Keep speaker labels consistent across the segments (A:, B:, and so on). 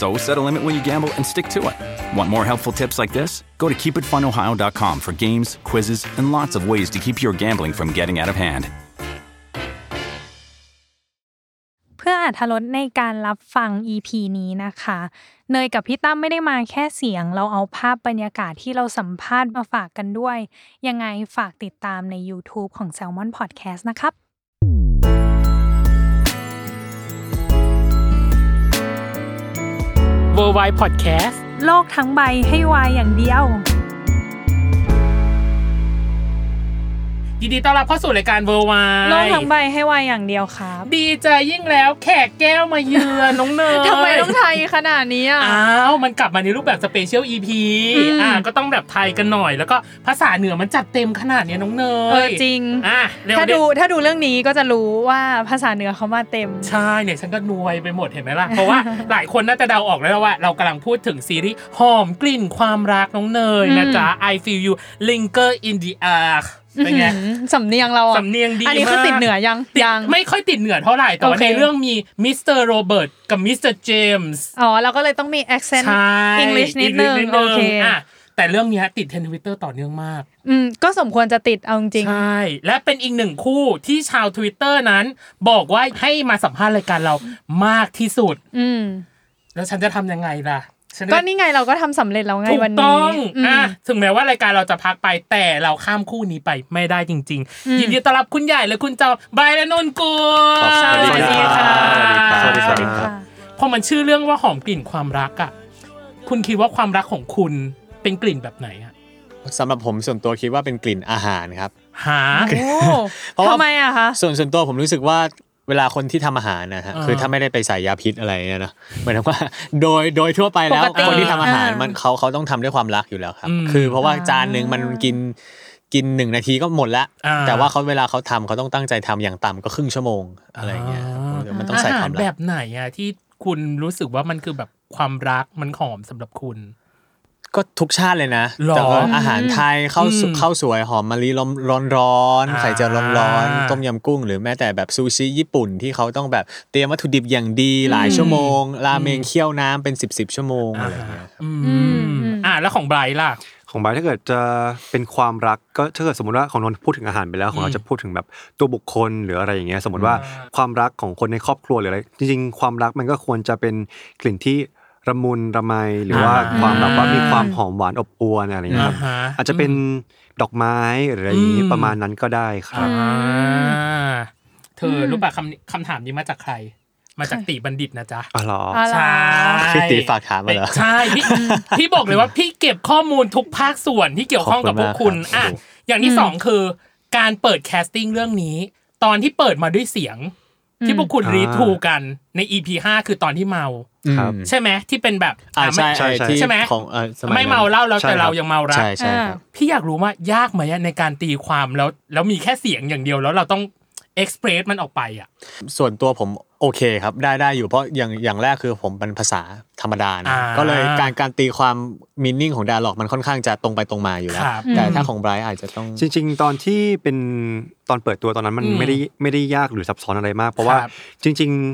A: So set a limit when you gamble and stick to it. Want more helpful tips like this? Go to keepitfunohio.com for games, quizzes, and lots of ways to keep your gambling from getting out of hand.
B: เพื่ออาธรตในการรับฟัง EP นี้นะคะ เนยกับพี่ตั้มไม่ได้มาแค่เสียง เราเอาภาพบรรยากาศที่เราสัมภาษณ์มาฝากกันด้วย ยังไงฝากติดตามใน YouTube ของ Salmon Podcast นะครับ
C: w o r l d w i d e Podcast
B: โลกทั้งใบให้วายอย่างเดียว
C: ยินดีต้อนรับเข้าสู่รายการ w o r l d w i d e
B: โลกทั้งใบให้วายอย่างเดียวครับ
C: ดีใจยิ่งแล้วแขกแก้วมาเยือน น้องเนย
B: ทำไมต้องไทยขนาดนี้อ่ะ
C: อ้าวมันกลับมาในรูปแบบสเปเชียลอีพี
B: อืม
C: อ่าก็ต้องแบบไทยกันหน่อย แล้วก็ภาษาเหนือมันจัดเต็มขนาดเนี้ยน้องเนย
B: เออจริง
C: อ่ะเร็ว
B: ถ้าดู
C: เด็
B: ถ้าดูเรื่องนี้ก็จะรู้ว่าภาษาเหนือเขามาเต็ม
C: ใช่เนี่ยฉันก็นวยไปหมดเห็นไหมล่ะ เพราะว่าหลายคนน่าจะเดาออกแล้วว่า เรากำลังพูดถึงซีรีส์หอมกลิ่นความรักน้องเนยนะจ๊ะ I feel you linger in the air เป็นไง
B: อื้อหือสำเนียงเราอ่ะ
C: สำเนียงดี
B: อันนี้คือ
C: มาก
B: ติดเหนือยัง
C: ติด
B: ยัง
C: ไม่ค่อยติดเหนือเท่าไหร่ แต่ว่า
B: โอเค
C: ในเรื่องมีมิสเตอร์โรเบิร์ตกับมิสเตอร์เจมส์
B: อ๋อเราก็เลยต้องมี accent
C: ใช่
B: English นิด
C: English
B: นึงโอเค
C: อ่ะแต่เรื่องเนี้ยติดเทรนด์ทวิตเตอร์ต่อเนื่องมาก
B: อืมก็สมควรจะติดเอาจริง
C: ใช่ และเป็นอีกหนึ่งคู่ที่ชาว Twitter นั้น บอกว่าให้มาสัมภาษณ์รายการเรามากที่สุด
B: อืม
C: แล้วฉันจะทำยังไงล่ะฉัจะ
B: ก็นี่ไงเราก็ทำสำเร็จแล้วไง
C: ถู
B: วั
C: ก
B: น
C: ต้
B: นี้
C: อง
B: ม
C: อ่ะถึงแม้ว่ารายการเราจะพักไปแต่เราข้ามคู่นี้ไปไม่ได้จริง ๆ ยินดีต้อนรับคุณใหญ่และคุณเจ้าไบายและนนท์กุล
D: สวัสดีครับ
B: สวัสดี
D: สวั
B: ค่ะ
D: สดีครับ
C: พอมันชื่อเรื่องว่าหอมกลิ่นความรักอ่ะ คุณคิดว่าความรักของคุณเป็นกลิ่นแบบไหนอ่ะ
D: สำหรับผมส่วนตัวคิดว่าเป็นกลิ่นอาหารครับ
C: หา
B: โอ้
D: เพราะว่า
B: ทำไมอะคะ
D: ส่วนส่วนตัวผมรู้สึกว่าเวลาคนที่ทำอาหารนะฮะ
C: อ่า
D: คือถ้าไม่ได้ไปใส่ยาพิษอะไรเนี่ยนะ เหมือนว่า โดยโดยทั่วไปแล้ว
C: ปกติ
D: คนที่ทำอาหาร
B: อ่ามั
D: มันเขาเขาต้องทำด้วยความรักอยู่แล้วครับ
C: อืม
D: คือเพราะว่า
B: อ่า
D: จานหนึ่งมันกินกินหนึ่งนาทีก็หมดละ
C: อ่า
D: แต่ว่าเขาเวลาเขาทำเขาต้องตั้งใจทำอย่างต่ำก็ครึ่งชั่วโมงอะไรอย่างเงี้ยครับผมรู้สึกมันต้องใส่
C: อาหาว
D: คาร ม
C: แบ
D: รัก
C: บไหนอ่ะที่คุณรู้สึกว่ามันคือแบบความรักมันหอมสำหรับคุณ
D: ก็ทุกชาติเลยนะ
C: หรอ
D: แต่ว่าอาหารไทยข้าวสุ
C: อืม
D: ข้าวสวยหอมมะลิร้อนร้อนๆ
C: อ่า
D: ไข่เจียวร้อนร้อนๆต้มยำกุ้ง หรือแม้แต่แบบซูชิญี่ปุ่นที่เขาต้องแบบเตรียมวัตถุดิบอย่างดีหลายชั่วโมง ราเมงเคี่ยวน้ำเป็น 10บสชั่วโมงอะไรอย่างเงี้ย
C: อื
B: อืม
C: ม
B: อืม
C: อ่ะแล้วของไบรท์ล่ะ
E: ของไบร์ทถ้าเกิดจะเป็นความรักก็ถ้าเกิดสมมติว่าของนนท์พูดถึงอาหารไปแล้วของเราจะพูดถึงแบบตัวบุคคลหรืออะไรอย่างเงี้ยสมมติว่าความรักของคนในครอบครัวหรืออะไรจริงๆ ความรักมันก็ควรจะเป็นกลิ่นที่ระมุนระไมหรือว่า
C: อ่า
E: ความแบบว่ามีความหอมหวานอบอวลอะไรอย่างเงี้ย
C: อ่า
E: ครับ
C: ฮะ
E: อาจจะเป็นดอกไม้หรืออะไรอย่างงี้
C: อืม
E: ประมาณนั้นก็ได้ครับ
C: อ่าเธออ
B: ม
C: รู้ป่ะคำคำถามนี้มาจากใคร มาจากติบัณฑิตนะจ๊ะ
E: อ๋อเหรอ
B: อ๋อเหรอ
C: ใช่
D: พี่ตีฝากถามมาเหรอ
C: ใช่พี่ พี่บอกเลยว่าพี่เก็บข้อมูลทุกภาคส่วนที่เกี่ยวข้องกับพวกคุณ
D: ขอบคุณมากครับ
C: อ่ะอย่างที่สองคือ การเปิดแคสติ้งเรื่องนี้ ตอนที่เปิดมาด้วยเสียง ที่พวกคุณ
E: อ่า
C: รีทูกันใน EP ห้าคือตอนที่เมา
E: ครับ
D: อืม
C: ใช่ไหมที่เป็นแบบ
D: อ่า
C: อ่ะ
D: ใช่
C: ไม่
E: ใช่
D: ใช่ที่
C: ใช่ไหม
D: ของเอ่อสมัย
C: ไม่
D: นั้น
C: เมาเหล้าแล้ว
E: ใช่
C: แต่
E: ครับ
C: เรายังเมารัก
D: ใช่ใช่ครับ
C: พี่อยากรู้ว่ายากไหมอะในการตีความแล้ว แล้วมีแค่เสียงอย่างเดียวแล้วเราต้องเอ็กซ์เพรสมันออกไปอ่ะ
D: ส่วนตัวผมโอเคครับได้ได้อยู่เพราะอย่างอย่างแรกคือผมเป็นภาษาธรรมดานะ
C: อ่า
D: ก็เลยการการตีความมินนิ่งของดาร์ล็อกมันค่อนข้างจะตรงไปตรงมาอยู่แล้ว
C: ครับ
D: แต่
B: อืม
D: ถ้าของไบรท์อาจจะต้อง
E: จริงๆ ตอนที่เป็นตอนเปิดตัวตอนนั้นมัน
C: อืม
E: ไม่ได้ไม่ได้ยากหรือซับซ้อนอะไรมาก เพราะว่า
C: ครับ
E: จริง ๆ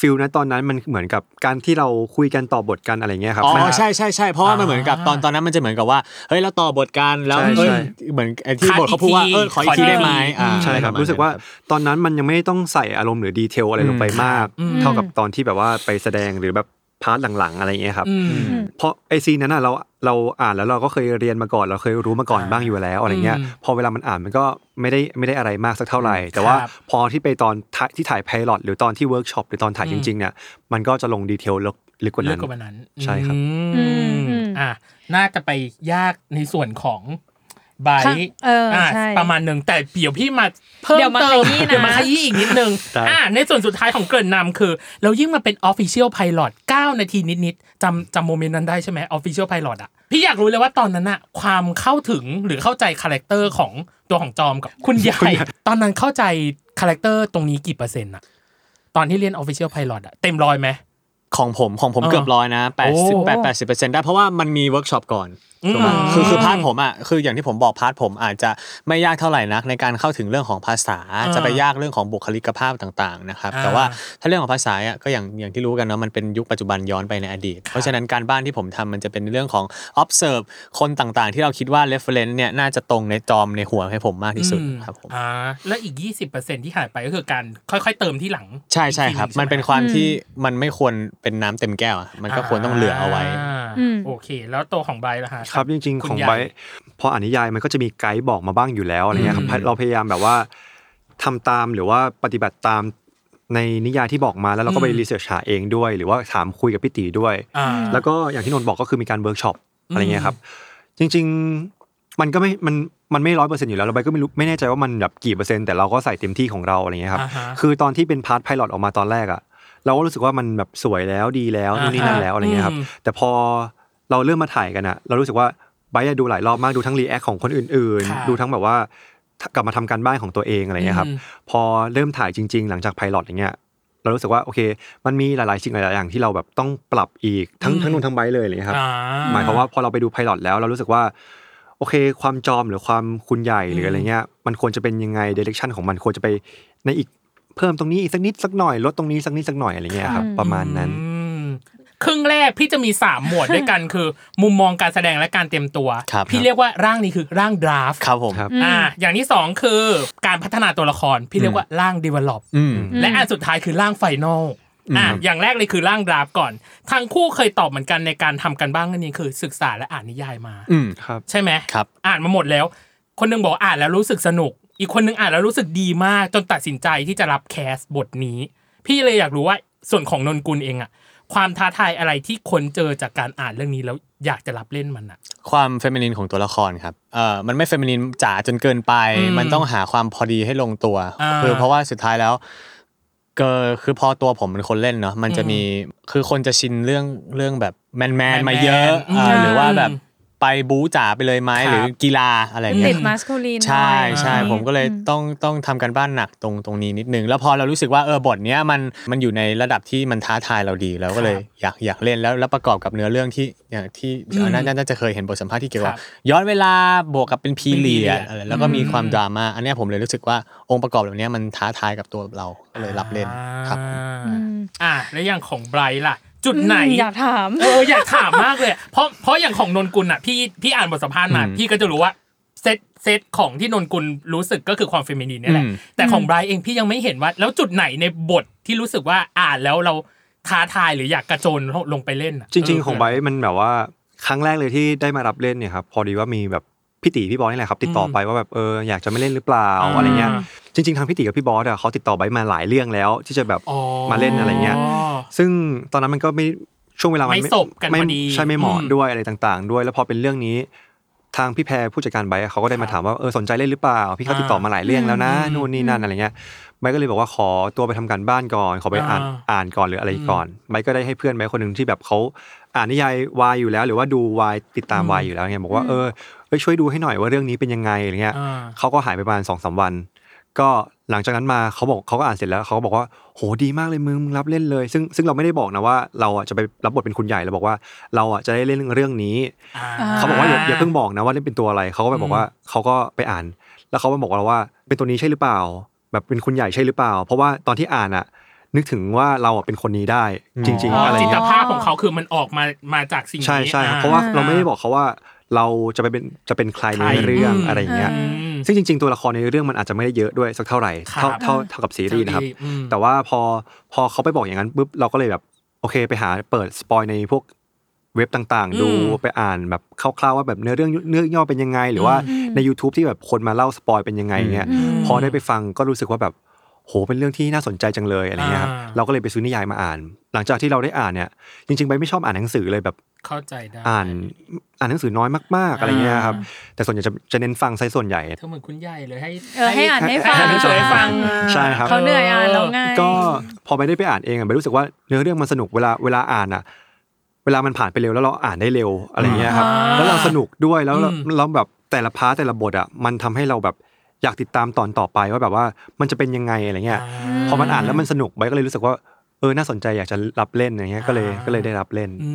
E: ฟิลนะตอนนั้นมันเหมือนกับการที่เราคุยกันต่อบทกันอะไรเงี้ยครับ
D: อ๋
E: มัน
D: อใช่ใช่ใช่เพราะว่ามันเหมือนกับตอนตอนนั้นมันจะเหมือนกับว่าเฮ้ยเราต่อบทกันแล้ว
E: ใช่
D: เอ้ย
E: ใช่
D: เหมือนไอ้ที่
C: ขาด
D: บทเขาพูดว่า
C: อีกที
D: เออขออีก
C: ขออีก
D: ที
C: ที
D: ได้ไหมอ่า
C: อืม
E: ใช่ครับ
D: ปะมณ
E: รู้สึกว่าตอนนั้นมันยังไม่ต้องใส่อารมณ์หรือดีเทลอะไรลงไปมาก เท่ากับตอนที่แบบว่าไปแสดงหรือแบบ พาร์ทหลังๆอะไรอย่างเงี้ยครับ
C: อืม
E: เพราะไอซีนนั้นน่ะเราเราอ่านแล้วเราก็เคยเรียนมาก่อนเราเคยรู้มาก่อน
C: อ่า
E: บ้างอยู่แล้วอะไรเงี้ย
C: อืม
E: พอเวลามันอ่านมันก็ไม่ได้ไม่ได้อะไรมากสักเท่าไหร่ แต่ว่า
C: ครับ
E: พอที่ไปตอนถ่ายที่ถ่ายไพลอตหรือตอนที่เวิร์กช็อปหรือตอนถ่ายจ
C: อืม
E: ริงๆเนี่ยมันก็จะลงดีเทลลึกลึกกว่า
C: เลื
E: นั้
C: อก
E: น
C: กว่านั้น
E: ใช่ครับ
C: อืม
B: อืมอืม
C: อ่ะน่าจะไปยากในส่วนของไบ
B: ข้างเอออ่
C: ะ
B: ใช่
C: ประมาณหนึ่งแต่เดี๋ยวพี่มาเพิ่ม
B: เดี๋ยวมา
C: เติม
B: ขยี้นะ
C: เดี๋ยวมาขยี้อีกนิดนึง
E: ได้
C: อ่ะในส่วนสุดท้ายของเกริ่นนำคือ เรายิ่งมาเป็น Official Pilot 9 นาทีนิดๆจำจำโมเมนต์นั้นได้ใช่ไหม Official Pilot อ่ะ พี่อยากรู้เลยว่าตอนนั้นอะความเข้าถึงหรือเข้าใจคาแรคเตอร์ของตัวของจอมกับคุณยายตอนนั้นเข้าใจคาแรคเตอร์ตรงนี้กี่เปอร์เซ็นต์อะตอนที่เรียน Official Pilot อะเต็มร้อยไหม
D: ของผมของผม
C: อ่า
D: เกือบร้อยนะ8
C: โอ้
D: 0 8 0เปอร์เซ็นต์ได้เพราะว่ามันมีเวิร์กช็อปก่อนถูกไหม
B: อืม
D: คือคือพาร์ทผมอ่ะคืออย่างที่ผมบอกพาร์ทผมอาจจะไม่ยากเท่าไหร่นักในการเข้าถึงเรื่องของภาษา
C: อ่า
D: จะไปยากเรื่องของบุคลิกภาพต่างๆนะครับ
C: อ่า
D: แต่ว่าถ้าเรื่องของภาษาอ่ะก็อย่างอย่างที่รู้กันเนาะมันเป็นยุคปัจจุบันย้อนไปในอดีต เพราะฉะนั้นการบ้านที่ผมทำมันจะเป็นเรื่องของ observe คนต่างๆ ที่เราคิดว่า reference เนี่ยน่าจะตรงในจอมในหัวให้ผมมากที่สุด
C: อืม
D: ครับผม
C: อ่าแล้วอีก 20%ที่หายไปก็คือการค่อยๆ เติมที่หลัง
D: ใช่ใช่ครับ
C: อีกทีหง
D: มันเป็น
C: ใช่ไห
D: ความที่มันไม่ควรเป็นน้ำเต็มแก้วอะมันก็ควรต้องเหลือเอาไว้
B: อืม
C: โอเค แล้วตัวของไบร์ทล่ะฮะ
E: ครับจริง ๆ ของ
C: คุณยาย
E: ไบร์ทพออ่านนิยายมันก็จะมีไกด์บอกมาบ้างอยู่แล้วอะไรเงี้ยครับ
C: อืม
E: เราพยายามแบบว่าทำตามหรือว่าปฏิบัติตามในนิยายที่บอกมาแล้วเราก็ไป
C: อืม
E: รีเสิร์ชหาเองด้วย หรือว่าถามคุยกับพี่ตีด้วย
C: อ่า
E: แล้วก็อย่างที่นนท์บอกก็คือมีการเวิร์กช็อป
C: อืม
E: อะไรเงี้ยครับ จริง ๆ มันก็ไม่มันมันไม่ร้อยเปอร์เซ็นต์อยู่แล้วเราไปก็ไม่รู้ไม่แน่ใจว่ามันแบบกี่เปอร์เซ็นต์แต่เราก็ใส่เต็มที่ของเราอะไรเงี้ยครับ
C: อ่าฮะ
E: คือตอนที่เป็นพาร์ทไพลอตออกมาตอนแรกอะเราก็รู้สึกว่ามันแบบสวยแล้วดีแล้วนู่นนี่นั่นแล้วอะไรเงี้ยครับ
C: อืม
E: แต่พอเราเริ่มมาถ่ายกันอะเรารู้สึกว่าไบร์ทอะดูหลายรอบมากดูทั้งรีแอคของคนอื่น
C: ค่ะ
E: ๆ ดูทั้งแบบว่ากลับมาทำการบ้านของตัวเองอะไรเงี้ยครับ
C: อืม
E: พอเริ่มถ่ายจริง ๆ หลังจากไพลอตอย่างเงี้ยเรารู้สึกว่าโอเค มันมีหลายๆสิ่งหลายๆอย่างที่เราแบบต้องปรับอีกทั้ง
C: อืม
E: ทั้งนุ่นทั้งใบร์ทเลยอะไรเลยครับ
C: อ่
E: หมายความว่าพอเราไปดูไพลอตแล้วเรารู้สึกว่า โอเค ความจอมหรือความคุณใหญ่หรืออะไรเงี้ยมันควรจะเป็นยังไงเดเรคชันของมันควรจะไปในอีกเพิ่มตรงนี้อีกสักนิดสักหน่อยลดตรงนี้สักนิดสักหน่อยอะไรเงี้ยครับ
B: อืม
E: ประมาณนั้น
C: อืมครึ่งแรกพี่จะมี 3 หมวดด้วยกัน คือ มุมมองการแสดงและการเตรียมตัว
D: ครับ
C: พี่เรียกว่าร่างนี้คือร่างดราฟ
D: ครับผม
E: ครับ
C: อ่าอย่างที่สองคือการพัฒนาตัวละคร พี่เรียกว่าร่าง develop
D: อืม
C: และอันสุดท้ายคือร่างไฟนอลอ่ะอย่างแรกเลยคือร่างดราฟก่อน ทั้งคู่เคยตอบเหมือนกันในการทำกันบ้างนั่นเองคือศึกษาและอ่านนิยายมา
D: อืม
E: ครับ
C: ใช่ไหม
D: ครับ
C: อ่านมาหมดแล้ว คนหนึงบอกอ่านแล้วรู้สึกสนุก อีกคนหนึงอ่านแล้วรู้สึกดีมาก จนตัดสินใจที่จะรับแคสบทนี้ พี่เลยอยากรู้ว่าส่วนของนนกุลเองอะความท้าทายอะไรที่คนเจอจากการอ่านเรื่องนี้แล้วอยากจะรับเล่นมันอะ
D: ความเฟมินินของตัวละครครับ เอ่อ มันไม่เฟมินินจ๋าจนเกินไป
C: อืม
D: มันต้องหาความพอดีให้ลงตัว
C: อ่า
D: คือเพราะว่าสุดท้ายแล้วเกิดคือพอตัวผมเป็นคนเล่นเนาะ มันจะมี คือคนจะชินเรื่องเรื่องแบบแมนแมน
C: ๆ
D: มาเยอะ
C: อืม
D: เอ่อหรือว่าแบบไปบู๊จ๋าไปเลยไหม
C: ครับ
D: หรือกีฬาอะไรอย่าง
B: ติ
D: เงี้
B: ด
D: ย
B: มาสคูลีน
D: ใช่ใช่
B: หน่อ
D: ผมก็เลยต้องต้องทำการบ้านหนักตรงตรงนี้นิดนึง แล้วพอเรารู้สึกว่าเออบทเนี้ยมันมันอยู่ในระดับที่มันท้าทายเราดีเราก็เลยอยากอยากเล่นแล้วแล้วประกอบกับเนื้อเรื่องที่อย่างที่
C: อืม
D: น่าน่าจะเคยเห็นบทสัมภาษณ์ที่เกี่ยวกั
C: ค
D: บ
C: รับ
D: ย้อนเวลาบวกกับเป็นพีเรีย
C: period
D: อะไรแล้วก็มีความ
C: อืม
D: ดราม่าอันเนี้ยผมเลยรู้สึกว่าองค์ประกอบเหล่าเนี้ยมันท้าทายกับตัวเราก็เลยรับเล่นครับ
C: อ่าอ่ะแล้วอย่างของไบรท์ล่ะ จุดไหน
B: อืมอยากถาม
C: เอออยากถามมากเลยอะ เพราะเพราะอย่างของนนกุลอ่ะพี่พี่อ่านบทสัมภาษณ์มา
D: อืม
C: พี่ก็จะรู้ว่าเซตเซตของที่นนกุลรู้สึกก็คือความเฟมินีนนี่แหละ
D: อืม
C: แต่ของไบรท์เองพี่ยังไม่เห็นว่า แล้วจุดไหนในบทที่รู้สึกว่าอ่านแล้วเราท้าทายหรืออยากกระโจนลงไปเล่นอะ
E: จริง ๆ ของไบร์ทมันแบบว่าครั้งแรกเลยที่ได้มารับเล่นเนี่ยครับพอดีว่ามีแบบพี่ตีพี่บอสนี่แหละครับติดต่อไปว่าแบบเอออยากจะไม่เล่นหรือเปล่าอะไรเงี้ยจริง ๆทางพี่ตีกับพี่บอสอะเขาติดต่อไบร์ทมาหลายเรื่องแล้ว ที่จะแบบ
C: อ๋อ
E: มาเล่นอะไรเงี้ย ซึ่งตอนนั้นมันก็ไม่ช่วงเวลามัน
C: ไม่สบกันพอดี
E: ใช่ไม่เหมาะ
C: อืม
E: ด้วยอะไรต่างๆ ด้วย แล้วพอเป็นเรื่องนี้ ทางพี่แพรผู้จัดการไบร์ทเขาก็ได้มาถามว่าเออสนใจเล่นหรือเปล่า พี่เขาติดต่อมาหลายเรื่องแล้วนะ
C: อืม
E: นู่นนี่นั่นอะไรเงี้ยไบร์ทก็เลยบอกว่าขอตัวไปทำการบ้านก่อน ขอไปอ่าน
C: อ่า
E: อ่านก่อนหรืออะไรก่อนไบร์ทก็ได้ให้เพื่อนไบร์ทคนหนึ่งที่แบบเขาอ่านนิยายวายอยู่แล้ว หรือว่าดูวายติดตาม
C: อืม
E: วายอยู่แล้วไงบอกว่าเออเอ้ยช่วยดูให้หน่อยว่าเรื่องนี้เป็นยังไงอะไรเงี้ย
C: อ่า
E: เขาก็หายไปประมาณสองสามวัน ก็หลังจากนั้นมาเขาบอกเขาก็อ่านเสร็จแล้วเขาก็บอกว่าโหดีมากเลยมึงมึงรับเล่นเลย ซึ่งซึ่งเราไม่ได้บอกนะว่าเราอ่ะจะไปรับบทเป็นคุณใหญ่เราบอกว่าเราอ่ะจะได้เล่นเรื่องนี้เขาบอกว่าอย่าอย่าเพิ่งบอกนะว่าเล่นเป็นตัวอะไรเขาก็ไปบอกว่าเขาก็ไปอ่าน แล้วเขาก็บอกเราว่าเป็นตัวนี้ใช่หรือเปล่า แบบเป็นคุณใหญ่ใช่หรือเปล่า เพราะว่าตอนที่อ่านอ่ะ นึกถึงว่าเราอ่ะเป็นคนนี้ได้จริง
C: อ๋อ
E: ๆ
C: อ
E: อะไร
C: จิ
E: เงี้ย
C: ตภาพของเขาคือมันออกมามาจากสิ่งนี้
E: ใช่ใช่ครับ
C: อ่
E: เพราะว่าเราไม่ได้บอกเขาว่าเราจะไปเป็นจะเป็นใครในเรื่อง
C: อืม
E: อะไรอย่างเงี้ย
B: อื
C: อืม
E: ซึ่งจริงๆ ตัวละครในเรื่องมันอาจจะไม่ได้เยอะด้วยสักเท่าไหร่
C: ครับ
E: เท่าเท่าเท่ากับซีรีส์นะครับ
C: อืม
E: แต่ว่าพอพอเขาไปบอกอย่างนั้นปุ๊บเราก็เลยแบบ โอเคไปหาเปิดสปอยในพวกเว็บต่างๆ ดู
C: อืม
E: ไปอ่านแบบคร่าวๆว่าแบบเนื้อเรื่องเนื้อย่อเป็นยังไง หรือว่าใน YouTube ที่แบบคนมาเล่าสปอยเป็นยังไงเงี้ย
C: อืม
E: พอได้ไปฟังก็รู้สึกว่าแบบโหเป็นเรื่องที่น่าสนใจจังเลยอะไรเงี้ยครับ
C: อ่า
E: เราก็เลยไปซื้อนิยายมาอ่าน หลังจากที่เราได้อ่านเนี่ยจริงๆไปไม่ชอบอ่านหนังสือเลยแบบ
C: เข้าใจได้
E: อ่านอ่านหนังสือน้อยมาก ๆ อะไรเงี้ยครับ แต่ส่วนใหญ่จะจะเน้นฟังซะส่วนใหญ่
C: เธอเหมือนคุณยายเลยให้
B: เออให้อ่านให้ฟัง
C: ให้ช่วยฟังอ่ะ
E: ใช่ครับ
B: เขาเหนื่อยอ่านแล้วไง
E: ก็พอไปได้ไปอ่านเองอ่ะไปรู้สึกว่าเนื้อเรื่องมันสนุกเวลาเวลาอ่านอ่ะ เวลามันผ่านไปเร็วแล้วเราอ่านได้เร็วอะไรเงี้ยครับ
B: อ่า
E: แล้วเราสนุกด้วยแล้วเราแล้วแบบแต่ละพาร์ทแต่ละบทอ่ะมันทำให้เราแบบอยากติดตามตอนต่อไปว่าแบบว่ามันจะเป็นยังไงอะไรเงี้ย พอมันอ่านแล้วมันสนุกไปก็เลยรู้สึกว่าเออน่าสนใจอยากจะรับเล่นอะไรเงี้ยก็เลยก็เลยได้รับเล่น
C: อื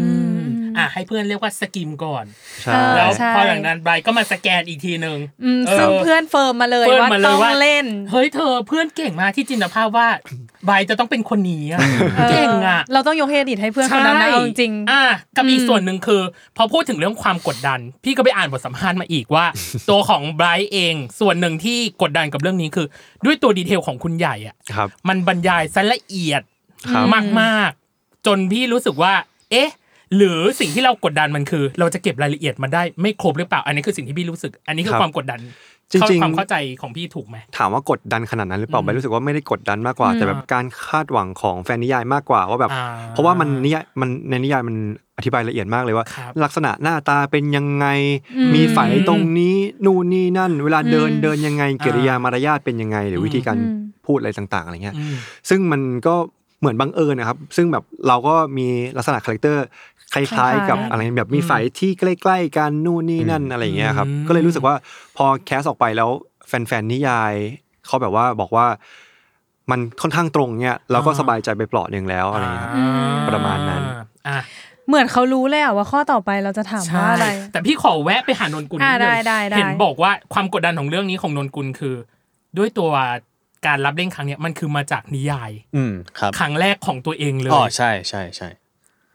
B: อืม
C: มอ่ะให้เพื่อนเรียกว่าสกิมก่อน
E: ใช่
B: เออ
C: แล้ว
B: ใช่
C: พอหลังนั้นไบรท์ก็มาสแกนอีกทีหนึ่ง
B: อืม
C: เออ
B: ซึ่งเพื่อนเฟิร์มมาเลย
C: เฟิร์ม
B: ว่า
C: มาเลย
B: ต้อง
C: ว่า
B: เล่น
C: เฮ้ยเธอเพื่อนเก่งมากที่จินตภาพว่าไบรท์จะต้องเป็นคนนี้อะเก่งอ่ะ
B: เราต้องยกเครดิตให้เพื่อนคนนั้นนะเอาจริง
C: อ่ะกับอีก
B: อืม
C: ส่วนหนึ่งคือ พอพูดถึงเรื่องความกดดัน พี่ก็ไปอ่านบทสัมภาษณ์มาอีกว่า ตัวของไบรท์เองส่วนหนึ่งที่กดดันกับเรื่องนี้คือ ด้วยตัวดีเทลของคุณใหญ่อ่ะ
E: ครับ
C: มันบรรยายซะละเอียด
E: ครับ
C: มากๆ จนพี่รู้สึกว่า เอ๊ะ หรือสิ่งที่เรากดดันมันคือ เราจะเก็บรายละเอียดมาได้ไม่ครบหรือเปล่า อันนี้คือสิ่งที่พี่รู้สึก อันนี้คือ
E: ครับ
C: ความกดดัน
E: จริงๆ
C: ความเข้าใจของพี่ถูกไหม
E: ถามว่ากดดันขนาดนั้นหรือเปล่า
C: อืม
E: ไม่รู้สึกว่าไม่ได้กดดันมากกว่า แต่แบบการคาดหวังของแฟนนิยายมากกว่าว่าแบบ
C: อ่า
E: เพราะว่ามันนิยายมันในนิยายมันอธิบายละเอียดมากเลยว่า
C: ครับ
E: ลักษณะหน้าตาเป็นยังไง มีไฝตรงนี้นู่นนี่นั่น เวลาเดินเดินยังไงกิริยามารยาทเป็นยังไง หรืออ
C: ม
E: วิธีการพูดอะไรต่าง ๆอะไรเงี้ย
C: อืม
E: ซึ่งมันก็เหมือนบังเอิญนะครับ ซึ่งแบบเราก็มีลักษณะคาแรคเตอร์คล้าย ๆ กับ
B: คล้ายๆ
E: อะไรแบบมีไฝที่ใกล้ๆกันนู่นนี่นั่นอะไรอย่างเงี้ยครับ
C: อืม
E: ก็เลยรู้สึกว่าพอแคสออกไปแล้วแฟนๆนิยายเขาแบบว่าบอกว่ามันค่อนข้างตรงเนี่ยเราก็สบายใจไปเปลาะหนึ่งแล้วอะไรอย่างเงี้ยครับ ประมาณนั้น
C: อ่ะ
B: ๆ เหมือนเขารู้เลยอะว่าข้อต่อไปเราจะถามว่าอะไร
C: แต่พี่ขอแวะไปหานนกุลนิด
B: อ่า
C: นึ
B: ได้
C: ง
B: ได้ได้
C: เห็นบอกว่าความกดดันของเรื่องนี้ของนนกุลคือ ด้วยตัวการรับเล่นครั้งเนี้ยมันคือมาจากนิยาย
D: อืมครับ
C: ครั้งแรกของตัวเองเลย
D: อ๋อใช่ใช่ใช่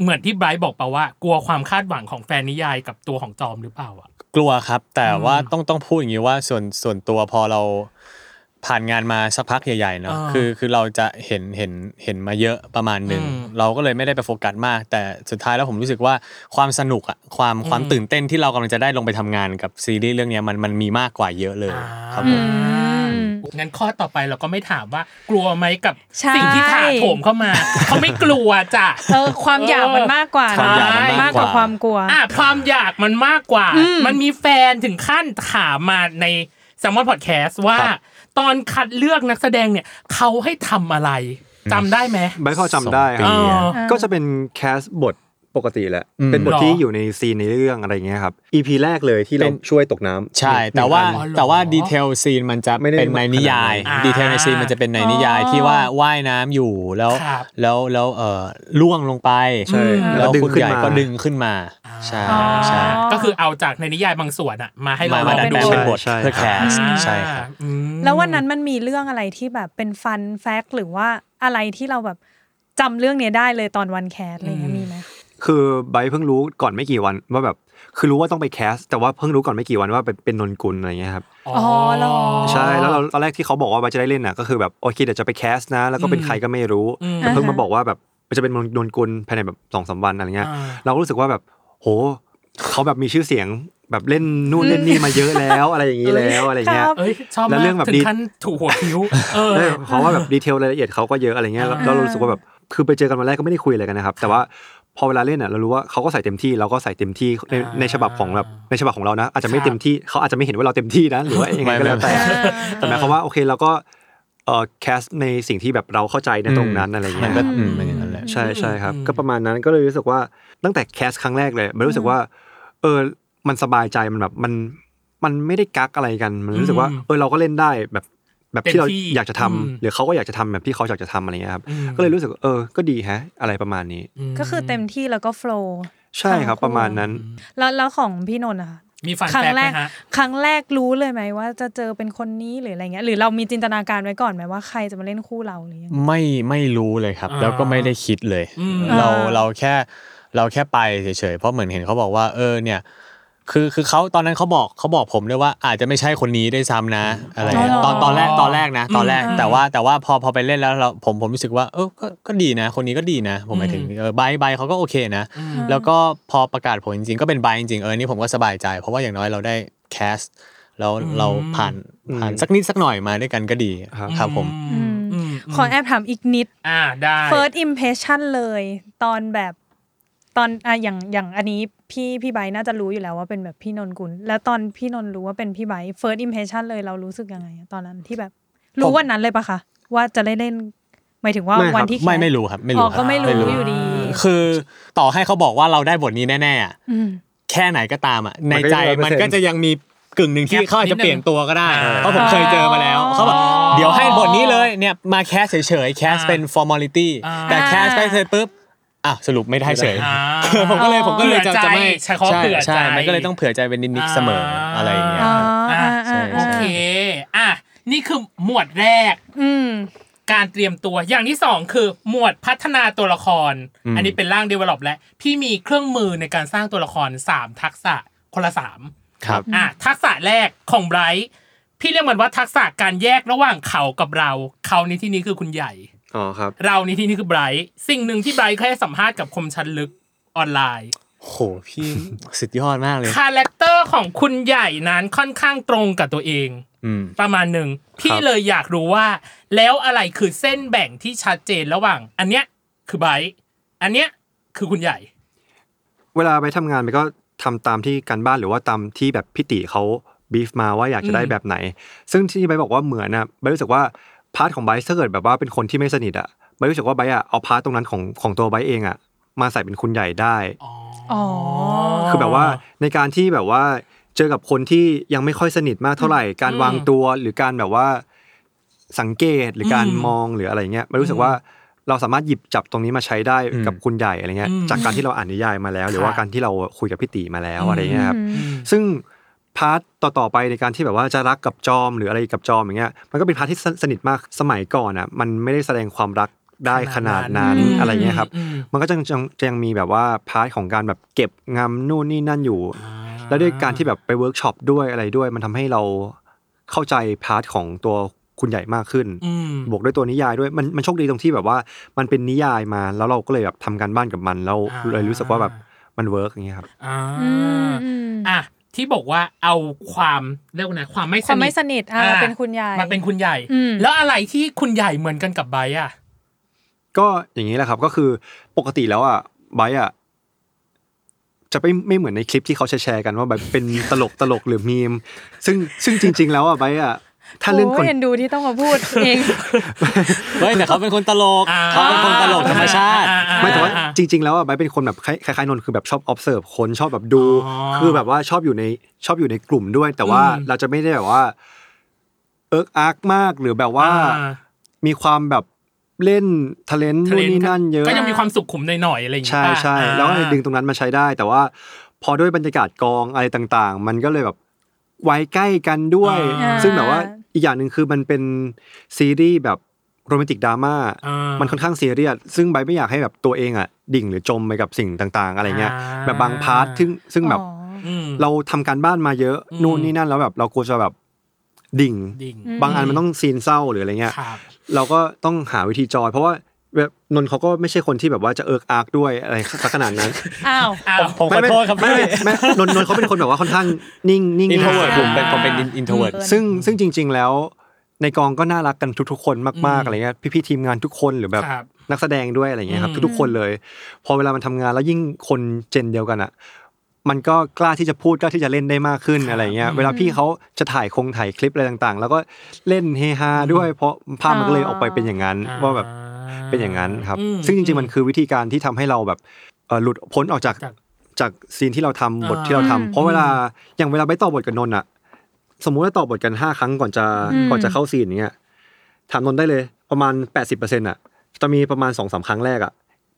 C: เหมือนที่ไบรท์บอกไปว่า กลัวความคาดหวังของแฟนนิยายกับตัวของจอมหรือเปล่าอ่ะ
D: กลัวครับ แต่ว่าต้องต้องพูดอย่างนี้ว่าส่วนส่วนตัวพอเราผ่านงานมาสักพักใหญ่ๆเนาะ
C: อ่า
D: คือคือเราจะเห็นเห็นเห็นมาเยอะประมาณหนึ่ง
C: อืม
D: เราก็เลยไม่ได้ไปโฟกัสมาก แต่สุดท้ายแล้วผมรู้สึกว่าความสนุกอะความความตื่นเต้นที่เรากำลังจะได้ลงไปทำงานกับซีรีส์เรื่องเนี้ยมันมันมีมากกว่าเยอะเลย
C: อ่า
D: ครับผ
B: อื
D: ม
B: ม
C: งั้นข้อต่อไปเราก็ไม่ถามว่ากลัวไหมกับ
B: ใช่
C: สิ่งที่ถาโถมเข้ามา เขาไม่กลัวจ้ะ
B: เออความอยากมันมากกว่า
D: ความอยากมัน
B: นะ
D: มากก
B: มากก
D: ว่า
B: ว่าความกลัว
C: อ่ะความอยากมันมากกว่า มันมีแฟนถึงขั้นถามมาในสมอนพอดแคสต์ว่า ตอนคัดเลือกนักแสดงเนี่ย เขาให้ทำอะไรจำได้ไหม
E: ใบข้อจำได้ค
D: ส
E: รั
D: อบ งปีอะ
C: เออ
E: ก็จะเป็นแคสบทปกติแหละ
D: อืม
E: เป็นบท
C: หรอ
E: ที่อยู่ในซีนในเรื่องอะไรเงี้ยครับ EP แรกเลยที่เรา
D: เป็น
E: ช่วยตกน้ำ
D: ใช่
E: หนึ่ง
D: แต่ว่า
E: อัน
C: อ๋อเหรอ
D: แต่ว่าดีเทลซีนมันจะ
E: ไม่ได้
D: เป็นในนิยาย
C: ขนาดนั้น
D: ดีเทลในซีนมันจะเป็นในนิยาย
B: อ๋อ
D: ที่ว่าว่ายน้ำอยู่แล้ว
C: ครับ
D: แล้วแล้วเอ่อล่วงลงไป
E: ใช่แล้
D: แล้ว ว
E: ดึง
D: คุณ
E: ขึ้น
D: ใหญ่
E: มา
D: ก็ดึงขึ้นมาใช่
C: อ๋อ
D: ใช่
C: ก็คือเอาจากในนิยายบางส่วนอะมาให้เรา
D: มามาดัดแปลง
E: ใช่
D: เป็นบท
E: ใช่
D: เพื่อแคส
C: อ่า
D: ใช่ครับ
C: อืม
B: แล้ววันนั้นมันมีเรื่องอะไรที่แบบเป็นฟันแฟกหรือว่าอะไรที่เราแบบจำเรื่องเนี้ยได้เลยตอนวันแคสอะไรเงี้ยมีไหม
E: คือใบเพิ่งรู้ก่อนไม่กี่วันว่าแบบ คือรู้ว่าต้องไปแคส แต่ว่าเพิ่งรู้ก่อนไม่กี่วันว่าเป็นเป็นนนกุลอะไรเงี้ยครับ
B: อ๋อเหรอ
E: ใช่แล้วเราตอนแรกที่เขาบอกว่าใบจะได้เล่นน่ะก็คือแบบโอเคเดี๋ยวจะไปแคสนะ แล้วก็เป็นใครก็ไม่รู้
C: อืม
E: แต่เพิ่ง
B: อ่าฮะ
E: มาบอกว่าแบบมันจะเป็นนนกุลภายในแบบสองสามวันอะไรเงี้ย
C: อ่า
E: เราก็รู้สึกว่าแบบ โห เขาแบบมีชื่อเสียงแบบเล่นนู่นเล่นนี่มาเยอะแล้วอะไรอย่างนี้แล้วอะไรเงี้ย
C: เอ้ยชอบ
E: แล้
C: มาว
E: เรื่
C: ก
E: องแบบ
C: ถึ
E: ดี
C: งขั้นถูกหัวคิ้วเออ
E: เออเพราะว่าแบบดีเทลรายละเอียดเขาก็เยอะอะไรเงี้ยแล้ว
C: อ่า
E: แล้วเรารู้สึกว่าแบบคือไปเจอกันวันแรกก็ไม่ได้คุยอะไรกันนะครับ แต่ว่าพอเวลาเล่นอ่ะเรารู้ว่าเขาก็ใส่เต็มที่เราก็ใส่เต็มที่ในในฉบับของแบบในฉบับของเรานะ อาจจะไม่เต็มที่เขาอาจจะไม่เห็นว่าเราเต็มที่นะหรือว่ายังไงก็แล้วแต่ แต่หมายความว่าโอเคเราก็เออแคสในสิ่งที่แบบเราเข้าใจในตรงนั้นอะไร
D: มั
E: เงี้
D: น
E: ย
D: ก็อืมเป็นอย่างนั้นแหละ
E: ใช่ใช่ครับ
C: อืม
E: ก็ประมาณนั้นก็เลยรู้สึกว่าตั้งแต่แคสครั้งแรกเลย มันรู้สึกว่า เออมันสบายใจมันแบบมันมันไม่ได้กักอะไรกัน มันรู้สึกว่า เออเราก็เล่นได้แบบแบบที่เรา
C: เต็มที่
E: อยากจะทำ
C: อืม
E: หรือเขาก็อยากจะทำแบบที่เขาอยากจะทำอะไรเงี้ยครับ
C: อืม
E: ก็เลยรู้สึกว่าเออก็ดีแฮะ อะไรประมาณนี้
B: ก็คือเต็มที่แล้วก็โฟลว์
E: ใช่ครับประมาณนั้น
B: แล้วแล้วของพี่นนท์อะคะ
C: มีฟัน
B: ครั้
C: แฟ
B: ง
C: ก
B: แร
C: ไหม
B: ก
C: ฮะ
B: ครั้งแรกรู้เลยไหมว่าจะเจอเป็นคนนี้หรืออะไรเงี้ยหรือเรามีจินตนาการไว้ก่อนไหมว่าใครจะมาเล่นคู่เราหรือยังไง
D: ไม่ไม่รู้เลยครับ
C: อ่า
D: แล้วก็ไม่ได้คิดเลย
C: อืม
D: เรา
B: อ่า
D: เราแค่เราแค่ไปเฉยๆเพราะเหมือนเห็นเขาบอกว่า เออเนี่ย คือคือเขาตอนนั้นเขาบอกเขาบอกผมด้วยว่าอาจจะไม่ใช่คนนี้ด้วยซ้ำนะอะไร
B: อ๋อเหรอ
D: ตอนตอนแรกตอนแรกนะ ตอนแรก
C: อืม
D: แต่ว่าแต่ว่าพอพอไปเล่นแล้วเราผมผมรู้สึกว่าเออก็ก็ดีนะ คนนี้ก็ดีนะ ผมหมายถึง
C: อืม
D: เออใบใบเขาก็โอเคนะ
C: อืม
D: แล้วก็พอประกาศผลจริงๆ ก็เป็นใบจริงๆเออนี่ผมก็สบายใจ เพราะว่าอย่างน้อยเราได้แคสแล้ว
C: อืม
D: เราผ่าน
E: อืม
D: ผ่านสักนิดสักหน่อยมาด้วยกันก็ดีครับผม
C: อืม
B: อืม
C: ม
F: ขอแอบถามอีกนิด
C: อ่าได้
F: first impression เลย ตอนแบบตอนอะอย่างอย่างอันนี้พี่พี่ไบร์ทน่าจะรู้อยู่แล้วว่าเป็นแบบพี่นนกุลแล้วตอนพี่นนรู้ว่าเป็นพี่ไบร์ท first impression เลยเรารู้สึกยังไงอะตอนนั้นที่แบบ รู้วันนั้นเลยปะคะว่าจะได้เล่นหมายถึงว่า
E: ไม่ครับ
F: วันที่แคส
D: ไม่ไม่รู้ครับไม่
F: อ๋
D: รู้
F: อ
D: ครั
F: ก็
D: บ
F: ไม่รู้อยู่ดี
D: คือต่อให้เขาบอกว่าเราได้บทนี้แน่ๆอะ
F: อืม
D: แค่ไหนก็ตามอ่ะใน
E: มันก็
D: ใจ
E: ยัง100%
D: มันก็จะยังมีกึ่งหนึ่งที่เขาอาจจะเปลี่ยนตัวก็ได้
C: อ่า
D: เพราะผมเคยเจอมาแล้วเขาบอกเดี๋ยวให้บทนี้เลยเนี่ยมาแคสเฉยๆแคสเป็น formality
C: อ่า
D: แต่แคสไปเสร็จปุ๊บอ่ะสรุปไม่ได้เฉย
C: อ่า
D: ผมก็เลยผมก็เลยจะจะไม่
C: เผื่อใจใช้คำว่าเผื่อใจ
D: ใช่มันก็เลยต้องเผื่อใจเป็นนิดๆเสมออะไรอย่างเงี้ย
F: อ๋ออ่า
D: ใช่
F: อ่า
C: โอ
F: อ่า
C: เค อ่ะ นี่คือหมวดแรก
F: อืม
C: การเตรียมตัว อย่างที่สองคือหมวดพัฒนาตัวละคร
D: อืม
C: อันนี้เป็นร่าง develop และ พี่มีเครื่องมือในการสร้างตัวละครสามทักษะคนละสาม
D: ครับ
C: อ่ะทักษะแรกของไบรท์พี่เรียกมันว่าทักษะการแยกระหว่างเขากับเรา เขาในที่นี้คือคุณใหญ่
E: อ๋อครับ
C: เราในที่นี้คือไบรท์สิ่งหนึ่งที่ไบรท์เคยให้สัมภาษณ์กับคมชันลึกออนไลน์
D: โหพี่สุดยอดมากเลย
C: คาแรคเตอร์ของคุณใหญ่นั้นค่อนข้างตรงกับตัวเอง
D: อืม
C: ประมาณหนึ่งพี่
E: ครับ
C: เลยอยากรู้ว่า แล้วอะไรคือเส้นแบ่งที่ชัดเจนระหว่าง อันเนี้ยคือไบรท์อันเนี้ยคือคุณใหญ่
E: เวลาไปทำงานไปก็ทำตามที่การบ้านหรือว่าตามที่แบบพี่ติเขาบีฟมาว่าอยากจะได้แบบไหน ซึ่งที่ใบร์ทบอกว่าเหมือนนะใบร์ทรู้สึกว่าพาร์ทของใบร์ทถ้าเกิดแบบว่าเป็นคนที่ไม่สนิทอะใบร์ทรู้สึกว่าใบร์ทอะเอาพาร์ทตรงนั้นของของตัวใบร์ทเองอะมาใส่เป็นคุณใหญ่ได้
F: อ๋อ
E: คือแบบว่าในการที่แบบว่าเจอกับคนที่ยังไม่ค่อยสนิทมากเท่าไหร่ การวางตัวหรือการแบบว่าสังเกตหรือการ
C: อืม
E: มองหรืออะไรเงี้ยมันรู้สึกว่าเราสามารถหยิบจับตรงนี้มาใช้ได้
D: อืม
E: กับคุณใหญ่อะไรเงี้ย
C: อืม
E: จากการที่เราอ่านนิยายมาแล้ว หรือว่า
C: ค่ะ
E: การที่เราคุยกับพี่ตีมาแล้ว
C: อืม
E: อะไรเงี้ยครับ
C: อืม
E: ซึ่งพาร์ทต่อๆไปในการที่แบบว่าจะรักกับจอมหรืออะไรกับจอมอย่างเงี้ยมันก็เป็นพาร์ทที่สนิทมากสมัยก่อนอ่ะมันไม่ได้แสดงความรักได้ขนาดนั้น
F: ขนาดนั้น
E: อะไรเงี้ยครับ
C: อืม
E: มันก็จะยังจะยังมีแบบว่าพาร์ทของการแบบเก็บงำนู่นนี่นั่นอยู่ แล้วด้วยการที่แบบไปเวิร์กช็อปด้วยอะไรด้วย มันทำให้เราเข้าใจพาร์ทของตัวคุณใหญ่มากขึ้น
C: อืม
E: บวกด้วยตัวนิยายด้วยมันมันโชคดีตรงที่แบบว่ามันเป็นนิยายมา แล้วเราก็เลยแบบทำการบ้านกับมันแล้ว
C: อ่า
E: เลยรู้สึกว่าแบบมันเวิร์กอย่างเงี้ยครับ
C: อ่า
F: อืมอืม
C: อ่ะที่บอกว่าเอาความเรียกว่าไงความไม่
F: ความไม่สนิทอ่า
C: อ่ะ
F: เป็นคุณยาย
C: มาเป็นคุณใหญ่
F: อืม
C: แล้วอะไรที่คุณใหญ่เหมือนกันกับไบร์ทอ่ะ
E: ก็อย่างนี้แหละครับก็คือปกติแล้วอ่ะไบร์ทอ่ะจะไม่ไม่เหมือนในคลิปที่เขาแชร์ๆกันว่าแบบเป็นตลกตลกหรือมีม ซึ่งซึ่งจริง ๆ แล้วอ่ะไบร์ทอ่ะถ้าเล่นค
F: โอ้
E: น
F: ยเห็นดูที่ต้องมาพูดเอง
D: เฮ้ยแต่เขาเป็นคนตลก
C: อ่า
D: เขาเป็นคนตลกธรรมชาติ
C: อ่อ่
E: ไม่แต่ว่าจริง ๆ แล้วอ่ะไบร์ทเป็นคนแบบคล้ายคล้ายๆนนท์คือแบบชอบ observe คนชอบแบบดู
C: อ๋อ
E: คือแบบว่าชอบอยู่ในชอบอยู่ในกลุ่มด้วย แต่ว่า
C: อืม
E: เราจะไม่ได้แบบว่า เอิกอักมากหรือแบบว่า
C: อ่า
E: มีความแบบเล่นทะเลนนู่น
C: talent
E: นี่นั่นเยอะ
C: ก็ยังมีความสุขขุมหน่อยๆอะไรอย่างเงี้
E: ใช่
C: ย
E: ใช่
C: อ่า
E: แล้วก็เลยดึงตรงนั้นมาใช้ได้ แต่ว่าพอด้วยบรรยากาศกองอะไรต่างๆ มันก็เลยแบบไว้ใกล้กันด้วย
C: อ่า
E: ซึ่งแบบว่าอีกอย่างหนึ่งคือมันเป็นซีรีส์แบบโรแมนติกดราม่า
C: อ่า
E: มันค่อนข้างซีเรียส ซึ่งไบร์ทไม่อยากให้แบบตัวเองอ่ะ ดิ่งหรือจมไปกับสิ่งต่างๆ อะไรเงี้ย
C: อ่า
E: แบบบางพาร์ทซึ่งซึ่งแบบ
C: อืม
E: เราทำการบ้านมาเยอะ
C: อืม
E: นู่นนี่นั่นแล้วแบบเรากลัวจะแบบดิ่ง
C: ดิ่ง
E: บางอันมันต้องซีนเศร้าหรืออะไรเงี้ย
C: ครับ
E: เราก็ต้องหาวิธีจอย เพราะว่าแบบนนท์เขาก็ไม่ใช่คนที่แบบว่าจะเอิกอาร์กด้วยอะไรสักขนาดนั้น
F: อ้าว
C: อ้าว
D: ผมขอโทษครับ
E: ไม่
D: พี่
E: ไม่ไม่นนท์นนท์เขาเป็นคนแบบว่าค่อนข้างนิ่งนิ่ง
D: อินโทรเวิร์ดผ
E: ง่าย
D: มเป็นผมเป็นอินโทรเวิร์ด
F: เออ
E: ซึ่งซึ่งจริง ๆ แล้วในกองก็น่ารักกันทุกๆ คนมาก
C: อืม
E: ๆอะไรเงี้ยพี่ๆทีมงานทุกคนหรือแบบ
C: ครับ
E: นักแสดงด้วยอะไรเงี้ยครับ
C: อืม
E: ทุกๆคนเลย พอเวลามันทำงานแล้วยิ่งคนเจนเดียวกันอ่ะ มันก็กล้าที่จะพูดกล้าที่จะเล่นได้มากขึ้นอะไรเงี้ยเวลาพี่เขาจะถ่ายคงถ่ายคลิปอะไรต่างๆ แล้วก็เล่นเฮฮาด้วย เพราะภาพมันก็เลยออกไปเป็นอย่างนั้น ว่าแบบเป็นอย่างนั้นครับ
C: อืม
E: ซึ่งจริง ๆ มันคือวิธีการที่ทำให้เราแบบเอ่อหลุดพ้นออกจาก
C: จาก
E: จากซีนที่เราทำบท
C: อ่า
E: ที่เราทำเพราะเวลาอย่างเวลาไปต่อบทกับนนท์อ่ะ สมมุติว่าต่อบทกันห้าครั้งก่อนจะ
F: อืม
E: ก่อนจะเข้าซีนอย่างเงี้ยถามนนท์ได้เลยประมาณแปดสิบเปอร์เซ็นต์อ่ะจะมีประมาณสองสามครั้งแรกอ่ะ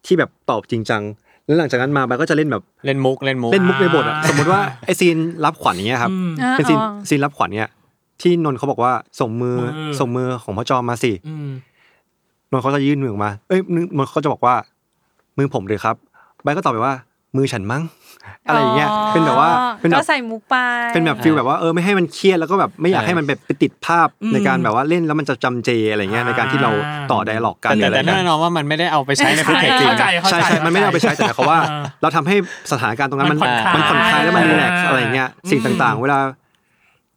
E: ที่แบบตอบจริงจังแล้วหลังจากนั้นมาไปก็จะเล่นแบบ
D: เล่นมุกเล่นมุก
E: เล่นมุกในบทอ่ะ
C: อ่า
E: สมมติว่าไอซีนรับขวัญอย่างเงี้ยครับ
C: อืม
F: อ่า
E: เป็นซีน
F: อ๋อ
E: ซีนรับขวัญเนี่ยที่นนท์เขาบอกว่าส่งมือ
C: มือ
E: ส่งมือของพ่อจอมมาสิ
C: อืม
E: นนท์เขาจะยื่นมือออกมา เอ้ยนนท์เขาจะบอกว่า มือผมเลยครับใบก็ตอบไปว่า มือฉันมั้ง อะไรอย่างเงี้ยเป็นแบบว่าเป็นแบ
F: ก็
E: บ
F: ใส่มุกไป
E: เป็นแบบฟิลแบบว่าเออไม่ให้มันเครียดแล้วก็แบบไม่อยาก
D: ใช่
E: ให้มันแบบไปติดภาพ
C: อืม
E: ในการแบบว่าเล่นแล้วมันจะจำเจอะไรเงี้ย
C: อ่า
E: ในการที่เราต่อไดอะล็อกกันหรื
D: แต่
E: ออะไร
D: แต่
E: เงี้
D: แน่
E: ย
D: นอนว่ามันไม่ได้เอาไปใช้ในพื้นที่จริง
C: เข้าใจเข้า
E: ใช่
C: ใจ
E: ใช่มันไม่ได้เอาไปใช้แต่เขาว่า
C: อ่า
E: เราทำให้สถานการณ์ตรงนั้นมัน
C: มั
E: มันน
C: ผ่
E: ผ่
C: อ
E: อน น
C: ค
E: ค
C: ลา
E: ลายยแล้วมัน
C: อ่า
E: รีแลกซ์อะไรเงี้ย
C: อืม
E: สิ่งต่างๆ เวลา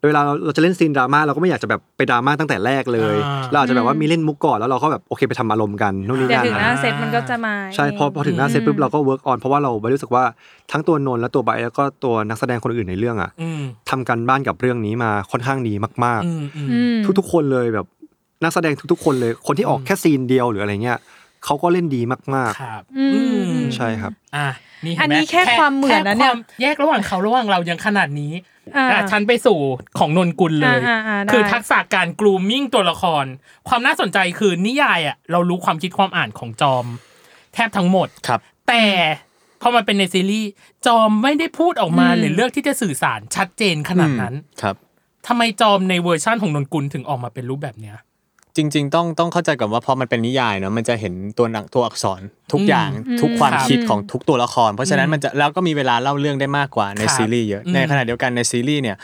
E: เวลาเราเราจะเล่นซีนดราม่าเราก็ไม่อยากจะแบบไปดราม่าตั้งแต่แรกเลย
C: อ่า
E: เราอาจจะแบบว่ามีเล่นมุกก่อนแล้วเราก็แบบโอเคไปทำอารมณ์กันนู่นนี่
F: เดี๋ยว
E: นั่น
F: ถึง
E: อะไร
F: ห
E: เงี้ย
F: น้าเซตมันก็จะมา
E: ใช่พอพอถึงหน้าเซตปุ๊บเราก็เวิร์กออนเพราะว่าเรารู้สึกว่าทั้งตัวนนท์และตัวไบร์ทแล้วก็ตัวนักแสดงคนอื่นในเรื่องอ่ะ
C: อืม
E: ทำกันบ้านกับเรื่องนี้มาค่อนข้างดีมาก
C: อืมอืม
F: อืม
E: ๆ ทุกๆคนเลยแบบนักแสดงทุกๆคนเลย คนที่ออกแค่ซีนเดียวหรืออะไรเงี้ยเขาก็เล่นดีมาก
C: ครับ
F: อืม
E: ๆ ใช่ครับ
C: อ่ะนี่เห็ไหม
F: อันนี้แค่ความเหมือนนะเนี่ย
C: แค่ความแยกระหว่างเขาระหว่างเรายังขนาดนี้
F: อ่า
C: อ่ะฉันไปสู่ของนนกุลเลย
F: อ่าอ่าอ่าได้
C: คือทักษะการกรูมมิ่งตัวละคร ความน่าสนใจคือนิยายอ่ะเรารู้ความคิดความอ่านของจอม แทบทั้งหมด
D: ครับ
C: แต่พอมาเป็นในซีรีส์จอมไม่ได้พูดออกมาหรือเลือกที่จะสื่อสารชัดเจนขนาดนั้น
D: ครับ
C: ทำไมจอมในเวอร์ชั่นของนนกุลถึงออกมาเป็นรูปแบบเนี้ย
D: จริง ๆ ต้องต้องเข้าใจก่อนว่าพอมันเป็นนิยายเนาะมันจะเห็นตัวหนังตัวอักษรทุกอย่างทุกความ
C: ครับ
D: คิดของทุกตัวละคร เพราะฉะนั้น
C: อืม
D: มันจะแล้วก็มีเวลาเล่าเรื่องได้มากกว่าใน
C: ครับ
D: ซีรีส์เยอะ
C: อืม
D: ในขณะเดียวกันในซีรีส์เนี่ย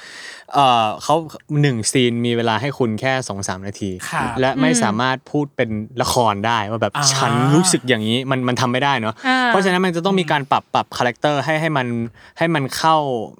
D: เอ่อเขาหนึ่งซีนมีเวลาให้คุณแค่2อสนาที
C: ครับ
D: และไม่สามารถพูดเป็นละครได้ว่าแบบ
C: อ่า
D: ฉันรู้สึกอย่างนี้มันมันทำไม่ได้เนาะ
F: อ่า
D: เพราะฉะนั้นมันจะต้องมีการปรับปรับคาแรคเตอร์ให้ให้มันให้มันเข้า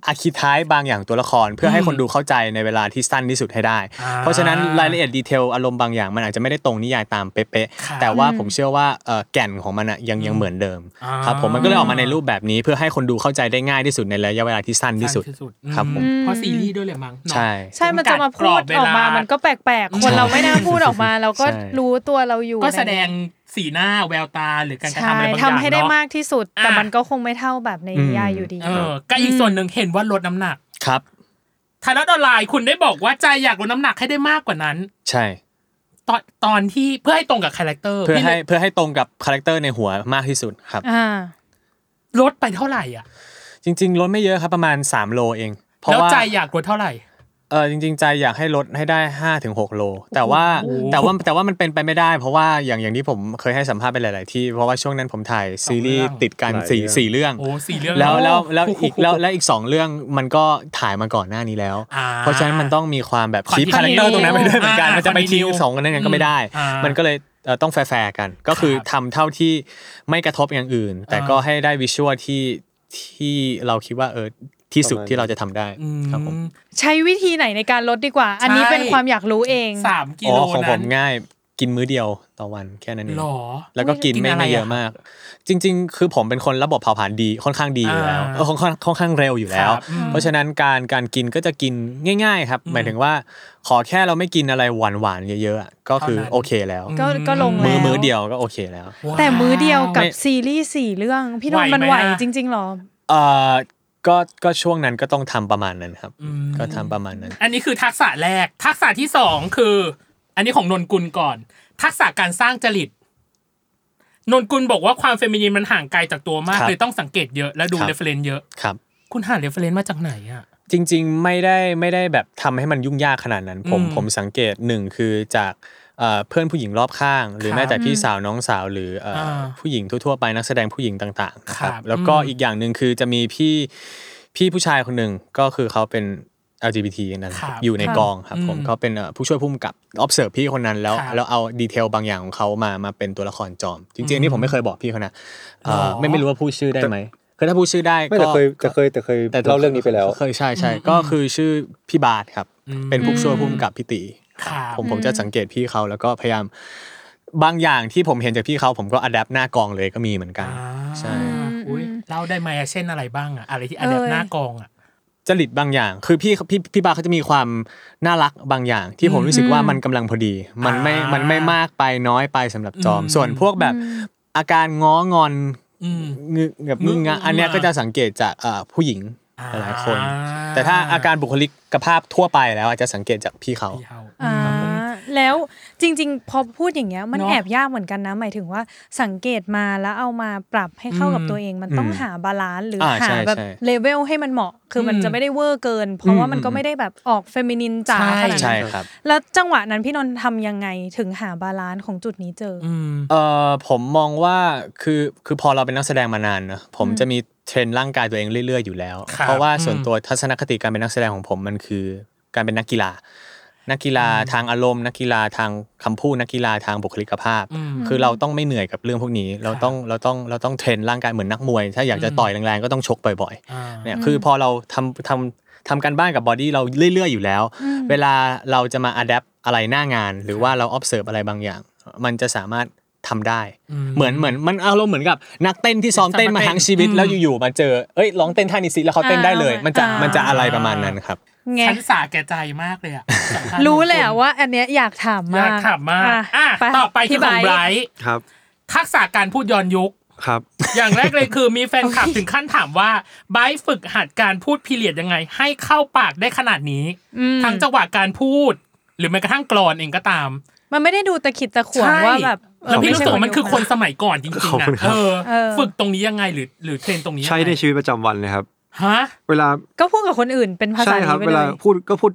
D: อาคีท้ายบางอย่างตัวละคร เพื่อให้คนดูเข้าใจในเวลาที่สั้นที่สุดให้ได้
C: อ่า
D: เพราะฉะนั้นรายละเอียดดีเทลอารมณ์บางอย่างมันอาจจะไม่ได้ตรงนิยายตามเป๊ะ
C: ครับ
D: ๆแต่ว่าผมเชื่อว่าเอ่อแก่นของมันอะยังยังเหมือนเดิม
C: อ่า
D: ครับผมมันก็เลยออกมาในรูปแบบนี้เพื่อให้คนดูเข้าใจได้ง่ายที่สุดในระยะเวลาที่สั้นที่สุด
C: ที่สุดอื
D: ครับผม
C: เพราะซีรีส์ด้วยแหละมั้งเนอะ
D: ใช่
F: ใช่มันจะมาพูดออกมามันก็แปลกๆ คนเราไม่น่าพูดออกมา เราก็
D: ใช่
F: รู้ตัวเราอยู่
C: ก็แสดงสีหน้าแววตาหรือการกระ
F: ใช่
C: ทำอะไรบางอย่าง
F: ทำให้ได้
C: เนอะ
F: มากที่สุด แต่
C: อ่ะ
F: มันก็คงไม่เท่าแบบในนิยายอยู่ดี
C: เออก็อีกส่วนหนึ่งเห็นว่าลดน้ำหนัก
D: ครับ
C: ไทยรัฐออนไลน์คุณได้บอกว่าใจอยากลดน้ำหนักให้ได้มากกว่านั้น
D: ใช่
C: ตอนตอนที่เพื่อให้ตรงกับคาแรคเตอร์
D: เพื่อให้
C: พี่ลย
D: เพื่อให้ตรงกับคาแรคเตอร์ในหัวมากที่สุดครับ
F: อ่า
C: ลดไปเท่าไหร่อ่ะ
D: จริง ๆ ลดไม่เยอะครับประมาณ 3 โลเอง เพราะ
C: แล้ว
D: ว่า
C: ใจอยากลดเท่าไหร่
D: เออจริง ๆ ใจอยากให้ลดให้ได้5้าถึงหโล แต่ว่าแต่ว่าแต่ว่ามันเป็นไปไม่ได้ เพราะว่าอย่างอย่างที่ผมเคยให้สัมภาษณ์ไปหลาย ๆ ที่เพราะว่าช่วงนั้นผมถ่ายซีรีส์
C: สองเรื่อง
D: ติดกันสี่
E: หลาย
D: สี่
E: เรื่อง
D: เรื่อง
C: โอ้สี่เรื่อง
D: แล้วแล้วแล้ว
C: โโห
D: อี กแล้วแล้วอีกสองเรื่องมันก็ถ่ายมาก่อนหน้านี้แล้ว
C: อ่า
D: เพราะฉะนั้นมันต้องมีความแบบคี
C: Continue
D: คาแรคเตอร์ตรงนั้นไปด้วยเหมือนกัน
C: อ่ามั
D: มันจะไป
C: Continue
D: ทิ้งสองกันนั้นก็ไม่ได้
C: อ่ามั
D: มันก็เลยเอ่อต้องแฟร์ๆกัน ก็คือ
C: ครับ
D: ทำเท่าที่ไม่กระทบอย่างอื่น แต่ก็ให้ได้วิชวลที่ที่เราคิดว่าเออที่สุดที่เราจะทำได้ครับผม
F: ใช้วิธีไหนในการลดดีกว่า อันนี้
C: ใช่
F: เป็นความอยากรู้เอง
C: สามกิ
D: อ๋อ
C: โล
D: ของผ
C: นั้
D: ม
C: น
D: ง่ายกินมื้อเดียวต่อวันแค่นั้นเอง
C: หรอ
D: แล้วก็กิน
C: กิน
D: ไม่
C: อะไร
D: ไม่เย
C: อะ
D: อะมาก จริง ๆ คือผมเป็นคนระบบเผาผลาญดีค่อนข้างดีอยู่แล้ว
C: อ่า
D: เออค่อนข้างค่อนข้างเร็วอยู่แล้
C: ค
D: ว
C: รับอืม
D: เพราะฉะนั้นการการกินก็จะกินง่าย ๆ ครับ หมายถึงว่าขอแค่เราไม่กินอะไรหวานหวานๆเยอะๆอะก็คือ
C: เท่านั้น
D: โอเคแล้ว
F: ก็ก็ลงแล้
D: มื้อ
F: ว
D: มื้อเดียวก็โอเคแล้ว
C: ว้าว
F: แต่มื้อเดียวกับ
D: ไม่
F: ซีรีส์สี่เรื่อง พี่นนท์
C: ไหว
F: มัน
C: ไหม
F: ไหว
C: อะ
F: จริงๆหรอ
D: เอ่อก็ก็ช่วงนั้นก็ต้องทำประมาณนั้นครับ
C: อืม
D: ก็ทำประมาณนั้น
C: อันนี้คือทักษะแรก ทักษะที่สองคือ อันนี้ของนนกุลก่อน ทักษะการสร้างจริต นนกุลบอกว่าความเฟมินีนมันห่างไกลจากตัวมาก
D: ครับ
C: เลยต้องสังเกตเยอะและดู
D: ครับ
C: เรฟเฟนเยอะ
D: ครับ
C: คุณหาเรฟเฟนมาจากไหนอ่ะ
D: จริงๆไม่ได้ไม่ได้แบบทำให้มันยุ่งยากขนาดนั้น ผม
C: อืม
D: ผมสังเกตหนึ่งคือจากเอ่อเพื่อนผู้หญิงรอบข้าง หรือแม้แต่พี่สาวน้องสาวหรือเอ่ออา ผู้หญิงทั่วๆไปนักแสดงผู้หญิงต่างๆนะค
C: ค
D: รั
C: รับ
D: บแล้วก็
C: อืม
D: อีกอย่างหนึ่งคือจะมีพี่พี่ผู้ชายคนหนึ่งก็คือเขาเป็น LGBT นั่นแหละ
C: ครับ
D: อยู่ใน
F: ค่ะ
D: กองครับผม
C: อืม
D: เขาเป็นเอ่อผู้ช่วยผู้กำกับ observe พี่คนนั้นแล้ว
C: ครับ
D: แล้วเอาดีเทลบางอย่างของเขามามาเป็นตัวละครจอม จริงๆอัน
C: อื
D: นี่
C: ม
D: ผมไม่เคยบอกพี่เขานะเอ่อ
C: หรอ
D: ไม่ไม่รู้ว่าพูดชื่อได้ไหมคือถ้าพูดชื่อได้
E: ไม่แต่
D: ก็
E: เคยแต่เคยแต่เคย
D: แต่
E: เล่าเรื่องนี้ไปแล้ว
D: เคยใช่ใช่ก็คือชื่อพี่บาทครับ
C: อืม
D: เป็นผู้ช่วยผู้กำกับพี่ตี
C: ครับ
D: ผมผมจะสังเกตพี่เขาแล้วก็พยายาม บางอย่างที่ผมเห็นจากพี่เขาผมก็อัดแอปหน้ากองเลยก็มีเหมือนกัน ใช่
C: อุ้ยเล่าได้ไหมอะเช่นอะไรบ้างอะอะไรที่อันดับ
F: เอ้ย
C: หน้ากองอะ
D: จริตบางอย่าง คือพี่พี่พี่บาเขาจะมีความน่ารักบางอย่าง ที่ผมรู้สึกว่ามันกำลังพอดี มันไม่
C: อ่ามั
D: มันไม่มากไปน้อยไปสำหรับจอม
C: อืม
D: ส่วนพวกแบบอาการง้องอน
C: อืม
D: งึกแบบงึงงะอันเนี้ย
C: งึกงะ
D: ก็จะสังเกตจากเอ่อผู้หญิง
C: อ่
D: หลายๆคน แต่ถ้าอาการบุคลิกภาพทั่วไปแล้วอาจจะสังเกตจากพี่เขา
C: พี่เขา
F: อ่าแล้วจริงๆ พอพูดอย่างเงี้ยมัน
C: เนอะ
F: แอบยากเหมือนกันนะ หมายถึงว่าสังเกตมาแล้วเอามาปรับให้เข้ากับ
C: อืม
F: ตัวเองมันต้อง
D: อืม
F: หาบาลานซ์หรืออา หา
D: ใช่
F: แบบ
D: ใช่
F: เลเวลให้มันเหมาะ คืออ
C: ม
F: มันจะไม่ได้เวอร์เกิน เพราะว่ามัน
D: อืม
F: ก็ไม่ได้แบบออกเฟมินินจ๋า
C: ใช่
F: ขนาด
D: ใช่
F: นั้น
D: ครับ
F: แล้วจังหวะนั้นพี่นนท์ทำยังไงถึงหาบาลานซ์ของจุดนี้เจออ
C: อืม
D: เอ่อผมมองว่าคือคือพอเราเป็นนักแสดงมานานนะผมจะมี เทรนร่างกายตัวเองเรื่อยๆอยู่แล้ว
C: ครับ
D: เพราะว่าส่วน
C: อืม
D: ตัวทัศนคติการเป็นนักแสดงของผมมันคือการเป็นนักกีฬา นักกีฬาทางอารมณ์นักกีฬาทางคำพูดนักกีฬาทางบุคลิกภาพ
C: อืม
D: คือเราต้องไม่เหนื่อยกับเรื่องพวกนี้ เราต้องเราต้องเราต้องเทรนร่างกายเหมือนนักมวย ถ้าอยากจะ
C: อืม
D: ต่อยแรงๆก็ต้องชกบ่อยๆ
C: อ่า
D: เนี่ยคือพอเราทำทำทำการบ้านกับบอดี้เราเรื่อย ๆ อยู่แล้ว เวลาเราจะมาอัดแอปอะไรหน้างาน หรือว่าเรา observe อะไรบางอย่าง มันจะสามารถทำได้
C: อืม
D: เหมือนเหมือนมันอารมณ์เหมือนกับนักเต้นที่ซ้อมเต้นมาทั้งชีวิต
C: อืม
D: แล้วอยู่ๆมาเจอเอ้ยลองเต้นท่านี้สิแล้วเขาเต้นได้เลย มันจะมันจะอะไรประมาณนั้นครับ
F: ไง
C: ฉันสาแก่ใจมากเลยอะสำคัญ
F: รู้แหละ
C: มงค
F: ว่าอันเนี้ยอยากถาม
C: อ
F: มาก
C: ยากถามมากอ่ะ
F: อ่ะ
C: ต่อไปคือของ
F: พี่
C: ไบร
F: ไบร์ท
C: ท์
E: ครับ
C: ทักษะการพูดย้อนยุค
E: ครับ
C: อย่างแรกเลยคือมีแฟนคลับถึงขั้นถามว่าไบร์ทฝึกหัดการพูดพีเรียดยังไง ให้เข้าปากได้ขนาดนี้
F: อืม
C: ทั้งจังหวะการพูด หรือแม้กระทั่งกรอนเองก็ตาม
F: มันไม่ได้ดูตะขิดตะขวง
C: ใช่
F: ว่าแบบเออ
C: แล้วพี่รู้สึกว่า
F: ไใช่
C: มันคือคนสมัยก่อนจริง
E: ขอบ
C: ๆอะ
E: คุณครับ
C: เออ
F: เออ
C: ฝึกตรงนี้ยังไงหรือหรือเทรนตรงนี้ยังไง
E: ใช้ในชีวิตประจำวันเลยครับ
C: ฮะ
E: เวลา
F: ก็พูดกับคนอื่นเป็นภาษา
E: ใช่ครั
F: นี้
E: บ
F: ไป
E: เว
F: เล
E: ลาย พูดก็พูด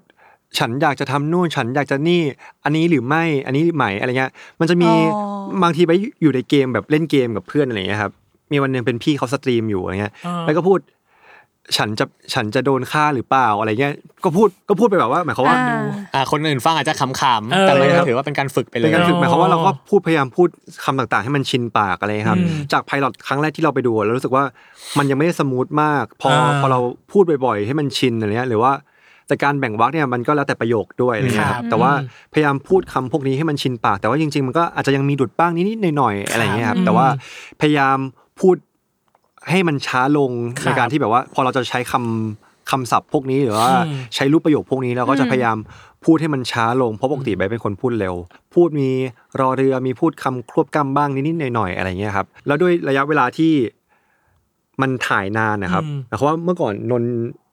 E: ฉันอยากจะทำนู่นฉันอยากจะนี่ อันนี้หรือไม่อันนี้ไหมอะไรเงี้ย มันจะมี
F: อ๋อ
E: บางทีไปอยู่ในเกมแบบเล่นเกมกับเพื่อนอะไรเงี้ยครับมีวันหนึ่งเป็นพี่เขาสตรีมอยู่อะไรเงี้ย
C: อ่า
E: แล้วก็พูด ฉันจะฉันจะโดนฆ่าหรือเปล่าอะไรเงี้ยก็พูดก็พูดไปแบบว่าหมายความว่า
F: อ่า
D: อ่าคนอื่นฟังอาจจะขำ
C: เอ
D: ๆ
C: อ
D: แต่มัน
E: ครั
D: ก็
E: บ
D: ถือว่าเป็นการฝึกไปเล
E: เป็น
D: ย
E: การฝึก
C: อ๋อ
E: หมายความว่าเราก็พูดพยายามพูดคำต่างๆ ให้มันชินปากอะไรครับ
C: อืม
E: จากไพลอตครั้งแรกที่เราไปดูเรารู้สึกว่ามันยังไม่ได้สมูทมาก พออาพอเราพูดบ่อยๆ ให้มันชินอะไรเงี้ยหรือว่าแต่การแบ่งวรรคเนี่ยมันก็แล้วแต่ประโยคด้วยอะไรเงี้ยค
C: ครั
E: รั
C: บบ
E: แต่ว่าพยายามพูดคำพวกนี้ให้มันชินปาก แต่ว่าจริงๆ มันก็อาจจะยังมีดุดบ้างนิดๆหน่อยๆอะไรเงี้ยครับ
C: อืม
E: แต่ว่าพยายามพูดให้มันช้าลง
C: ครับ
E: ในการที่แบบว่า พอเราจะใช้คำคำศัพท์พวกนี้หรือว่า
C: อืม
E: ใช้รูปประโยคพวกนี้เราก็จะพยายามพูดให้มันช้าลงเพราะปกติใบร์ทเป็นคนพูดเร็ว พูดมีรอเรือมีพูดคำควบกล้ำบ้างนิดๆหน่อยๆอะไรเงี้ยครับแล้วด้วยระยะเวลาที่มันถ่ายนานนะครับ
C: อืม
E: เพราะว่าเมื่อก่อนนนท์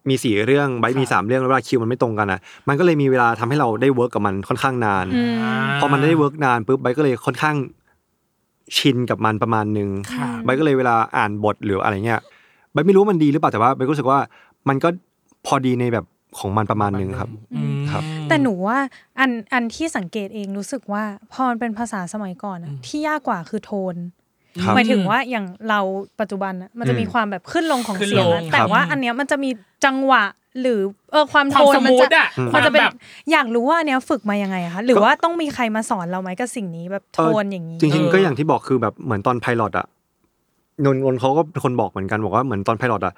E: มีสี่เรื่องไบร์ทมีสามเรื่องแล้วเวลาคิวมันไม่ตรงกันอ่ะมันก็เลยมีเวลาทำให้เราได้เวิร์กกับมันค่อนข้างนาน พอมันได้เวิร์กนานปุ๊บไบร์ทก็เลยค่อนข้างชินกับมันประมาณนึง
C: ครับ
E: ไบร์ทก็เลยเวลาอ่านบทหรืออะไรเงี้ยไบร์ทไม่รู้มันดีหรือเปล่าแต่ว่าไบร์ทรู้สึกว่ามันก็พอดีในแบบของมันประมาณนึงครับ
C: อืม
E: ครับ
F: แต่หนูว่าอันอันที่สังเกตเองรู้สึกว่าพอมันเป็นภาษาสมัยก่อนอะ
C: อืม
F: ที่ยากกว่าคือโทน
E: ครับ
F: หมายถึงว่าอย่างเราปัจจุบันอะมันจะมี
E: อืม
F: ความแบบขึ้นลงของ
C: ขึ้น
F: เสียง
C: ลง
F: อะแต่ว่าอันเนี้ยมันจะมีจังหวะหรือเออความ
C: ควา
F: โท
C: ม
F: น
C: ส
F: มั
C: มูท
F: จะ
C: อะ
E: อืม
C: ค
F: มั
C: วาน ม
F: จะเป็น
C: แบบ
F: อยากรู้ว่าอันเนี้ยฝึกมายังไงอะคะหรือว่าต้องมีใครมาสอนเราไหมกับสิ่งนี้แบบโทนอย่างนี้
E: จริง
C: เออ
E: ๆก็อย่างที่บอกคือแบบเหมือนตอนไพลอตอะนนท์นนท์เขาก็เป็นคนบอกเหมือนกันบอกว่าเหมือนตอนไพลอตอะ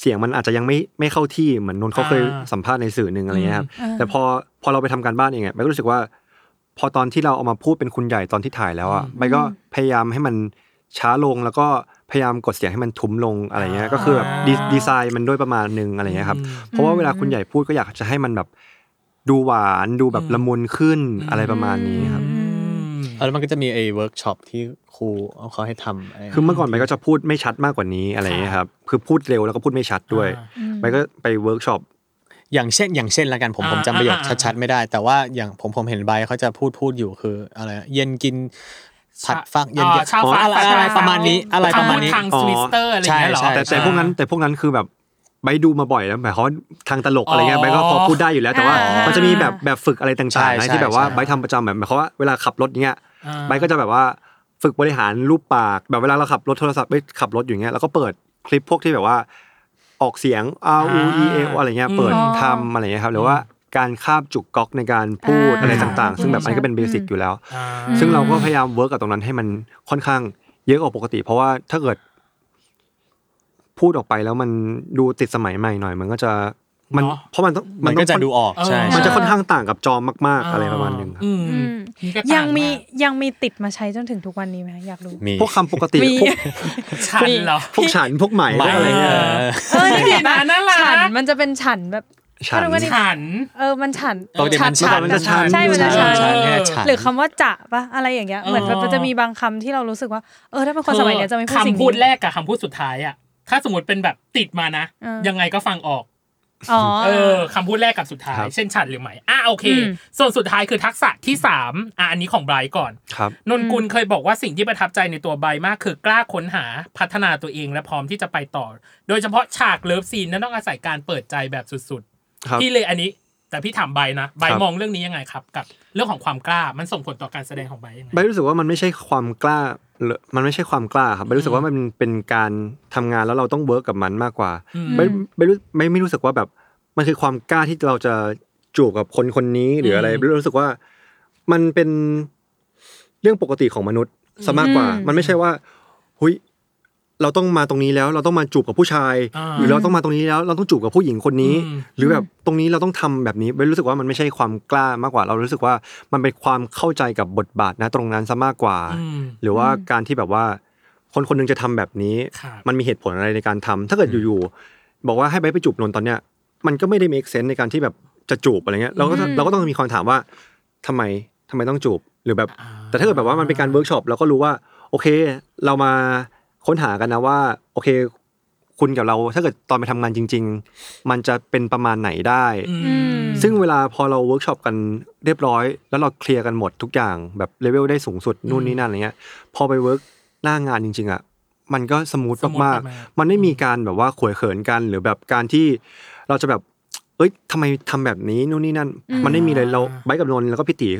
E: เสียงมันอาจจะยังไม่ไม่เข้าที่เหมือนนนท์เขาเคย
C: อ่า
E: สัมภาษณ์ในสื่อหนึ่งอะไรเงี้ยครับแต่พอพอเราไปทำการบ้านเองอะใบก็รู้สึกว่า พอตอนที่เราเอามาพูดเป็นคุณใหญ่ตอนที่ถ่ายแล้วอะใบก็พยายามให้มันช้าลงแล้วก็พยายามกดเสียงให้มันทุ้มลงอะไรเงี้ยก็คือแบบดีดีไซน์มันด้วยประมาณนึงอะไรเงี้ยครับ เพราะว่าเวลาคุณใหญ่พูดก็อยากจะให้มันแบบดูหวานดูแบบละมุนขึ้นอะไรประมาณนี้ครับ
C: อืม
D: แล้วมันก็จะมีไอ้เวิร์กช็อปที่ครูเอาเขาให้ทำอะไร
E: คือเมื่อก่อนไปก็จะพูดไม่ชัดมากกว่านี้อะไรอย่างเงี้ยครับ คือพูดเร็วแล้วก็พูดไม่ชัดด้วยไปก็ไปเวิร์กช็อป
D: อย่างเช่นอย่างเช่นละกันผม
C: อ่า
D: ผมจำประโยค
C: อ่าอ่า
D: ชัดๆไม่ได้ แต่ว่าอย่างผมผมเห็นใบเขาจะพูดพูดอยู่คืออะไรเย็นกินผัดฟักเย็น
C: อ่า
D: เย็น
C: เช้า
D: อ๋อ
C: ฟัก
D: อะไร
C: เช้า
D: อะไร
C: ฟัก
D: ประมาณนี้อะไรประมาณนี้
C: ทางสวิสเตอร์อะไรอย่างเงี้ยเหรอ
D: ใช่ใช่
E: แต่แต่พวกนั้นแต่พวกนั้นคือแบบไปดูมาบ่อยแล้วหมายความว่าทางตลกอะไรเงี้ย
C: อ๋อ
E: ไปก็พอพูดได้อยู่แล้วแต่ว่า
F: อ่ามั
E: มันจะมีแบบแบบฝึกอะไรต่างๆ
D: ใช่
E: นะที่แบบว่า
D: ใช่
E: ใบทำประจำแบบหมายความว่าเวลาขับรถเงี้ย
C: อ่า
E: ใบก็จะแบบว่าฝึกบริหารรูปปากแบบเวลาเราขับรถโทรศัพท์ไปขับรถอยู่เงี้ยแล้วก็เปิดคลิปพวกที่แบบว่าออกเสียง R U E A อะไรเงี้ยเปิดทำอะไรเงี้ยครับหรือว่าการคาบจุกก๊อกในการพูดอะไรต่างๆ ซึ่งแบบอันนก็เป็นเบสิกอยู่แล้ว
C: อ่า
E: ซึ่งเราก็พยายามเวิร์กกับตรงนั้นให้มันค่อนข้างเยอะกว่าปกติ เพราะว่าถ้าเกิด พูดออกไปแล้วมันดูติดสมัยใหม่หน่อย มันก็จะมัน
C: เนอะ
E: เพราะมันต้อง
D: มันก็
E: ต้อง
D: จะดูออก
C: เออ
D: ใช่
E: มัน
D: ใช่
E: จะค่อนข้างต่างกับจอมากๆ อะไรประมาณหนึงครับ
C: อืม
F: อืม
C: นี่ก็ต่า
F: ยังมี
C: าก
F: ยังมีติดมาใช้จนถึงทุกวันนี้ไหมอยากรู้
D: มี
E: พวกคำปกติ
F: มี
E: พวก
C: ฉันเหรอ
E: พวกฉันพวกใหม่
D: หมาย
E: อะไรเงี้ย
C: เออ
F: เออนี่เห็นปะ
C: ดีนะน่ารัก
F: ฉันมันจะเป็นฉันแบบ
E: ฉัน
F: ไม่รู้ว่าดิ
C: ฉัน
F: เออมันฉัน
D: ปกติมัน
E: ชัดมันจะชัด
F: ใช่มันจะ
D: ใช่
F: ชัน
D: ใช่เนี่ยชัด
F: หรือคำว่าจะปะอะไรอย่างเงี้ยเหมือนแบบ
C: อ๋อ
F: มันจะมีบางคำที่เรารู้สึกว่า เออถ้าเป็นคนสมัยเนี้ยจะไม่พูดสิ่ง
C: คำพูด
F: นี้
C: แรกกับคำพูดสุดท้ายอะถ้าสมมติเป็นแบบติดมานะ
F: เออ
C: ยังไงก็ฟังออก
F: อ๋อ
C: เออคำพูดแรกกับสุดท้าย
E: ครับ
C: เช่นฉันหรือไม่อ่ะโอเค
F: อืม
C: ส่วนสุดท้ายคือทักษะที่สามอ่ะอันนี้ของไบรท์ก่อน
E: ครับ
C: นนกุลเคยบอกว่าสิ่งที่ประทับใจในตัวไบมาก คือกล้าค้นหาพัฒนาตัวเองและพร้อมที่จะไปต่อ โดยเฉพาะฉากเลิฟซีนนั้นต้องอาศัยการเปิดใจแบบสุด
E: ครับ
C: ๆพี่เลยอันนี้ แต่พี่ถามไบนะไบ
E: ครับ
C: มองเรื่องนี้ยังไงครับ กับเรื่องของความกล้ามันส่งผลต่อการแสดงของไบยังไง
E: ใบรู้สึกว่ามันไม่ใช่ความกล้า เลอะมันไม่ใช่ความกล้าครับไม่รู้สึกว่ามันเป็นการทำงานแล้วเราต้องเวิร์กกับมันมากกว่า ไม่ไม่รู้ไม่ไม่รู้สึกว่าแบบ มันคือความกล้าที่เราจะจูบกับคนคนนี้หรืออะไร
C: อืม
E: รู้สึกว่ามันเป็นเรื่องปกติของมนุษย์ซะมากกว่า
F: อืม
E: มันไม่ใช่ว่าหุยเราต้องมาตรงนี้แล้ว เราต้องมาจูบกับผู้ชาย
C: อ่า
E: หรือเราต้องมาตรงนี้แล้ว เราต้องจูบกับผู้หญิงคนนี้
C: อืม
E: หรือแบบตรงนี้เราต้องทำแบบนี้ไม่รู้สึกว่ามันไม่ใช่ความกล้ามากกว่า เรารู้สึกว่ามันเป็นความเข้าใจกับบทบาทนะตรงนั้นซะมากกว่า
C: อืม
E: หรือว่าการที่แบบว่า คนคนหนึงจะทำแบบนี้
C: ครับ
E: มันมีเหตุผลอะไรในการทำถ้าเกิดอยู่ๆบอกว่าให้ไปไปจูบนนท์ตอนเนี้ย มันก็ไม่ได้ make sense ในการที่แบบจะจูบอะไรเงี้ยเราก็ต้องเราก็ต้องมีคำถามว่าทำไมทำไมต้องจูบหรือแบบ แต่ถ้าเกิดแบบว่ามันเป็นการเวิร์กช็อปเราก็รู้ว่า โอเค เรามาค้นหากันนะว่า โอเค คุณกับเรา ถ้าเกิดตอนไปทำงานจริง ๆ มันจะเป็นประมาณไหนได้
C: อืม
B: อืม
E: ซึ่งเวลาพอเราเวิร์กช็อปกันเรียบร้อย แล้วเราเคลียร์กันหมดทุกอย่างแบบเลเวลได้สูงสุดนู่นนี่นั่นอะไรเงี้ยพอไปเวิร์กหน้างานจริงๆอ่ะมันก็สมูท
C: สมูท
E: มาก
C: มากๆ
E: ๆมันไม่มีการแบบว่าขวยเขินกันหรือแบบการที่เราจะแบบเอ้ยทำไมทำแบบนี้นู่นนี่นั่น มันไม่มีเลยเราไบร์ทกับนนท์แล้วก็พี่ตี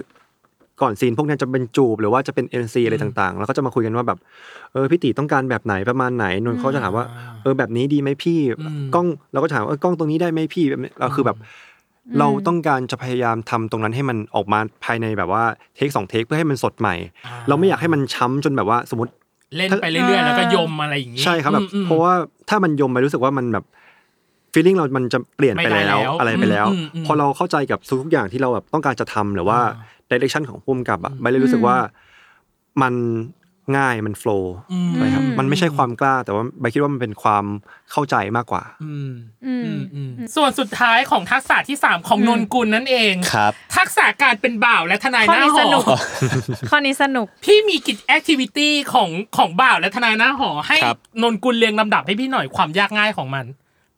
E: ก่อนซีนพวกเนี้ยจะเป็นจูบหรือว่าจะเป็น NC อะไรต่างๆ แล้วก็จะมาคุยกันว่าแบบเออพี่ตีต้องการแบบไหนประมาณไหนนนท์เขาจะถามว่า เออแบบนี้ดีไหมพี่
C: อืม
E: กล้องเราก็ถามว่าเออกล้องตรงนี้ได้ไหมพี่แบบนี้เราคือแบบ เราต้องการจะพยายามทำตรงนั้นให้มันออกมาภายในแบบว่าเทคสองเทคเพื่อให้มันสดใหม่ เราไม่อยากให้มันช้ำจนแบบว่าสมมติ
C: เล่นไปเรื่อยๆ แล้วก็ยมอะไรอย่างนี้
E: ใช่ครับแบบ
C: อืม
E: เพราะว่าถ้ามันยมไปรู้สึกว่ามันแบบฟีลลิ่งเรามันจะเปลี่ยนไป
C: ไม่ได้
E: แล้ว
C: แล้ว
E: อะไรไปแล้ว
C: อืมอืม
E: พอเราเข้าใจกับทุกๆอย่างที่เราแบบต้องการจะทำหรือว่าดิเรกชันของพุ่มกับอ่ะไม่เลยรู้สึกว่ามันง่ายมันโฟล์
C: อืม
E: อะไรครับมันไม่ใช่ความกล้า แต่ว่าใบคิดว่ามันเป็นความเข้าใจมากกว่า
C: อืม
F: อื
C: อื
F: ม
C: มอืมส่วนสุดท้ายของทักษะที่ 3 ของนนกุลนั่นเอง
D: ครับ
C: ทักษะการเป็นบ่าวและทนายหน้า
F: ข้อนี้
C: ห
F: สนุ
C: อก
F: ข้อนี้สนุก
C: พี่มีกิจแอคทิวิตี้ของของบ่าวและทนายหน้าหอ ให้
D: ครับ
C: นนกุลเรียงลำดับให้พี่หน่อยความยากง่ายของมัน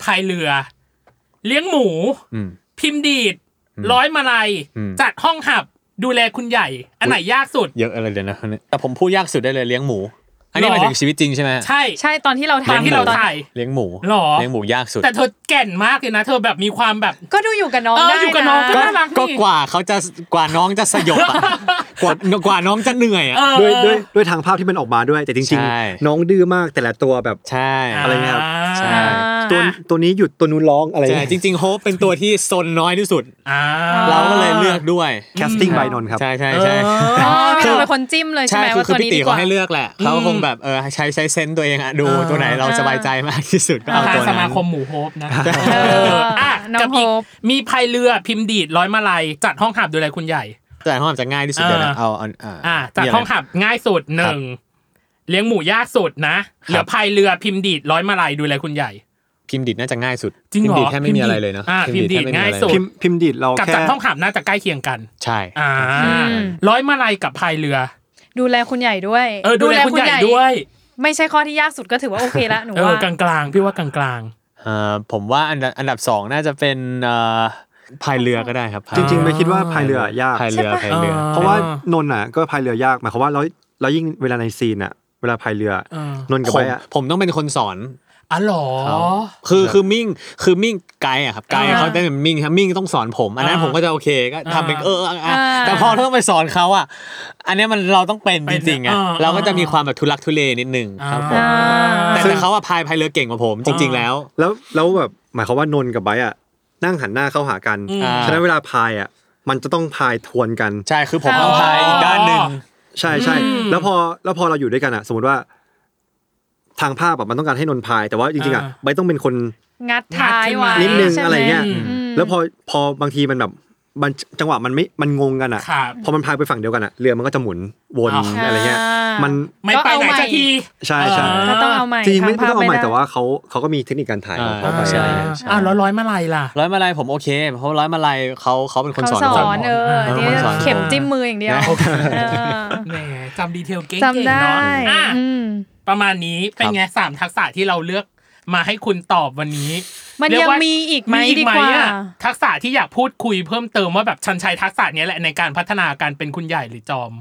C: พายเรือ เลี้ยงหมู
D: อืม
C: พิมพ์ดีด ร้อยมาลัย
D: อืม
C: จัดห้องหับ ดูแลคุณใหญ่ อันไหนยากสุด
D: เยอะอะไรเลยนะเนี่ยแต่ผมพูดยากสุดได้เลยเลี้ยงหมู อันนี้
C: หรอ
D: หมายถึงชีวิตจริงใช่ไหม
C: ใช่
F: ใช่ตอนที่เรา
C: ตอ
F: ทำ
C: นที่เราถ่าย
D: เลี้ยงหมู
C: หรอ
D: เลี้ยงหมูยากสุด
C: แต่เธอแก่นมากเลยนะ เธอแบบมีความแบบ
F: ก็ดูอยู่กับน้อง
C: เออ
F: ได้
C: อยู่กับน้อง
F: ะ
C: ก็น่ารักนี่
D: ก็กว่าเขาจะกว่าน้องจะสยบ อะกว่ากว่าน้องจะเหนื่อยอะ
E: ด้วยด้วยด้วยทางภาพที่มันออกมาด้วย แต่จริง
D: ใช่
E: ๆ น้องดื้อมากแต่ละตัวแบบ
D: ใช่
E: อะไรเงี้ยครับ
D: ใช่
C: อ่า
E: ตัวตัวนี้หยุดตัวนู้นร้องอะไร
D: ใช่จริงๆโฮปเป็นตัวที่ซนน้อยที่สุด
C: อ่า
D: เราก็เลยเลือกด้วย
E: แคสติ้งใบนนท์ครับ
D: ใช่ใช่ใช่
F: อ๋อพี่
D: คื
F: โด
D: อ
F: เป็นคนจิ้มเลยใช่
D: ใช่
F: ไหม
D: คือ
F: ว่า
D: คือ
F: ตัว
D: พี่
F: นี้
D: ติ
F: ดีก
D: เขา
F: ว่า
D: ให้เลือกแหละเขาคงแบบเออใช้ใช้เซนส์ตัวเองอะดู
C: เออ
D: ตัวไหนเราสบายใจมากที่สุดก็เอา
C: ทางส
D: ตัว
C: มา
D: นั้น
C: คมหมูโฮปนะ
F: เอออ่ะน้อง
C: กับอีก
F: โฮป
C: มีพายเรือพิมพ์ดีดร้อยมาลัยจัดห้องหับโดยไรคุณใหญ่
D: แต่ห้องอาบจะง่ายที่สุด
C: อ่า
D: เลยวนะเอาเอาอ่า
C: อ่าจัด
D: มีะไร
C: ห้องหับง่ายสุดหนึ่งเลี้ยงหมูยากสุดนะเหลือพายเรือพิมพ์ดีดร้อยมาลัยดูไรคุณใหญ่
D: พิมพ์ดิดน่าจะง่ายสุด
C: จริงเหรอ
D: พิมพ์ดิดแทบไม่มีอะไรเลยเนาะ
C: อ่า
D: แทบ
C: พิมพ์ดิด
D: ไม่มีอะไร
C: ง่ายสุด
E: พิมพ์พิมพ์ดีดเรา
C: กับ
E: แค่
C: จัดห้องหับน่าจะใกล้เคียงกัน
D: ใช่
C: อ่าร้อยมาลัยกับพายเรือ
F: ดูแลคุณใหญ่ด้วย
C: เออดูแลคุณใหญ่ด้วย
F: ไม่ใช่ข้อที่ยากสุดก็ถือว่าโอเคละหนู
C: เออ
F: ว่าก
C: ลางๆพี่ว่ากลาง
D: เอ่อผมว่าอันดับอันดับสองน่าจะเป็นเอ่อพายเรือก็ได้ครับพาย
E: จริงๆไม่คิดว่าพายเรือยาก
D: พายเรือพายเรือ
E: เพราะว่านนท์อ่ะก็พายเรือยากหมายความว่าแล้วแล้วยิ่งเวลาในซีนอ่ะ เวลาพายเรืออ
C: ๆ
E: นนท์กับ
D: ผ
E: ใบ
D: ม
E: อ่ะ
D: ผมต้องเป็นคนสอน
C: อ๋อเหรอ
D: คือคือมิ่งคือมิ่งไกด์อะครับไกด์
C: อ่า
D: เขาได้เป็นมิ่งครับมิ่งต้องสอนผม อันนั้น
C: อ่า
D: ผมก็จะโอเคก็ทำเป็น
C: อ่า
D: เออเอออ่ะแต่พอต้องไปสอนเขาอ่ะอันเนี้ยมันเราต้องเป็น
C: เป็
D: จ
C: น
D: ริงๆอ่ะ
C: อ่า
D: เราก็จะมีความแบบทุลักทุเลนิดนึงครับผม
C: อ่า
D: แต่แต่เขาอะพายพายเรือเก่งกว่าผมจริง ๆ แล้ว
E: แล้วแล้วแบบหมายความว่านนท์กับใบอ่ะนั่งหันหน้าเข้าหากัน
D: อืม
E: ฉะนั้นเวลาพายอ่ะมันจะต้องพายทวนกัน
D: ใช่คือผมต้องพายอีกด้านหนึ่ง
E: ใช่ใช่แล้วพอแล้วพอเราอยู่ด้วยกันอ่ะ สมมติว่า ทางภาพแบบมันต้องการให้นนท์พาย แต่ว่าจริงๆอ่ะ
C: อ่า
E: ใบต้องเป็นคน
F: งัดท้ายไว้
E: นิดนึง
F: ใช่หม
E: อะไรเงี้ย
F: อืม
E: แล้วพอพอบางทีมันแบบมันจังหวะมันไม่มันงงกันอ่ะ
C: ครับ
E: พอมันพายไปฝั่งเดียวกันอ่ะเรือมันก็จะหมุนวน
C: อ่า
E: อะไรเงี้ย มัน
C: ไม่ไปไหนสักที
E: ใช่ใช่
C: อ่า
F: ก็ต้องเอาใหม่
E: จริงๆไม่
F: ทำภพ
E: ต้องเอาใหม่
F: ด้
E: แต่ว่าเขาเขาก็มีเทคนิคการถ่ายของเขาไป
D: อ่าใช่
C: อ่าร้อยร้อยมาลัยล่ะ
D: ร้อยมาลายผมโอเค เพราะร้อยมาลายเขาเขาเป็นคน
F: เขา
D: สอน
F: ส
D: ผ
F: อ
D: ม
F: นเออ
C: เออ
F: เนี่ย
D: คนสอน
F: เข็มจิ้มมืออย่างเดียว
D: นะ
F: เออ
C: แหมจำดีเทลเก่งๆ
F: จำได้
C: เนาะอ่ะ
F: อืม
C: ประมาณนี้เป็นไงสามทักษะที่เราเลือกมาให้คุณตอบวันนี้
F: มัน
C: เรี
F: ยั
C: ก
F: ง
C: ว่า
F: มีอีกไหมดีกว่า
C: อ่ะทักษะที่อยากพูดคุยเพิ่มเติมว่าแบบชันชัยทักษะเนี้ยแหละในการพัฒนาการเป็นคุณใหญ่หรือจอม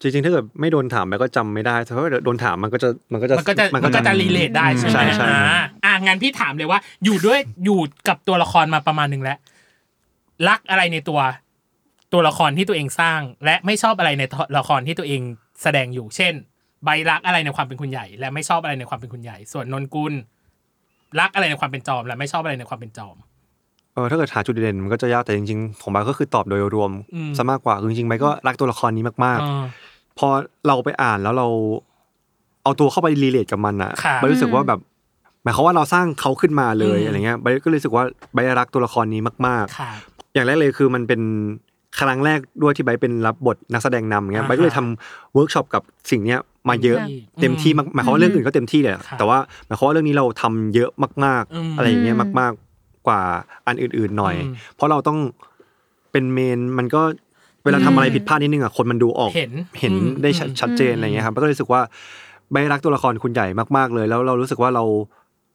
E: จริงๆถ้าเกิดไม่โดนถามไปก็จำไม่ได้เพราะว่าเดี๋ยวโดนถามมันก็จะมันก็จะ
C: มันก็จะ
E: มัน
C: มันก็
E: ก็
C: จะ
E: จะ
C: รีเลทได้ใช่ไหม
E: ใช่ใช่
C: อ่าอ่ะงั้นพี่ถามเลยว่า อยู่ด้วยอยู่กับตัวละครมาประมาณหนึ่งแล้ว รักอะไรในตัวตัวละครที่ตัวเองสร้าง และไม่ชอบอะไรในตัวละครที่ตัวเองแสดงอยู่ เช่น ใบรักอะไรในความเป็นคุณใหญ่ และไม่ชอบอะไรในความเป็นคุณใหญ่ ส่วนนนกุลรักอะไรในความเป็นจอม และไม่ชอบอะไรในความเป็นจอม
E: เออถ้าเกิดหาจุดเด่นมันก็จะยากแต่จริงๆของไบก็คือตอบโดยรวม
C: อืม
E: ซะมากกว่าคือจริงๆไบก็รักตัวละครนี้มาก
C: อ่า
E: ๆ พอเราไปอ่านแล้วเราเอาตัวเข้าไปรีเลทกับมันอ่ะ
C: ค่ะ
E: ไบรู้สึกว่าแบบหมายความว่าเราสร้างเขาขึ้นมาเลย
C: อืม
E: อะไรเงี้ยไบก็เลยรู้สึกว่าไบรักตัวละครนี้มาก
C: ค่ะ
E: ๆ อย่างแรกเลยคือมันเป็นครั้งแรกด้วยที่ไบเป็นรับบทนักแสดงนำเงี้ย
C: อ่า
E: ไบก็เลยทำเวิร์กช็อปกับสิ่งเนี้ยมาเยอะ
C: อืม
E: เต็มที่มากหมายความว่าเรื่องอื่นก็เต็มที่แหละ
C: ค่ะ
E: แต่ว่าหมายความว่าเรื่องนี้เราทำเยอะมาก
C: อืม
E: ๆ อะไรอย่างเงี้ยมาก ๆกว่าอันอื่นๆหน่อย
C: อืม
E: เพราะเราต้องเป็นเมนมันก็เวลาทำอะไรผิดพลาดนิดนึงอ่ะคนมันดูออก
C: เห็น
E: น
C: อืม
E: ได้ชัด
C: อืม
E: ชัดเจนอะไรเงี้ยครับแล้วก็รู้สึกว่าใบรักตัวละครคุณใหญ่มากๆเลย แล้วเรารู้สึกว่าเรา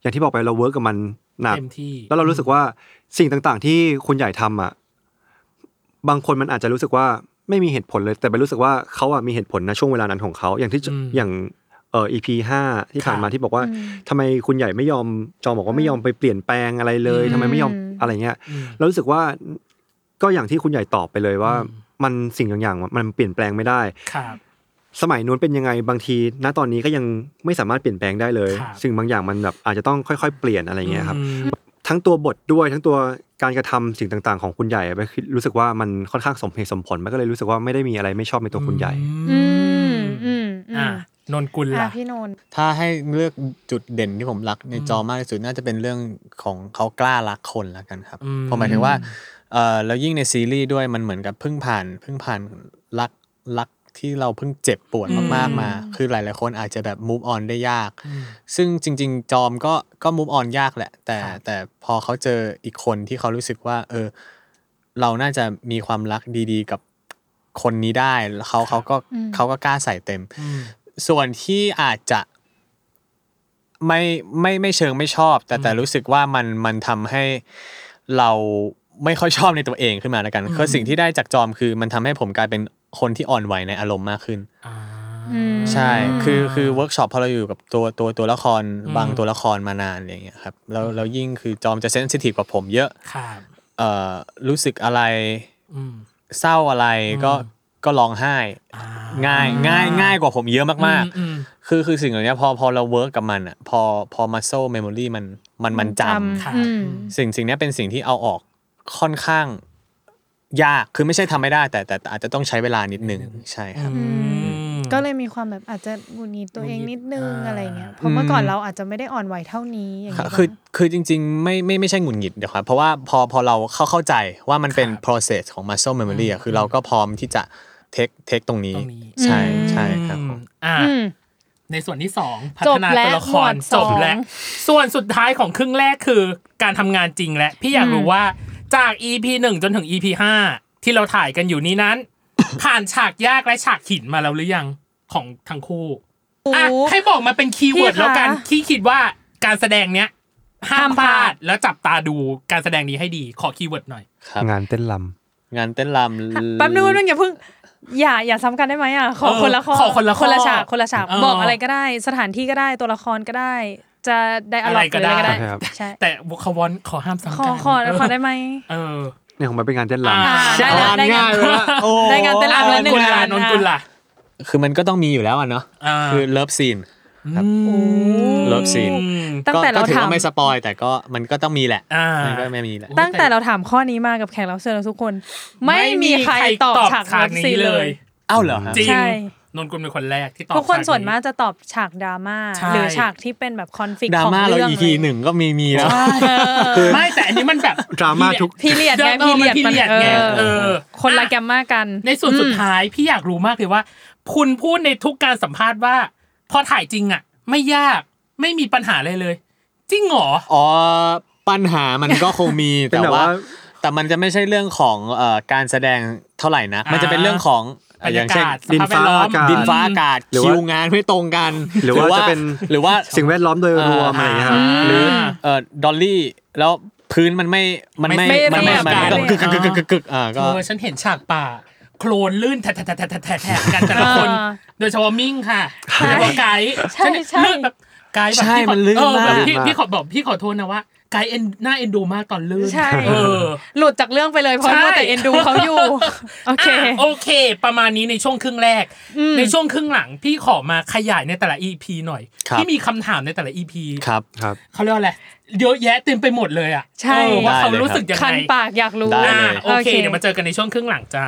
E: อย่างที่บอกไปเราเวิร์กกับมันหนัก
C: เต็มที่
E: แล้วเรารู้สึกว่าสิ่งต่างๆ ที่คุณใหญ่ทำอ่ะบางคนมันอาจจะรู้สึกว่าไม่มีเหตุผลเลย แต่ไปรู้สึกว่าเขาอ่ะมีเหตุผลนะช่วงเวลานั้นของเขาอย่างที่
C: อืม
E: อย่างเอ่อ EP ห้าที่ผ่านมาที่บอกว่าทำไมคุณใหญ่ไม่ยอมจอมบอกว่าไม่ยอมไปเปลี่ยนแปลงอะไรเลย
C: อืม
E: ทำไมไม่ยอมอะไรเงี้ย
C: อืม
E: เรารู้สึกว่าก็อย่างที่คุณใหญ่ตอบไปเลยว่า
C: อืม
E: มันสิ่งอย่างๆมันเปลี่ยนแปลงไม่ได้
C: ครับ
E: สมัยนู้นเป็นยังไงบางที ณตอนนี้ก็ยังไม่สามารถเปลี่ยนแปลงได้เลย
C: ครับ
E: ซึ่งบางอย่างมันแบบอาจจะต้องค่อยๆ เปลี่ยนอะไรเงี้ยครับ
C: อืม
E: ทั้งตัวบทด้วยทั้งตัวการกระทำสิ่งต่าง ๆ ของคุณใหญ่ไปคิดรู้สึกว่ามันค่อนข้างสมเหตุสมผลมันก็เลยรู้สึกว่าไม่ได้มีอะไรไม่ชอบในตัวคุณใหญ่
F: อืมอืมอื
C: อ่ะ
F: ม
C: นนกุล
F: อ่ะ
C: ล่ะ
F: พี่นนท์
D: ถ้าให้เลือกจุดเด่นที่ผมรักในจอมากที่สุดน่าจะเป็นเรื่องของเขากล้ารักคนละกันครับ
C: อืม
D: ผมหมายถึงว่าเออแล้วยิ่งในซีรีส์ด้วยมันเหมือนกับเพิ่งผ่านเพิ่งผ่านรักรักที่เราเพิ่งเจ็บปวด
C: อืม
D: มากๆมา คือหลาย ๆ คนอาจจะแบบ move on ได้ยาก
C: อืม
D: ซึ่งจริง ๆ จอมก็ก็ move on ยากแหละ แต่
C: ครับ
D: แต่พอเขาเจออีกคนที่เขารู้สึกว่า เออ เราน่าจะมีความรักดี ๆ กับคนนี้ได้แล้วเขาเขาก็เขาก็กล้าใส่เต็ม
C: อืม
D: ส่วนที่อาจจะไม่ไม่ไม่เชิงไม่ชอบ แต่แต่รู้สึกว่ามันมันทำให้เราไม่ค่อยชอบในตัวเองขึ้นมาแล้วกันคือสิ่งที่ได้จากจอมคือมันทำให้ผมกลายเป็นคนที่อ่อนไหวในอารมณ์มากขึ้น
C: อ่า
D: ใช่ คือคือเวิร์กช็อปพอเราอยู่กับตัวตัวตัวละคร
C: อืม
D: บางตัวละครมานานอย่างเงี้ยครับแล้วแล้วยิ่งคือจอมจะเซนซิทีฟกว่าผมเยอะ
C: ครับ
D: เอ่อรู้สึกอะไร
C: อืม
D: เศร้าอะไรก็
C: อืม
D: ก็ร้องไห้
C: อ่า
D: ง่ายง่ายง่ายกว่าผมเยอะมากๆ
C: อืม
D: คือคือสิ่งเหล่านี้พอพอเราเวิร์กกับมันอ่ะพอพอมัสโซเมมโมรีมันมันมันจ
C: ค่ะ
F: อืม
D: ำสิ่งสิ่งนี้เป็นสิ่งที่เอาออกค่อนข้างยากคือไม่ใช่ทำไม่ได้แต่แต่แต่อาจจะต้องใช้เวลานิดนึงใช่ครับ
C: อืม
F: ก็เลยมีความแบบอาจจะหงุนงิดตัวเองนิดนึง
C: อ่า
F: อะไรเงี้ยเพราะเมื่อก่อนเราอาจจะไม่ได้อ่อนไหวเท่านี้อย่าง
D: ค่ะ
F: เงี้ย
D: คือคือจริงๆไม่ไม่ไม่ใช่หงุดหงิดเดี๋ยวครับ เพราะว่าพอพอเราเข้าเข้าใจว่ามันเป็น
C: ครับ
D: process ของ muscle memory อะคือเราก็พร้อมที่จะเทคเทคตรงนี้
C: ตรงนี้
D: ใช่ใช่ครับผม
C: อ่า
F: อืม
C: ในส่วนที่ 2 พั
F: จ
C: ฒ
F: บ
C: นา
F: แล้
C: ตัว วละคร
F: หมวดส
C: จ
F: อง
C: บแล้ว ส่วนสุดท้ายของครึ่งแรกคือการทำงานจริงและ พี่อยากรู้ว่าจาก EP 1 จนถึง EP 5 ที่เราถ่ายกันอยู่นี้นั้น ผ่านฉากยากและฉากหินมาแล้วหรือยังของทั้งคู่อ่ะ
F: โอ้
C: ให้บอกมาเป็นคีย์เวิร์ด
F: พี่คะ
C: แล้วกันที่คิดว่าการแสดงเนี้ยห้าม
F: ห้ามพ
C: พ
F: ลาด
C: ลาดแล้วจับตาดูการแสดงนี้ให้ดีขอคีย์เวิร์ดหน่อย
D: ครับ
E: งานเต้นลำ
D: งานเต้นรำ
F: แป๊บนึงแป๊บนึงอย่าเพิ่งอย่าอย่าซ้ำกันได้ไหมอ่ะขอ
C: เออ
F: คนละข้อ
C: ขอคนละ
F: ค
C: ข้อ
F: นละฉากคนละฉาก
C: เออ
F: บอกอะไรก็ได้ สถานที่ก็ได้ตัวละครก็ได้ จะไดอะล็อกหรืออะไรก็ได้
E: อะไรก็ได้
F: ใช่
C: แต่คาวอนขอห้ามซ้ำ
F: ขอ
C: กัน
F: ขอขอได้ไหม
C: เออ
E: เนี่ยของไบเป็นงานเต้น
C: อ่า
E: ลำ
F: ได้แล้วได้งาน ได้งานเต้นรำแล้วหนึ่ง
C: น
F: งาน
C: นนกุลล่ะ
D: คือมันก็ต้องมีอยู่แล้วอะเนาะ
C: า
D: คือเลิฟซีน ครับเลิฟซีน
C: อืม
F: ตั้งแต่เรา
D: ก็ก็ถือ
F: ถาม
D: ว่าไม่สปอยแต่ก็มันก็ต้องมีแหละ
C: อ่ามั
D: มันก็ไม่มีแหละ
F: ตั้งแต่เราถามข้อนี้มากับแขกรับเชิญเราทุกคน ไม่มีใครตอบฉากรักซีนเลย
D: อ้าวเหรอฮะ
C: จริง
F: ใช่
C: นนกุลเป็นคนแรกที่ตอบ
F: ทุกคน
C: ฉ
F: ส่วนมากจะตอบฉากดราม่า
C: ใช่
F: หรือฉากที่เป็นแบบคอนฟ lict
D: ดรา
F: ของ
D: ม่าเรา
F: เรื่อง
D: อีพีหนึ่งก็มีมีแล้ว
C: ไม่แต่อันนี้มันแบบ
E: ดราม่าทุก
F: พีเรียดไง
C: อ
F: พี
C: อ
F: เรียด
C: มัน period ไงเออ
F: คนละแก
C: อ่
F: มมากัน
C: ในส่วนสุดท้ายพี่อยากรู้มากเลยว่า คุณพูดในทุกการสัมภาษณ์ว่า พอถ่ายจริงอ่ะ ไม่ยากไม่มีปัญหาเลยเลย จริงเหรอ
D: อ๋อปัญหามันก็คงมี
E: เป็น
D: แต่
E: แบบ
D: ว่า
E: ว่า
D: แต่มันจะไม่ใช่เรื่องของเอ่อการแสดงเท่าไหร่นะ มันจะเป็นเรื่องของ
C: บร
D: เอ่อ
C: รา
D: อยย่างเช่น
C: กาศ
E: ดินฟ้า
C: สภพแวดล้อม
E: อากาศ
D: ดินฟ้าอากาศ
E: หรือว่า
D: คิวงานไม่ตรงกัน
E: หรือว่าจะเป็น
D: หรือว่า
E: สิ่งแวดล้อมโดยรวมอะไรอย่างเงี้ยครับ
C: อ่า
E: หรือ
D: เอ่อดอลลี่แล้วพื้นมันไม่มันไม่
C: ไม่
D: มันไม่
C: ไม่
D: มัน
C: เรียบ
D: ก็
C: กัน
D: กึกกึกกึกกึกกึกอ่า
C: เอ
D: ก็
C: อฉันเห็นฉากป่า โคลนลื่นแทะแทะแทะแทะแทะแทะกันแต่ละคน
F: อ่า
C: โดยเฉพาะมิ่งค่ะโดยเฉพาะไกด์
F: ใช่
C: ฉันเนี่ย
F: ใช่
C: ลื่นแบบไกด์แบบ
D: ใช่
C: พี่ขอ
D: มันลื่น
C: เออแบบ
D: มาก
C: พี่
E: มาก
C: พี่ขอบอกพี่ขอโทษนะว่า ไกด์เอ็นน่าเอ็นดูมากตอนลื่น
F: ใช่
C: เออ
F: หลุดจากเรื่องไปเลยเพราะ
C: ใช่
F: ว่าแต่เอ็นดูเขาอยู่ โอเค
C: อ่ะโอเค ประมาณนี้ในช่วงครึ่งแรก ในช่วงครึ่งหลัง พี่ขอมาขยายในแต่ละ EP หน่อย
D: ครับ
C: พี่มีคำถามในแต่ละ EP
D: ครับ
E: ครับ
C: เขาเรียกว่าอะไรเยอะแยะเต็มไปหมดเลยอ่ะ
F: ใช่
C: เออว่าเขา
D: ได้เลยครับ
C: รู้สึกยัง
F: คัน
C: ไง
F: ปากอยากรู้
D: ได้
C: อ่ะ
D: เลย
C: โอเค
F: โอเค
C: เดี๋ยวมาเจอกันในช่วงครึ่งหลังจ้า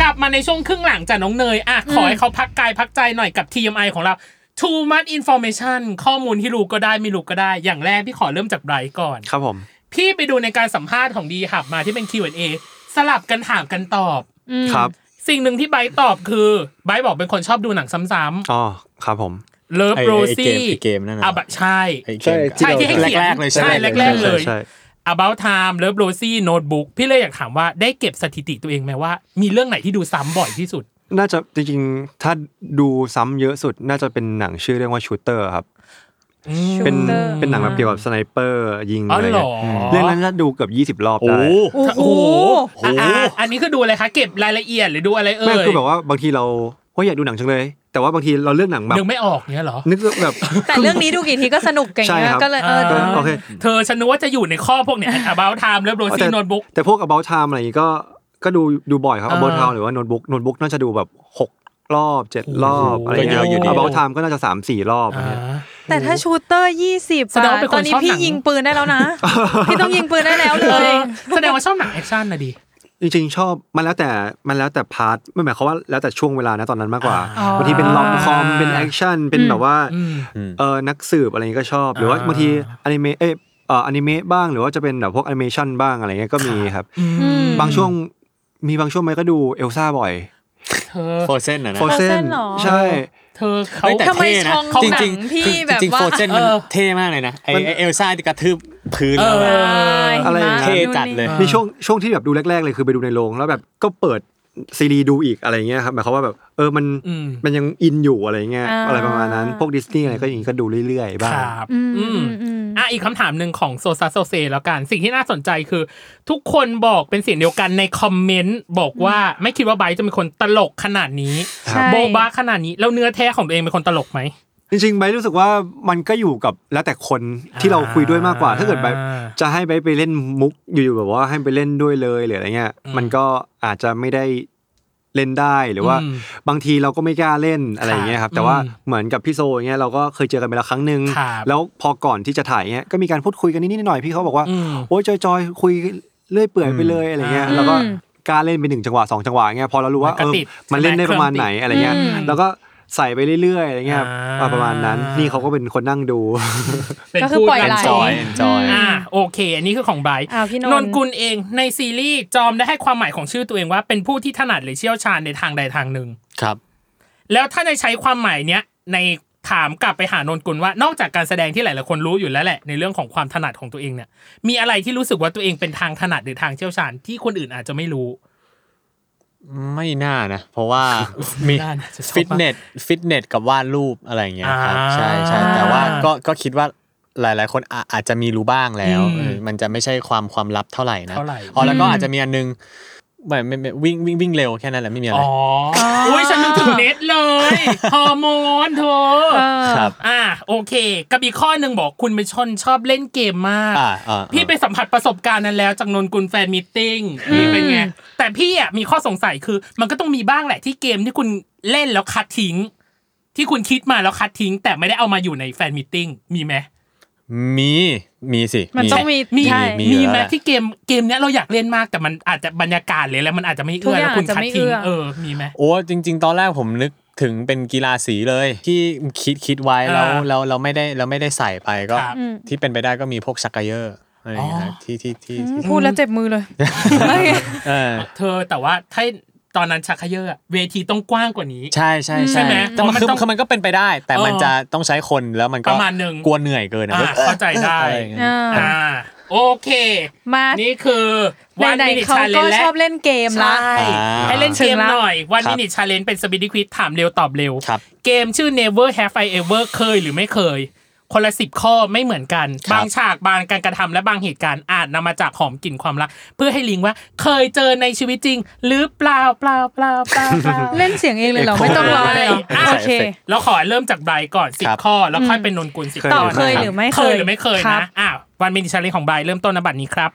C: กลับมาในช่วงครึ่งหลังจากน้องเนยอ่ะขอให้เขาพักกายพักใจหน่อยกับ TMI ของเรา Too much information ข้อมูลที่รู้ก็ได้ไม่รู้ก็ได้ อย่างแรกพี่ขอเริ่มจากไบรท์ก่อน
E: ครับผม
C: พี่ไปดูในการสัมภาษณ์ของดีหับมาที่เป็น Q&A สลับกันถามกันตอบ
E: ครับ
C: สิ่งหนึ่งที่ไบร์ทตอบคือไบร์ทบอกเป็นคนชอบดูหนังซ้ำ
E: อ๋อครับผม
C: ๆเลิฟ
D: ไอ้ไอ้
C: โร
D: เก
C: ซี่
D: มไอ้เกมนั่นน่ะ
C: อ่ะบะใช่
D: ไอ้เกม
G: ใช่
D: กับ
G: ที่
C: ใช่ที่ให้เขียน
D: แรกๆเลยใช่
C: ใช่
D: ไหม
C: แรกๆเลย
E: ใช่ใช่
C: About Time เลิฟโรซี่โน้ตบุ๊กพี่เลยอยากถามว่าได้เก็บสถิติตัวเองไหมว่า มีเรื่องไหนที่ดูซ้ำบ่อยที่สุด
E: น่าจะจริงๆ ถ้าดูซ้ำเยอะสุดน่าจะเป็นหนังชื่อเรื่องว่าชูเตอร์ครับ เป็น
F: Shooter
E: เป็นหนังแบบเกี่ยวกับสไนเปอร์ยิง
C: อ๋อ
E: อะไร
C: เหร
E: เงี้
C: อ
E: ยเรื่องนั้นน่าดูเกือบ20 รอบ
D: โอ้
E: ได้
D: โห
F: โอ้โห
E: Oh,
C: อ่ะอ่ะอันนี้คือดูอะไรคะ เก็บรายละเอียดหรือดูอะไรเอ่ย
E: ไม่คือแบบว่าบางทีเราโอ้ยอยากดูหนังจังเลย แต่ว่าบางทีเราเลือกหนังแบบ
C: นึกไม่ออกเนี้ยเหรอ
E: นึกแบบ
F: แต่เรื่องนี้ดูกี่ทีก็สนุกอย่างเงี้
E: ใช่
F: ย
E: ครับ
F: ก็เลยเออ
E: โอเค
C: เธอฉันนึกว่าจะอยู่ในข้อพวกเนี้ย About Time เลิฟโร
E: แต่
C: ซี่โน้ตบุ๊ก
E: แต่พวก about time อะไรอย่างงี้ก็ก็ดูดูบ่อยครับ
C: อ่า
E: about time หรือว่า notebook notebook น่าจะดูแบบ 6 รอบ 7 รอบอะไรเงี้
D: ก็เยอะอยู่
E: ย
D: ดี
E: about time ก็น่าจะ 3 4 รอบอะไรเงี้ย
F: แต่ถ้าชูเตอร์ยี่สิบ
C: แสดงว่าเป็นค
F: ต
C: น
F: อนนี้
C: ชอบห
F: พี่
C: นัง
F: ยิงปืนได้แล้ว นะ พี่ต้องยิงปืนได้แล้วเล
C: เอย อแสดงว่าชอบหนังแอคชั่นนะดิ
E: จริงๆ ชอบมันแล้วแต่มันแล้วแต่พาร์ทไม่หมายความว่าแล้วแต่ช่วงเวลานะตอนนั้นมากกว่า
C: อ่า
E: บางทีเป็นลอมคอมเป็นแอคชั่นเป็นแบบว่าเออนักสืบอะไรเงี้ยก็ชอบหรือว่าบางทีอนิเมะเอยเอออนิเมะบ้างหรือว่าจะเป็นแบบพวกแอนิเมชันบ้างอะไรเงี้ยก็มีครับ บางช่วงมีบางช่วงไหมก็ดูเอลซ่าบ่อย
C: เธอ
D: โฟเซนอะนะ
E: f r o z e
F: Frozen
E: n
F: เหรอ
E: ใช่
C: เธอเขา
D: เฮ้ยแต่
F: ทำไม
D: เท่นะ
F: ชงของหนังพี่แบบ
D: จริง
F: ว่า
D: โฟเซนมัน
C: เออ
D: เท่มากเลยนะไอ้ไอ้เอลซ่าที่กระทืบพื้น
C: เอ
D: แล้วอะ
C: อ
E: อะไรอย่างนั้น
D: เท่จัดเลย
E: มีช่วงช่วงที่แบบดูแรก ๆ เลยคือไปดูในโรงแล้วแบบก็เปิดซีดีดูอีกอะไรเงี้ยครับหมายความว่าแบบเออมัน
C: อืม
E: มันยังอินอยู่อะไรเงี้ยอะไรประมาณนั้น พวกดิสนีย์อะไรก็อย่างนี้ก็ดูเรื่อยๆ
C: ค
E: บ้าง
C: รับอืมอ่ะอีกคำถามหนึ่งของโซซัสโซเซแล้วกัน สิ่งที่น่าสนใจคือ ทุกคนบอกเป็นเสียงเดียวกันในคอมเมนต์บอกว่าไม่คิดว่าไบร์ทจะเป็นคนตลกขนาดนี้
F: ใช่
C: โบบาขนาดนี้ แล้วเนื้อแท้ของตัวเองเป็นคนตลกไหม
E: จริงๆไบร์ทรู้สึกว่ามันก็อยู่กับแล้วแต่คนที่เราคุยด้วยมากกว่า ถ้าเกิดแบบ
C: อ่า
E: จะให้ไบร์ทไปเล่นมุกอยู่ๆแบบว่าให้ไปเล่นด้วยเลยหรืออะไรเงี้ยมันก็อาจจะไม่ได้เล่นได้หรือว่า บางทีเราก็ไม่กล้าเล่นอะไรอย่างเงี้ยครับ
C: ค่ะ
E: แต่ว่า
C: อืม
E: เหมือนกับพี่โซอย่างเงี้ยเราก็เคยเจอกันไปแล้วครั้งหนึ่ง
C: ครับ
E: แล้วพอก่อนที่จะถ่ายเงี้ยก็มีการพูดคุยกันนิดๆหน่อยๆพี่เขาบอกว่า
C: อืม
E: โอ้ยจอยๆคุยเรื่อยเปื่อยไปเลยอะไรเงี้ย
C: อ่า
E: แล้วก็กล้าเล่นไปหนึ่งจังหวะสองจังหวะเงี้ยพอเรารู้ว่า
C: มันก็
E: เออ
C: ติด
E: มันเล่นได้ประมาณไหนอะไรเงี้ย
C: อืม
E: แล้วก็ใส่ไปเรื่อยๆอะไรเงี้ย
C: อ่า
E: ประมาณนั้นนี่เขาก็เป็นคนนั่งดู
C: เป็น
F: ก็คือ
C: ผู้
F: ปล่อยไหล
D: enjoy enjoy
C: อ่าโอเค อันนี้คือของไบร์ท
F: อ่าพี่นนท์
C: นนกุลเองในซีรีส์จอมได้ให้ความหมายของชื่อตัวเองว่า เป็นผู้ที่ถนัดหรือเชี่ยวชาญในทางใดทางหนึ่ง
D: ครับ
C: แล้วถ้าในใช้ความหมายเนี้ยในถามกลับไปหานนกุลว่านอกจากการแสดงที่หลายๆคนรู้อยู่แล้วแหละในเรื่องของความถนัดของตัวเองเนี่ย มีอะไรที่รู้สึกว่าตัวเองเป็นทางถนัดหรือทางเชี่ยวชาญที่คนอื่นอาจจะไม่รู้
D: ไม่น่านะ เพราะ ว่ามี
C: น่านะจะชอบมาก
D: ฟิตเนสฟิตเนสกับวาดรูปอะไรอย่างเงี้ยครับ
C: อ่า
D: ใช่ใช่แต่ว่าก็ก็คิดว่าหลาย ๆ คนอาอาจจะมีรู้บ้างแล้ว
C: อืม
D: เออมันจะไม่ใช่ความความลับเท่าไหร่นะ
C: เท่าไหร่
D: อ๋อแล้วก็อาจจะมีอันนึง ไม่ไม่ไม่วิ่งวิ่งวิ่งเร็วแค่นั้นแหละไม่มีอะไร
C: อ๋ออุ้ยฉันนึกถึงเน็ตเลยฮอร์โมนเธอ
D: ครับ
C: อ่าโอเค กับอีกข้อหนึ่งบอกคุณเป็นชนชอบเล่นเกมมาก
D: อ่าอ่า
C: พี่ไปสัมผัสประสบการณ์นั้นแล้วจากนนกุลแฟนมิทติ้งนี่เป็นไง แต่พี่อ่ะมีข้อสงสัยคือ มันก็ต้องมีบ้างแหละที่เกมที่คุณเล่นแล้วคัดทิ้ง ที่คุณคิดมาแล้วคัดทิ้ง แต่ไม่ได้เอามาอยู่ในแฟนมิทติ้งมีไหม
D: มีมีสิ
F: มันต้องมี
C: มี
F: ใช่
C: มีไหม
D: แล้ว
C: ที่เกมเกมเนี้ยเราอยากเล่นมากแต่มันอาจจะบรรยากาศเลยแล้วมันอาจจะไม่เอื้อ
F: ทุกอ
C: แล้
F: ย่าง
C: วคุณคัดทิ้
F: อาจจะไม่
C: ง
F: เอื้อ
C: เออมีไหม
D: โอ้จริง ๆ ตอนแรกผมนึกถึงเป็นกีฬาสีเลย ที่คิดคิดไว้แล้ว
C: อ่า
D: แล้วเราไม่ได้เราไม่ได้ใส่ไปก็
C: ครับ
D: ที่เป็นไปได้ก็มีพวกชักเกยอร์อะไรอย่างเงี้ย
C: อ๋อ
D: นะที่ที่ที่
F: อืม
D: ที่
F: พูดแล้วเจ็บมือเลย
D: เออ
C: เธอแต่ว่าถ้าตอนนั้นชักเขยออะเวทีต้องกว้างกว่านี้
D: ใช่ใช่
C: ใช่ไหม
D: แต่มัน
C: มัน
D: คือ
C: ต้อง
D: คือมันก็เป็นไปได้ แต่มัน
C: เออ
D: จะต้องใช้คนแล้วมันก็
C: ประมาณหนึ่ง
D: กลัวเหนื่อยเกินอะ
C: อ่าเข้าใจได้
D: อะไรอย่างเงี้ย
C: อ่าโอเค
F: มา
C: นี่คือวัน
F: ไหน
C: มินิ
F: ๆเขา
C: ชาเล
F: ก็
C: นจ์และ
F: ชอบเล่นเกมละ
D: อ่า
C: ให้เล่นเกมหน่อยวัน
D: ครับ
C: มินิชาเลนจ์เป็นสปีดควิดถามเร็วตอบเร็ว
D: ครับ
C: เกมชื่อ Never Have I Ever เคยหรือไม่เคย คนละสิบข้อไม่เหมือนกัน
D: ครั
C: า
D: บบ
C: งฉากบางการกระทำและบางเหตุการณ์อาจนำมาจากหอมกลิ่นความรัก เพื่อให้ลิงว่าเคยเจอในชีวิตจริง หรือเปล่าเปล่าเปล่าเปล่าเปล่า
F: เล่นเสียงเองเลยเหรอ
D: Echo
F: ไม่ต้องรอ
C: ได้
F: เลยเหรอ
C: อ่ะ
F: โอเค
D: ใส่เอฟเฟกต์
C: เราขอเริ่มจากไบรท์ก่อนสิ
D: ครับ
C: ข้อ แล้วค่อยเป็นนนกุลสิบ
E: เคย
C: ข้อ
E: หรือไม่
C: นะ
F: เคยหรือไม่
C: เค
F: เค
C: ย
F: ย
C: ห
F: ค
C: รือไม่เคย
F: รั
C: นะ
F: บ
C: อ่ะวันมินิชาเลนจ์ของไบรท์เริ่มต้นนบัตรนี้ครับ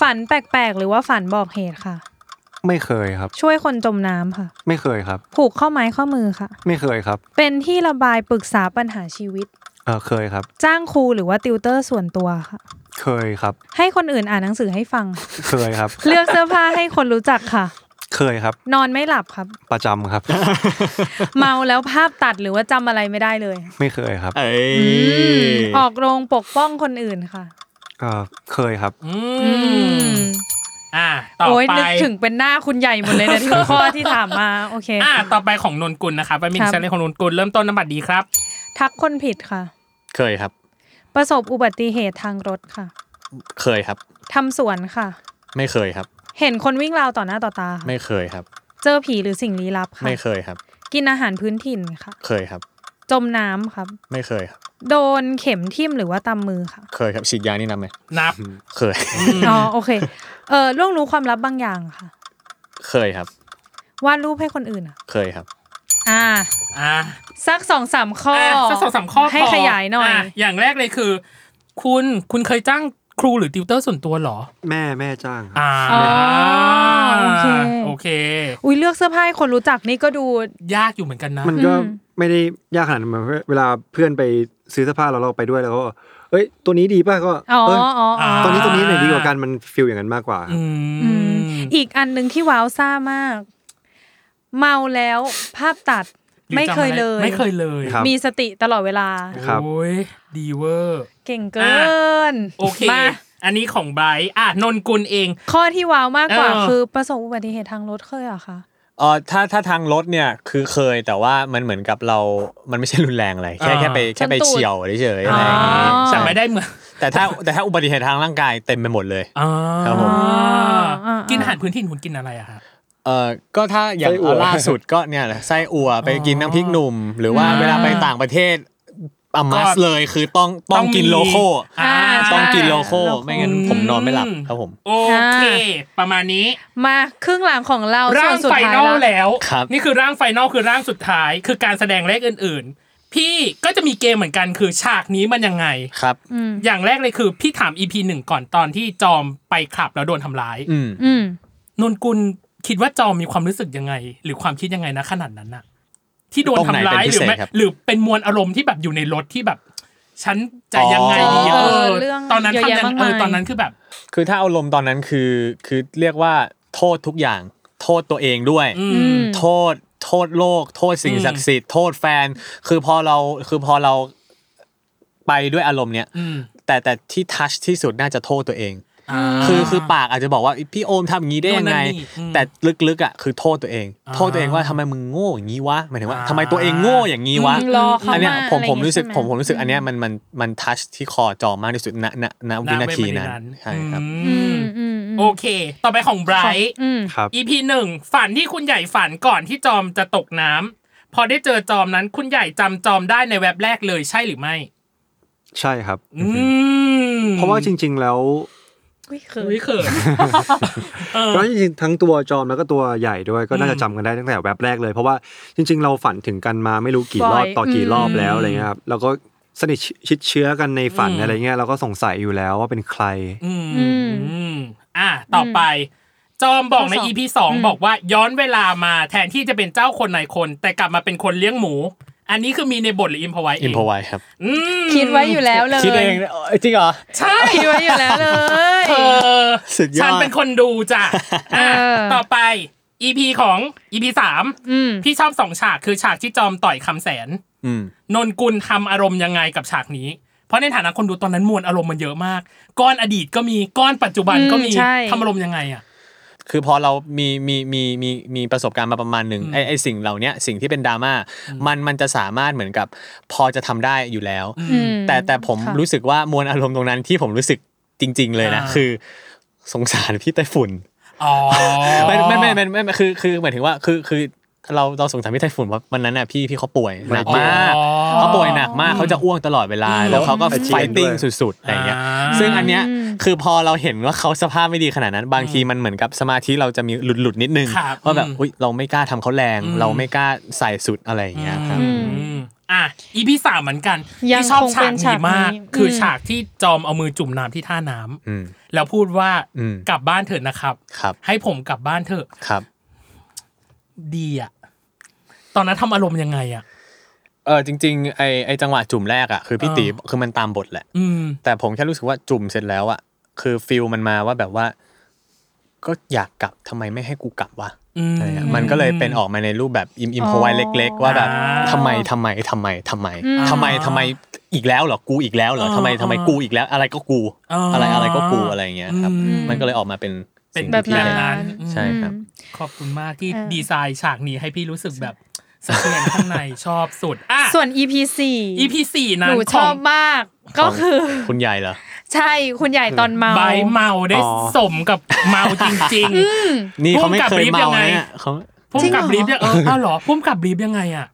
F: ฝันแปลกๆ หรือว่าฝันบอกเหตุค่ะ
E: ไม่เคยครับ
F: ช่วยคนจมน้ำค่ะ
E: ไม่เคยครับ
F: ผูกข้อไม้ข้อมือค่ะ
E: ไม่เคยครับ
F: เป็นที่ระบายปรึกษาปัญหาชีวิต
E: เออเคยครับ
F: จ้างครูหรือว่าติวเตอร์ส่วนตัวค่ะ
E: เคยครับ
F: ให้คนอื่นอ่านหนังสือให้ฟัง
E: เคยครับ
F: เลือกเสื้อผ้าให้คนรู้จักค่ะ
E: เคยครับ
F: นอนไม่หลับ ครับ
E: ประจำครับ
F: เมาแล้วภาพตัดหรือว่าจำอะไรไม่ได้เลย
E: ไม่เคยครับ
D: เอ้ย
F: ออกโรงปกป้องคนอื่นค่ะ
E: เออเคยครับ
C: อืม
F: อืม
C: อ่ะต่อ
F: โอ้ย
C: ไป
F: นึกถึงเป็นหน้าคุณใหญ่หมดเลย นะที่ข้อที่ถามมาโอเค
C: อ่ะต่อไปของนนกุลนะครับวันมินิ
F: ครับ
C: ชาเลนจ์ของนนกุลเริ่มต้นนบัตรดีครับ
F: ทักคนผิดค่ะ
D: เคยครับ
F: ประสบอุบัติเหตุทางรถค่ะ
D: เคยครับ
F: ทำสวนค่ะ
D: ไม่เคยครับ
F: เห็นคนวิ่งราวต่อหน้าต่อตาค่ะ
D: ไม่เคยครับ
F: เจอผีหรือสิ่งลี้ลับค่ะ
D: ไม่เคยครับ
F: กินอาหารพื้นถิ่นค่ะ
D: เคยครับ
F: จมน้ำครับ
D: ไม่เคยครับ
F: โดนเข็มทิ่มหรือว่าตำมือค่ะ
D: เคยครับฉีดยานี่นำไหม
C: นับ
D: เคย
F: อ๋อโอเคเออล่วงรู้ความลับบางอย่างค่ะ
D: เคยครับ
F: วาดรูปให้คนอื่นอ่ะ
D: เคยครับ
F: อ่า
C: อ่ะ
F: สักสองสามข้อ
C: อ่ะสักสองสามข้อ
F: ให้
C: พอ
F: ขยายหน่อย
C: ะอย่างแรกเลยคือ คุณคุณเคยจ้างครูหรือติวเตอร์ส่วนตัวเหรอ
E: แม่แม่จ้างครับ
C: อ่า
F: อ๋อโอเค
C: โอเค
F: อุ้ยเลือกเสื้อผ้าให้คนรู้จักนี่ก็ดู
C: ยากอยู่เหมือนกันนะ
E: มันก็ไม่ได้ยากขนาดนั้นมันเวลาเพื่อนไปซื้อเสื้อผ้าเราเราไปด้วยแล้วก็เอ้ยตัวนี้ดีป่ะก็
F: อ๋อ
E: เอ้ย
F: อ๋ออ๋อ
E: ตัวนี้ตัวนี้ไหนดีกว่ากันมันฟิลอย่างนั้นมากกว่าครับ
C: อื
F: อืม
C: ม
F: อีกอันหนึ่งที่ว้าวซ่ามาก เมาแล้วภาพตัดไม่เคยเลย
C: ไม่เคยเลย
E: ครับ
F: มีสติตลอดเวลา
E: ครับ
C: โอ้ยดีเวอร์
F: เก่งเกิน
C: โอเค
F: มา
C: อันนี้ของไบรท์อ่ะนนกุลเอง
F: ข้อที่ว้าวมากกว่า
C: เออ
F: คือประสบอุบัติเหตุทางรถเคยเหรอคะ
D: เอ่อถ้าถ้าทางรถเนี่ยคือเคยแต่ว่ามันเหมือนกับเรา มันไม่ใช่รุนแรงอะไรแค่
C: อ่า
D: แค่ไปแค่ไปเฉียวเฉยๆอะไรอย่างงี้
F: า
C: แต่
D: ใช่
C: ไม่ได้เหมือน
D: แต่ถ้าแต่ถ้าอุบัติเหตุทางร่างกายเต็มไปหมดเลย
C: อ๋อ
D: ครับผม
F: อ่า
C: กินอาหารพื้นที่คุณกินอะไรอะฮะ
D: เอ่อก็ถ้าอย่าง
E: ไส้อั่ว
D: ล่าสุดก็เนี่ยแหละไส้อั่วไปกินน้ำพริกหนุ่ม หรือว่าเวลาไปต่างประเทศอามัส
C: ก็
D: เลยคือต้องต้องกิน
C: มี
D: โลโก้
C: อ่า
F: ใช่
D: ต้องกินโล
F: โล
D: โก้
F: โก้
D: ไม่งั้นผมนอนไม่หลับครับผม
C: โอเค ประมาณนี้
F: มาครึ่งหลังของเรา
C: ร่าง
F: ส่วนสุด
C: ไฟ
F: ท้าย
C: นอล
F: แล้ว
C: แล้ว
D: ครับ
C: นี่คือร่างไฟนอลคือร่างสุดท้าย คือการแสดงเลขอื่น ๆ พี่ก็จะมีเกมเหมือนกันคือฉากนี้มันยังไง
D: ครับ
C: อย่างแรกเลยคือพี่ถาม EP หนึ่งก่อนตอนที่จอมไปขับแล้วโดนทำร้าย
D: อืม
F: อืม
C: นนกุลคิดว่าจอมมีความรู้สึกยังไง หรือความคิดยังไงนะขนาดนั้นน่ะ ที่โดนทำร้ายหรือไม่หรือเป็นมวลอารมณ์ที่แบบอยู่ในรถที่แบบ ฉันจะยังไงดี
F: อ๋
C: เอ
F: อ
C: อ
F: เรื่อง
C: ตอนนั้น
F: เยอะ
C: ทำ
F: แยะ
C: ยัง
F: มาก
C: เอ
F: มาย
C: อตอนนั้นคือแบบ
D: คือถ้าเอาลมณ์ตอนนั้นคือคือเรียกว่าโทษทุกอย่าง โทษตัวเองด้วย
C: อื
F: อื
C: ม
F: ม
D: โทษโทษโลก โทษสิ่ง
C: อืม
D: ศักดิ์สิทธิ์โทษแฟน คือพอเราคือพอเราไปด้วยอารมณ์เนี้ย
C: อืม
D: แต่แต่ที่ทัชที่สุดน่าจะโทษตัวเอง
C: อ่า
D: คือคือปากอาจจะบอกว่าพี่โอมทำอย่างนี้ได้ยังไง
C: โน่นนั่นนี่อืม
D: แต่ลึกๆอ่ะคือโทษตัวเอง
C: อ่า
D: โทษตัวเองว่าทำไมมึงโง่อย่างนี้วะหมายถึงว่า
C: อ่า
D: ทำไมตัวเองโง่อย่างนี้วะ
F: อืมรอเขา
D: นเนี้ย
F: มา
D: ผม
F: อะไร
D: ผ
F: อ
D: ม
F: ย่างงี้
D: รู้สึก
F: ใช่ไหม
D: ผมผมรู้สึกอันเนี้ยมันมันมันทัชที่คอจอมากที่สุดณณณ
C: ณ
D: วินาที
C: เวล
D: นั้นใช่ครับ
C: อื
F: อื
C: ม
F: มอืม
C: โอเค ต่อไปของไบรท์
F: อืม
E: ครับ
C: EP หนึ่งฝันที่คุณใหญ่ฝันก่อนที่จอมจะตกน้ำพอได้เจอจอมนั้น คุณใหญ่จำจอมได้ในแว็บแรกเลยใช่หรือไม่
E: ใช่ครับ
C: อืม
E: เพราะว่าจริง ๆ แล้ว
F: อุ้ยเขิน
C: อุ้ยเขิน
E: เพราะจริงๆทั้งตัวจอมแล้วก็ตัวใหญ่ด้วยก็น่าจะจำกันได้ตั้งแต่แว็บแรกเลย เพราะว่าจริง ๆ เราฝันถึงกันมาไม่รู้กี่รอบต่อกี่รอบแล้วอะไรเงี้ยครับแล้วก็สนิทชิดเชื้อกันในฝัน
C: อืม
E: อะไรเงี้ยเราก็สงสัยอยู่แล้วว่าเป็นใคร
C: อืม
F: อืม
C: อืมอ่ะต่อไป จอมบอกใน
F: ข้อสอง
C: EP สองบอกว่าย้อนเวลามาแทนที่จะเป็นเจ้าคนนายคน แต่กลับมาเป็นคนเลี้ยงหมู อันนี้คือมีในบทหรืออิมพอไว้
D: อินพอไวครับ
C: อืม
F: คิดไว้อยู่แล้วเลย
D: คิดเองเอ้ยจริงเหรอ
C: ใช่
F: คิดไว้อยู่แล้วเลย
C: เธอ
D: สุดยอด
C: ฉันเป็นคนดูจ้ะอ่ะ
F: เออ
C: ต่อไป EP ของ EP สาม
F: อืม
C: พี่ชอบสองฉากคือฉากที่จอมต่อยคำแสน
D: อืม
C: นนกุลทำอารมณ์ยังไงกับฉากนี้ เพราะในฐานะคนดูตอนนั้นมวลอารมณ์มันเยอะมาก ก้อนอดีตก็มีก้อนปัจจุบันก็มี
F: อืมใช่
C: ทำอารมณ์ยังไงอ่ะ
D: คือพอเรามีมีมีมีมีประสบการณ์มาประมาณหนึ่งไอไอสิ่งเหล่าเนี้ยสิ่งที่เป็นดราม่ามันมันจะสามารถเหมือนกับพอจะทำได้อยู่แล้ว
F: อืม
D: แต่แต่ผม
F: ค่ะ
D: รู้สึกว่ามวลอารมณ์ตรงนั้นที่ผมรู้สึกจริง ๆ เลยนะ
C: อ่า
D: คือสงสารพี่ไต้ฝุ่น
C: อ๋อ
D: ไม่ไม่ไม่ไม่ไม่ไม่คือคือหมายถึงว่าคือคือเราเราสงสารพี่ไต้ฝุ่นว่าวันนั้นน่ะพี่พี่เขาป่วยหนักมาก
C: อ๋อ
D: เขาป่วยหนักมากเขาจะอ้วกตลอดเวลา
C: อืม
D: แล้วเขาก็
E: อาเจียน
D: ไฟติ้ง
E: ด้วย
D: สุดๆอะไรอย่างเงี้ย
C: อ่า
D: ซึ่งอันเนี้ยคือพอเราเห็นว่าเขาสภาพไม่ดีขนาดนั้น บางทีมันเหมือนกับสมาธิเราจะมีหลุดหลุดๆนิดนึง
C: ครับ
D: ว่าแบบ
C: อืม
D: อุยเราไม่กล้าทำเขาแรง
C: อืม
D: เราไม่กล้าใส่สุดอะไรอย่างเงี้ยครับ
C: อืมอ่ะอีพีสามเหมือนกัน
F: ยัง
C: ที่ชอบ
F: คง
C: ฉา
F: เป็
C: ก
F: น
C: นี้มาก
F: ฉากนี้
C: คืออ
F: ม
C: ฉากที่จอมเอามือจุ่มน้ำที่ท่าน้ำ
D: อืม
C: แล้วพูดว่า
D: อืม
C: กลับบ้านเถอะนะครับ
D: ครับ
C: ให้ผมกลับบ้านเถอะ
D: ครับ
C: ดีอ่ะ ตอนนั้นทำอารมณ์ยังไงอ่ะ
D: เออจริงๆไอไอจังหวะจุ่มแรกอ่ะคือพี่
C: อ่า
D: ตีคือมันตามบทแหละ
C: อืม
D: แต่ผมแค่รู้สึกว่าจุ่มเสร็จแล้วอะคือฟิลมันมาว่าแบบว่า ก็อยากกลับทำไมไม่ให้กูกลับวะ
C: อืม
D: อะไรเงี้ยมันก็เลยเป็นออกมาในรูปแบบอิมอิมพอไวเล็ก ๆ ว่าแบบ
C: อ่า
D: ทำไมทำไมทำไมทำไมทำไมทำไมอีกแล้วเหรอกูอีกแล้วเหรอทำไม
C: อ่า
D: ทำไมกูอีกแล้ว อะไรก็กู
C: อ่า
D: อะไรอะไรก็กูอะไรเงี้ยครับ
C: อืม
D: มันก็เลยออกมาเป็น
C: เป็น
D: สิ่ง
C: แบบ
D: ที่
C: นั้น
D: เรา
C: นั้น
D: ใช่ครับ
C: ขอบคุณมากที่ดีไซน์ฉากนี้ให้พี่รู้สึกแบบสะเทือนข้างในชอบสุดอ่ะ
F: ส่วน EP สี่
C: EP สี่
F: ห
C: นั้น
F: นู
C: ข
F: ช
C: อ
F: อง บมาก ก็คือ
D: คุณยายเหรอ
F: ใช่คุณใหญ่ตอนเมา
C: ใบเมาได้
E: อ๋อ
C: สมกับเมาจริง
D: นี่เขาไม่เค
C: ภูมิกั
D: ย
C: บรีบยั
D: เมาง
C: ไง
D: เนี่ยเขา
C: ๆพุ่มกับรีบยังเอออ้าวเหรอพุ่มกับรีบยังไงอ่ะ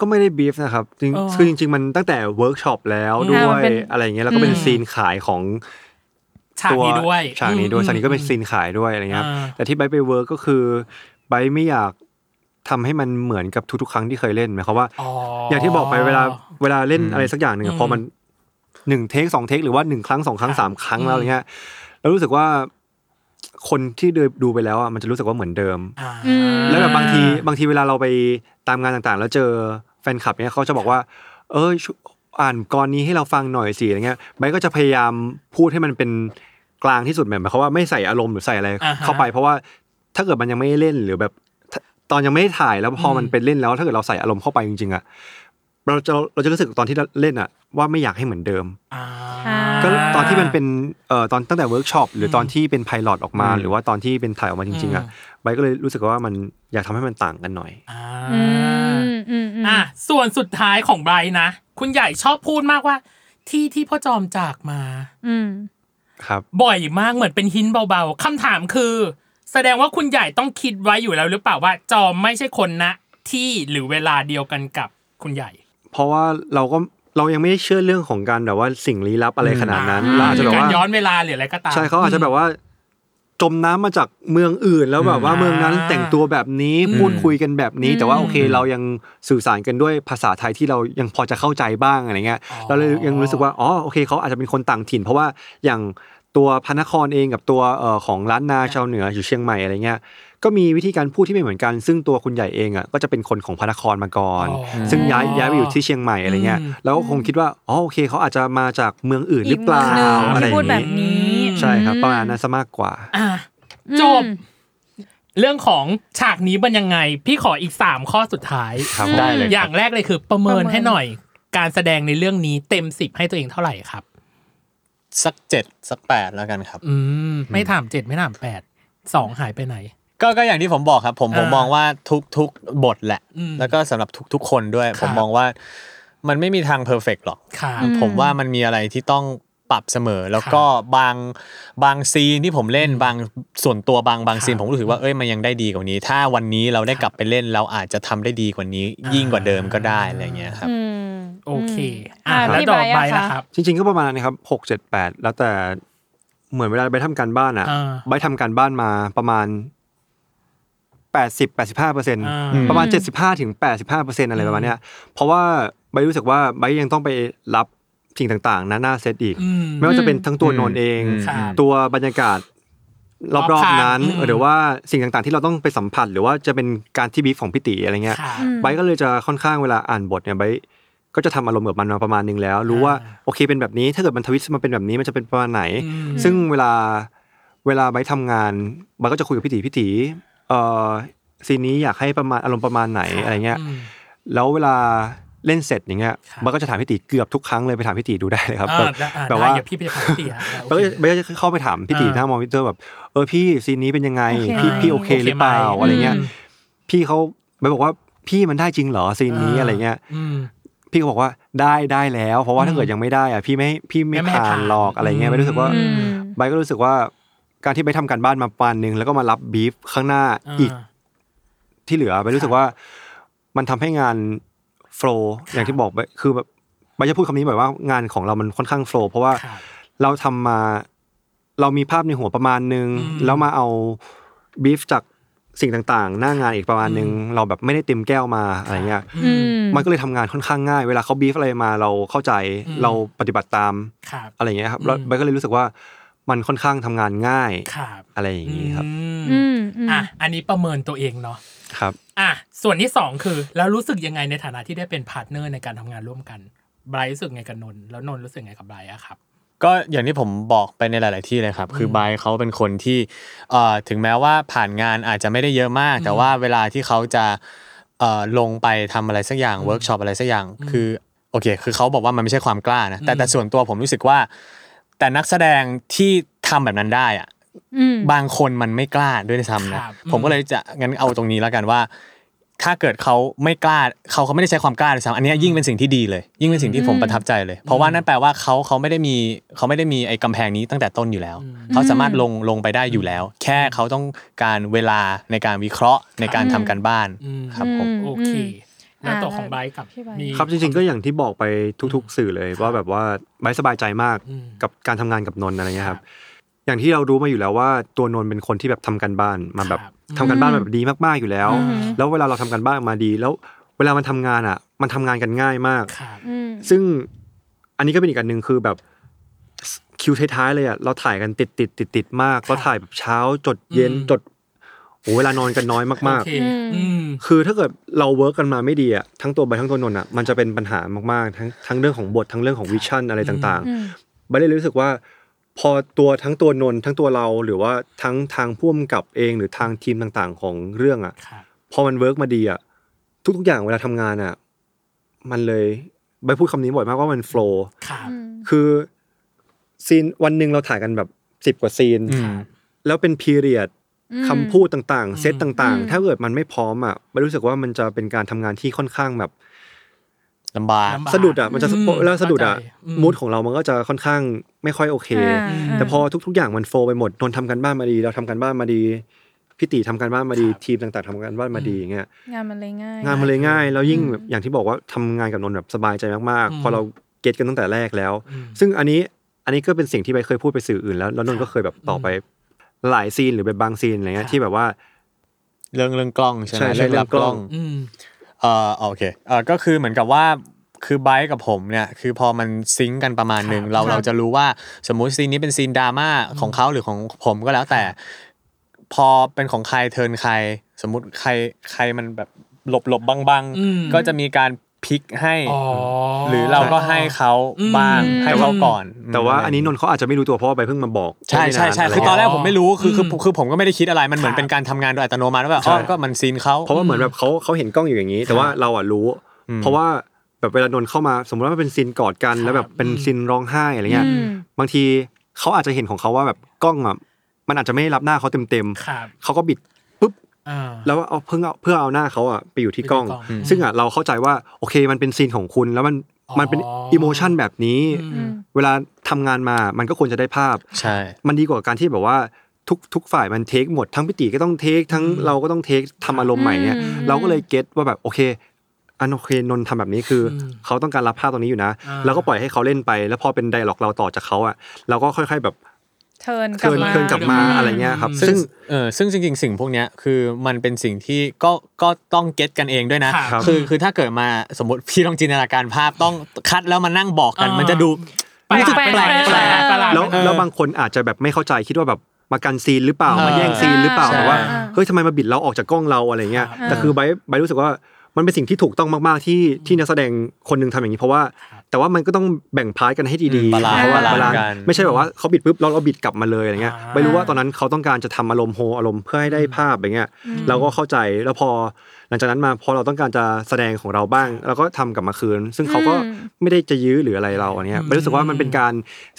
E: ก็ไม่ได้บีฟนะครับจริง
C: เออ
E: คือจริง ๆ มันตั้งแต่เวิร์กช็อปแล้ว
C: อืม
E: ด้วย
F: เป็น
E: อะไรเงี้ยแล้วก็เป็นซีนขายของ
C: ฉากนี้ด้วย
E: ฉากนี้ด้วย
C: อืม
E: ฉากนี้ก็เป็นซีนขายด้วยอะไรเงี้ยครับ
C: อ่า
E: แต่ที่ไบร์ทไปเวิร์กก็คือไบร์ทไม่อยากทำให้มันเหมือนกับทุกๆ ครั้งที่เคยเล่นหมายความว่า
C: อ๋อ
E: อ
C: อ
E: ย่างที่บอกไปเวลาเวลาเล่นอะไรสักอย่างหนึ่ง
C: อื
E: อะ
C: ม
E: พอมันหนึ่งเทคสองเทคหรือว่าหนึ่งครั้งสองครั้งสามครั้งแล้วอะไรเงี้ยเรารู้สึกว่าคนที่เดินดูไปแล้วอ่ะมันจะรู้สึกว่าเหมือนเดิม
C: อ่า
E: แล้วแบบบางทีบางทีเวลาเราไปตามงานต่างๆ แล้วเจอแฟนคลับเนี่ยเขาจะบอกว่า เออช่วยอ่านกรนี้ให้เราฟังหน่อยสิอะไรเงี้ยไบร์ทก็จะพยายามพูดให้มันเป็นกลางที่สุดแบบหมายความว่าไม่ใส่อารมณ์หรือใส่อะไร
C: อ่าฮะ
E: เข้าไป เพราะว่าถ้าเกิดมันยังไม่ได้เล่นหรือแบบถ้าตอนยังไม่ได้ถ่ายแล้วพอมันเป็นเล่นแล้ว ถ้าเกิดเราใส่อารมณ์เข้าไปจริงๆอ่ะเราจะเราจะรู้สึกตอนที่เล่นอ่ะว่าไม่อยากให้เหมือนเดิม ก็ตอนที่มันเป็นเอ่อตอนตั้งแต่เวิร์กช็อปหรือตอนที่เป็นไพลอตออกมา
D: อืม
E: หรือว่าตอนที่เป็นถ่ายออกมาจริง ๆอ่ะ
C: อื
E: ไบร์ทก็เลยรู้สึกว่ามันอยากทำให้มันต่างกันหน่อย
C: อ่า
F: อืมอืมอืม
C: อ่ะส่วนสุดท้ายของไบรท์นะ คุณใหญ่ชอบพูดมากว่า ที่ที่พ่อจอมจากมา
F: อืม
E: ครับ
C: บ่อยมากเหมือนเป็นหินเบาๆคำถามคือ แสดงว่าคุณใหญ่ต้องคิดไว้อยู่แล้วหรือเปล่าว่าจอมไม่ใช่คนนะ ที่หรือเวลาเดียวกันกับคุณใหญ่
E: เพราะว่าเราก็เรายังไม่ได้เชื่อเรื่องของการแบบว่าสิ่งลี้ลับอะไรขนาดนั้นเราอาจจะแบบ
C: การ
E: ว่า
C: ย้อนเวลาหรืออะไรก็ตาม
E: ใช่เขาอาจจะแบบว่า จมน้ำมาจากเมืองอื่น แล้วแบบว่า
C: อืม
E: เมืองนั้นแต่งตัวแบบนี้พูดคุยกันแบบนี้ แต่ว่าโอเค เรายังสื่อสารกันด้วยภาษาไทยที่เรายังพอจะเข้าใจบ้างอะไรเงี้ย
C: อ๋อ
E: เราเลยยังรู้สึกว่าอ๋อโอเคเขาอาจจะเป็นคนต่างถิ่น เพราะว่าอย่างตัวพระนครเองกับตัวเอ่อของล้านนาชาวเหนืออยู่เชียงใหม่อะไรเงี้ย ก็มีวิธีการพูดที่ไม่เหมือนกัน ซึ่งตัวคุณใหญ่เองอ่ะก็จะเป็นคนของพระนครมาก่อน
C: อ๋อ
E: ซึ่งย้ายย้ายไปอยู่ที่เชียงใหม่อะไรเงี้ย
C: อืม
E: แล้วก็คงคิดว่าอ๋อโอเคเขาอาจจะมาจากเมืองอื่นห
F: อี
E: รือก เป
F: เมือ
E: ล่าง
F: หนึ่ง
E: อะไร
F: ที่
E: อ
F: พูดแบ
E: ย่าง
F: บนี
E: นี้
F: ้
E: ใช่ครับประมาณนั้นซะมากกว่า
C: อ่ะจบ เรื่องของฉากนี้เป็นยังไง พี่ขออีกสามข้อสุดท้าย
E: ครับ
D: ได้เลย
C: อย่างแรกเลยคือประเมิ
F: ป
C: น
F: ระเมิน
C: ให้หน่อย การแสดงในเรื่องนี้เต็มสิบให้ตัวเองเท่าไหร่ครับ
D: สักเจ็ดสักแปดแล้วกันครับ
C: อืม ไม่ถามเจ็ดไม่ถามแปดสองหายไปไหน
D: ก็ก็อย่างที่ผมบอกครับ ผมผม
C: อ่าม
D: มองว่าทุกทุกบทแหละ
C: อืม
D: แล้วก็สำหรับทุก ๆ คนด้วย
C: ค
D: ผ
C: รับ
D: มมองว่ามันไม่มีทางเพอร์เฟกหรอก
C: ครับ
D: ผมว่ามันมีอะไรที่ต้องปรับเสมอ แล้วก็บางบางซีนที่ผมเล่นบางส่วนตัวบางบางซีน
C: ครับ
D: ผมรู้สึกว่าเอ้ยมันยังได้ดีกว่านี้ ถ้าวันนี้เราได้กลับไปเล่นเราอาจจะทำได้ดีกว่านี้
C: อ่ายิ่
D: ยิ่งกว่าเดิมก็ได้อะไรเงี้ยครับ
F: อืม
C: โอเค
F: อ่ะ
C: อ่ะแล้ว
F: พี่
C: ต่อ
F: ไบร์ทอะ
C: ไป
F: คะ
C: นะครับ
E: จริง ๆ ก็ประมาณนี้ครับหกเจ็ดแปดแล้วแต่ เหมือนเวลาไปทำการบ้านอ่ะ
C: อ่า
E: ไปทำการบ้านมาประมาณแปดสิบแปดสิบห้าเปอร์เซ็นต์
C: อ่า
E: ประมาณเจ็ดสิบห้าถึงแปดสิบห้าเปอร์เซ็นต์อะไรประมาณเนี้ยเพราะว่าใบรู้สึกว่าใบยังต้องไปรับสิ่งต่างๆนะหน้าเซตอีก
C: อืม
E: ไม่ว่าจะเป็นทั้งตัวนนท์เอง
H: อืม
C: ครับ
E: ตัวบรรยากาศ
C: ร
E: ร
C: อ
E: อ
C: บบ ข้าง
E: ๆนั้น
C: อืม
E: หรือว่าสิ่งต่างๆที่เราต้องไปสัมผัส หรือว่าจะเป็นการที่บีฟของพี่ตีอะไรเงี้ย
C: ค่ะ
E: ไบร์ทก็เลยจะค่อนข้างเวลาอ่านบทเนี่ยไบร์ทก็จะทำอารมณ์กับมันมาประมาณนึงแล้ว รู้ว่า
C: อ่า
E: โอเคเป็นแบบนี้ ถ้าเกิดมันทวิสต์มันเป็นแบบนี้มันจะเป็นประมาณไหน
C: อืม
E: ซึ่งเวลาเวลาไบร์ททำงานไบร์ทก็จะคุยกับพี่ตีพี่ตีเอ่อซีนนี้อยากให้ประมาณอารมณ์ประมาณไหนอะไรเงี้ย
C: อืม
E: แล้วเวลาเล่นเสร็จอย่างเงี้ย
C: ครับ
E: มันก็จะถามพี่ตีเกือบทุกครั้งเลยไปถามพี่ตีดูได้เลยครับ
C: อ่า
E: แบบ
C: ได้อ่า
E: แบบ
C: ได้
E: ว่า
C: อย่าพี่ไปถามพี่ตีอ่ะอ่าโอเค
E: มันก็จะมันก็จะเข้าไปถามพี่ตี
C: อ่า
E: หน้ามอนิเตอร์แบบเออพี่ซีนนี้เป็นยังไง
F: โอเค
E: พี่
F: ไหม
E: พี่โอเคหรือเปล่า
C: โคหม
E: อะไรเงี้ยพี่เขาไปบอกว่าพี่มันได้จริงเหรอซีนนี้อะไรเงี้ย
C: อืม
E: พี่ก็บอกว่าได้ได้แล้ว เพราะว่าถ้าเกิดยังไม่ได้อะพี่ไม่พี่ไม่
C: ไม่ให้
E: ผ่า
C: ผ่าน
E: นหรอกอะไรเงี้ย
C: อืม
E: ไม่รู้สึกว่า
F: อืม
E: ใบก็รู้สึกว่าการที่ไปทำการบ้านมาปานหนึ่งแล้วก็มารับบีฟข้างหน้าอีก ที่เหลือไปรู้สึกว่ามันทำให้งานโฟล์อย่างที่บอกไปคือแบบไปจะพูดคำนี้บ่อยว่างานของเรามันค่อนข้างโฟล์เพราะว่า
C: ครับ
E: เราทำมาเรามีภาพในหัวประมาณนึง
C: อืม
E: แล้วมาเอาบีฟจากสิ่งต่างๆ หน้างานอีกประมาณนึง เราแบบไม่ได้เต็มแก้วมาอะไรเงี้ย
F: อืม
E: มันก็เลยทำงานค่อนข้างง่าย เวลาเขาบีฟอะไรมาเราเข้าใจ
C: อืม
E: เราปฏิบัติตาม
C: ครับ
E: อะไรเงี้ยครับแล้ว
C: อืม
E: ไปก็เลยรู้สึกว่ามันค่อนข้างทำงานง่าย
C: ครับ
E: อะไรอย่างนี้ครับ
C: ม
F: อืมอืม
C: อ่ะอันนี้ประเมินตัวเองเนาะ
E: ครับ
C: อ่ะส่วนที่สองคือ แล้วรู้สึกยังไงในฐานะที่ได้เป็นพาร์ทเนอร์ในการทำงานร่วมกันไบรท์รู้สึกไงกับนนท์แล้วนนท์รู้สึกไงกับไบรท์อะครับ
D: ก็อย่างที่ผมบอกไปในหลาย ๆ ที่เลยครับ คือไบร์ทเขาเป็นคนที่เอ่อถึงแม้ว่าผ่านงานอาจจะไม่ได้เยอะมาก แต่ว่าเวลาที่เขาจะเอ่อลงไปทำอะไรสักอย่างเวิร์กช็อปอะไรสักอย่าง คือโอเค คือเขาบอกว่ามันไม่ใช่ความกล้านะแต่แต่ส่วนตัวผมรู้สึกว่า แต่นักแสดงที่ทำแบบนั้นได้อะบางคนมันไม่กล้าด้วยซ้ำนะครับ ผมก็เลยจะงั้นเอาตรงนี้แล้วกันว่า ถ้าเกิดเขาไม่กล้าเขาเขาไม่ได้ใช้ความกล้าเลยซ้ำอันเนี้ยยิ่งเป็นสิ่งที่ดีเลย ยิ่งเป็นสิ่งที่ผมประทับใจเลย เพราะว่านั่นแปลว่าเขาเขาไม่ได้มีเขาไม่ได้มีไอ้กำแพงนี้ตั้งแต่ต้นอยู่แล้ว เขาสามารถลงลงไปได้อยู่แล้ว แค่เขาต้องการเวลาในการวิเคราะห์ในการทำการบ้าน
C: อืม
D: ครับผม
C: โอเค
F: อืม
C: แล้วตัว
F: อ่ะ
C: ของไบรท์กับ
F: พี่ไบรท์
C: มี
E: ครับจริงๆก็อย่างที่บอกไปทุกๆ สื่อเลยว่าแบบว่าไบร์ทสบายใจมาก
C: อืม
E: กับการทำงานกับนนท์อะไรเงี้ยครับอย่างที่เรารู้มาอยู่แล้วว่าตัวนนท์เป็นคนที่แบบทำการบ้านมาแบบ
C: ครับ
E: ทำการบ้านมาแบบดีมากๆอยู่แล้ว
C: อืม
E: แล้วเวลาเราทำการบ้านมาดี แล้วเวลามันทำงานอ่ะ มันทำงานกันง่ายมาก
C: ครับ
F: อืม
E: ซึ่งอันนี้ก็เป็นอีกอันหนึ่งคือแบบคิวท้ายๆเลยอ่ะเราถ่ายกันติดติดติดติดๆมากเราถ่ายแบบเช้าจดเย็น
C: อืม
E: จดโอ้เวลานอนกันน้อย
C: โอ
E: มากๆ
C: เค
F: อืม
C: อืม
E: คือถ้าเกิดเราเวิร์กกันมาไม่ดีอ่ะทั้งตัวใบทั้งตัวนนท์อ่ะมันจะเป็นปัญหามากๆ ทั้งทั้งเรื่องของบททั้งเรื่องของวิชั่นอะไรต่างๆใบเลยรู้สึกว่า พอตัวทั้งตัวนนท์ทั้งตัวเราหรือว่าทั้งทางพ่วมกับเองหรือทางทีมต่างๆของเรื่องอ่ะ
C: ครับ
E: พอมันเวิร์กมาดีอ่ะทุกๆอย่างเวลาทำงานอ่ะมันเลยใบพูดคำนี้บ่อยมากว่ามันโฟล์
C: ครับ
E: คือซีนวันหนึ่งเราถ่ายกันแบบสิบ10 กว่าซีน แล้วเป็นพีเรียดคำพูดต่างๆ เซตต่างๆ ถ้าเกิดมันไม่พร้อมอ่ะมันรู้สึกว่ามันจะเป็นการทำงานที่ค่อนข้างแบบ
D: ลำบาก
C: ลำบาก
E: สะดุดอ่ะมันจะ
C: อืม
E: แล้วสะดุดอ่ะ
C: เข้าใจอืม
E: มูดของเรามันก็จะค่อนข้างไม่ค่อยโอเค
F: อ่า
E: แต่พอทุกๆอย่างมันโฟลว์ไปหมดนนท์ทำกันบ้านมาดี เราทำกันบ้านมาดีพี่ตีทำกันบ้านมาดีทีมต่างๆทำกันบ้านมาดีอย่างเงี้ย
F: งานมันเลยง่าย
E: งานมันเลยง่าย แล้วยิ่งแบบอย่างที่บอกว่าทำงานกับนนท์แบบสบายใจมากๆ พอเราเก็ตกันตั้งแต่แรกแล้ว ซึ่งอันนี้อันนี้ก็เป็นสิ่งที่ใบเคยพูดไปสื่ออื่นแล้วแล้วนนท์ก็เคยแบบต่อบไปหลายซีนหรือเป็นบางซีนอะไรเงี้ยที่แบบว่า
D: เรื่องเรื่องกล้องใช่ไหม
E: ใช่ใช่
D: เรื่องรับ
E: เรื่อ
D: ก
E: งก
D: ล้
E: ล้อ
D: อง ง
C: อืม
D: เอ่อโอเคเอ่อก็คือเหมือนกับว่าคือไบร์ทกับผมเนี่ยคือพอมันซิงก์กันประมาณหนึ่งเราเราจะรู้ว่าสมมุติซีนนี้เป็นซีนดราม่าของเขาหรือของผมก็แล้วแต่ พอเป็นของใครเทิร์นใคร สมมุติใครใครมันแบบหลบหลบบังบังๆ
C: อืม
D: ก็จะมีการพลิกให้
C: อ๋อ
D: หรือเราก็ให้เขาบ้าง
C: อืม
D: ให้เขาก่อน
E: แต่ว่าอันนี้น
D: ม
E: นท์เขาอาจจะไม่รู้ตัวเพราะว่าใบเพิ่งมาบอก
D: ใช่ใช่ใช่
E: ไม่าะไร
D: คือตอนแรก
C: อ๋อ
D: ผมไม่รู้คือคือ
C: อืม
D: คือผมก็ไม่ได้คิดอะไรมันเหมื
C: ค
D: อ
C: รั
D: น
C: บ
D: เป็นการทำงานโดยอัตโนมัติว่าแบบอ๋อก็มันซีนเขา
E: เพราะว่าเหมือนแบบเขาเขาเห็นกล้องอยู่อย่างนี้ แต่ว่าเราอ่ะรู้ เพราะว่าแบบเวลานนท์เข้ามา สมมติว่ามันเป็นซีนกอดกันแล้วแบบเป็นซีนร้องไห้อะไรเงี้ยบางทีเขาอาจจะเห็นของเขาว่าแบบกล้องอ่ะมันอาจจะไม่ได้รับหน้าเขาเต็ม
C: ครับ
E: ๆเขาก็บิดปุ๊บ
C: อ่า
E: แล้วเอาเพิ่งเอาเพื่อเอาหน้าเขาอ่ะไปอยู่ที่กล้อง
C: ไปอยู่ที่กล้อง
E: ซึ่งอ่ะเราเข้าใจว่าโอเคมันเป็นซีนของคุณแล้วมันมันเป็น
C: อ๋ออิ
E: อิโมชันแบบนี้ เวลาทำงานมามันก็ควรจะได้ภาพ
D: ใช่
E: มันดีกว่าการที่แบบว่าทุกทุกฝ่ายมันเทคหมดทั้งพิติก็ต้องเทคทั้งเราก็ต้องเทคทำอารมณ์ใหม่เนี่ย เราก็เลยเก็ตว่าแบบโอเคอันโอเคนนท์ทำแบบนี้คืออเขาต้องการรับภาพตรงนี้อยู่นะ
C: อ่า
E: เราก็ปล่อยให้เขาเล่นไป แล้วพอเป็นไดร็อกเราต่อจากเขาอ่ะเราก็ค่อย ๆแบบ
F: ชิญก
E: เค
F: ลับ
E: ลื่อน
F: มา
E: เคลื่อนกลับมาอะไรเงี้ยครับ
D: ซึ่
E: ซึ่
D: ง
E: ง
D: เออซึ่งจริงๆ สิ่งพวกเนี้ยคือมันเป็นสิ่งที่ก็ก็ต้องเก็ตกันเองด้วยนะ
E: ครับ
D: อคือถ้าเกิดมาสมมติพี่ต้องจินตนาการภาพต้องคัดแล้วมานั่งบอกกัน
C: อ่ามั
D: มันจะดู
C: แปลก
D: แปลก
C: แปล
D: แปลก
C: กประหลาด
E: แล้วแล้วบางคนอาจจะแบบไม่เข้าใจคิดว่าแบบมากันซีนหรือเปล่า
D: เออ
E: มาแย่งซีนหรือเปล่า
D: ใช่
E: แต่ว่าเฮ้ยทำไมมาบิดเราออกจากกล้องเราอะไรเงี้ยแต่คือใบใบรู้สึกว่ามันเป็นสิ่งที่ถูกต้องมากๆที่ที่นักแสดงคนหนึงทำอย่างนี้เพราะว่า แต่ว่ามันก็ต้องแบ่งพาร์ทกันให้ดีๆ
D: บาลานซ์
E: เพระว่
D: บาลานซ์
E: ซ์
D: กัน
E: ไม่ใช่แบบว่าเขาบิดปุ๊บเราเราบิดกลับมาเลยอะไรเงี้ย
C: อ่า
E: ไม่รู้ว่าตอนนั้นเขาต้องการจะทำอารมณ์โฮอารมณ์เพื่อให้ได้ภาพอะไรเงี้ยเราก็เข้าใจแล้วพอหลังจากนั้นมาพอเราต้องการจะแสดงของเราบ้างเราก็ทำกลับมาคืน ซึ่งเขาก็ไม่ได้จะยื้อหรืออะไรเราอันเนี้ยไม่รู้สึกว่ามันเป็นการ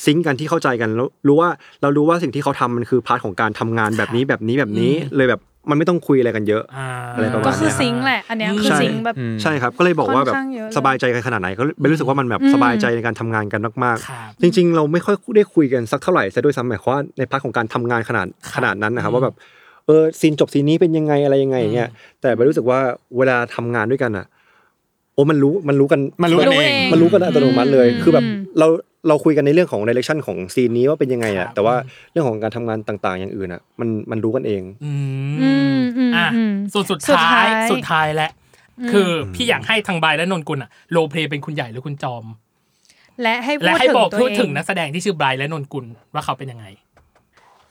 E: ซิงก์กันที่เข้าใจกันแล้วรู้ว่าเรารู้ว่าสิ่งที่เขาทำมันคือพาร์ทของการทำงานแบบนี้แบบนี้แบบนี้เลยแบบมันไม่ต้องคุยอะไรกันเยอะ
C: อ่า
E: อะไรประมาณเนี้ย
F: ก็คือซิงค์แหละ อันเนี้ยคือ
E: ใช่
F: ซิงค์แบบ
E: ใช่ครับก็เลยบอกว่าแบบ
F: ค่อนข้างเยอะเลย
E: สบายใจกันขนาดไหนก็ไม่รู้สึกว่ามันแบบสบายใจในการทำงานกันมาก
C: ครับ
E: ๆ จริง ๆ เราไม่ค่อยได้คุยกันสักเท่าไหร่ซะด้วยซ้ำหมายความว่าในพาร์ทของการทำงานขนาดขนาดนั้นนะครับว่าแบบเออซีนจบซีนนี้เป็นยังไงอะไรยังไงอย่างเงี้ยแต่ไม่รู้สึกว่าเวลาทำงานด้วยกันอ่ะโอ้มันรู้มันรู้กัน
D: มันรู้กันเอง
E: มันรู้กันอัตโนมัติเลย คือแบบเราเราคุยกันในเรื่องของดิเรกชันของซีนนี้ว่าเป็นยังไง
C: ครั
E: อะ
C: บ
E: แต่ว่าเรื่องของการทำงานต่างๆ อย่างอื่นอะมันมันรู้กันเอง
C: อื
F: อื
C: ม
F: มอืม
C: อ่ะ
F: อืม
C: ส่วนสุด
F: สุด
C: ท้า
F: ท้าย ย
C: สุดท้ายแหละ คือพี่อยากให้ทางบายและนนกุลอะโลเพลเป็นคุณใหญ่หรือคุณจอม
F: และให้
C: และ
F: พูด
C: ให้
F: ถึง
C: บอก
F: ตัว
C: พูด
F: เอ
C: ถึ
F: ง
C: งนักแสดงที่ชื่อบายและนนกุลว่าเขาเป็นยังไง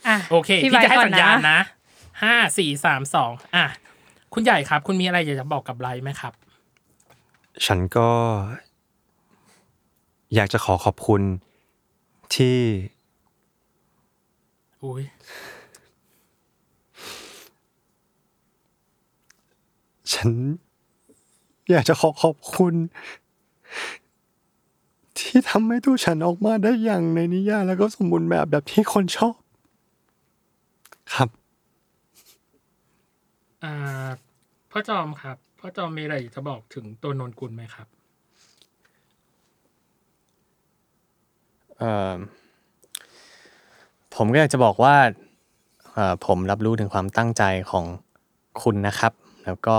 F: อ่ะ
C: โอเคพี่
F: ไบร์
C: จะให้
F: ก่อ
C: สัญญาณนะห้าสี่สามสองอ่ะคุณใหญ่ครับ คุณมีอะไรอยากจะบอกกับไบรท์ไหมครับ
E: ฉันก็อยากจะขอขอบคุณที่
C: อุ้ย
E: ฉัน อยากจะขอขอบคุณ ที่ทำให้ตัวฉันออกมาได้อย่างในนิยายแล้วก็สมบูรณ์แบบแบบที่คนชอบ ครับ
C: อ่าพ่อจอมครับพ่อจอมมีอะไรอยากจะบอกถึงตัวนนกุลไหมครับ
D: เอ่อผมก็อยากจะบอกว่าเอ่อผมรับรู้ถึงความตั้งใจของคุณนะครับ แล้วก็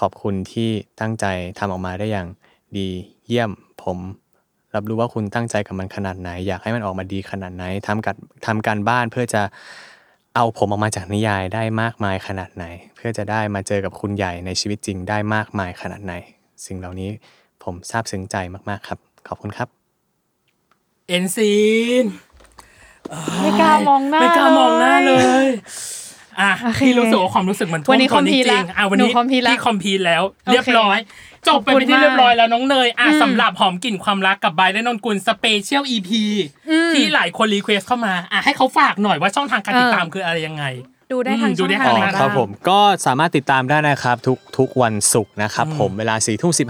D: ขอบคุณที่ตั้งใจทำออกมาได้อย่างดีเยี่ยม ผมรับรู้ว่าคุณตั้งใจกับมันขนาดไหน อยากให้มันออกมาดีขนาดไหนทำกันทำการบ้านเพื่อจะเอาผมออกมาจากนิยายได้มากมายขนาดไหน เพื่อจะได้มาเจอกับคุณใหญ่ในชีวิตจริงได้มากมายขนาดไหน สิ่งเหล่านี้ผมซาบซึ้งใจมากๆครับ ขอบคุณครับ
C: เอ็นซีน
F: ไม่กล้ามองหน้า
C: ไม่กล้ามองหน้าเลย ย อ่ะ
F: โอเค
C: พี่รู้สึกว่าความรู้สึกมันท่วม
F: วันนี้
C: ท้นจริ
F: complete
C: ง
F: ละ
C: ๆอ่ะวัน
F: หนู
C: นี้
F: complete ละ
C: พี่คอมพีแล้ว
F: โอเค
C: เรียบร้อย จบไป
F: ขอบคุณ
C: เป็นที่เรียบร้อยแล้วน้องเนยอ่ะ
F: อืม
C: สำหรับหอมกลิ่นความรักกับไบร์ทและนนกุลสเปเชียลอีพี
F: อืม
C: ที่หลายคนรีเควสเข้ามาอ่ะให้เขาฝากหน่อยว่าช่องทางการติดตามคืออะไรยังไง
F: ดูได้ทาง
C: อืม
F: ช่
C: ดู
F: อง
C: ได้
F: ทาง
C: ทาง
F: ไหน
C: บ้
F: บ้าง
D: ครับผมก็สามารถติดตามได้นะครับทุกทุกวันศุกร์นะครับผมเวลา4ี่ทุ่มสิ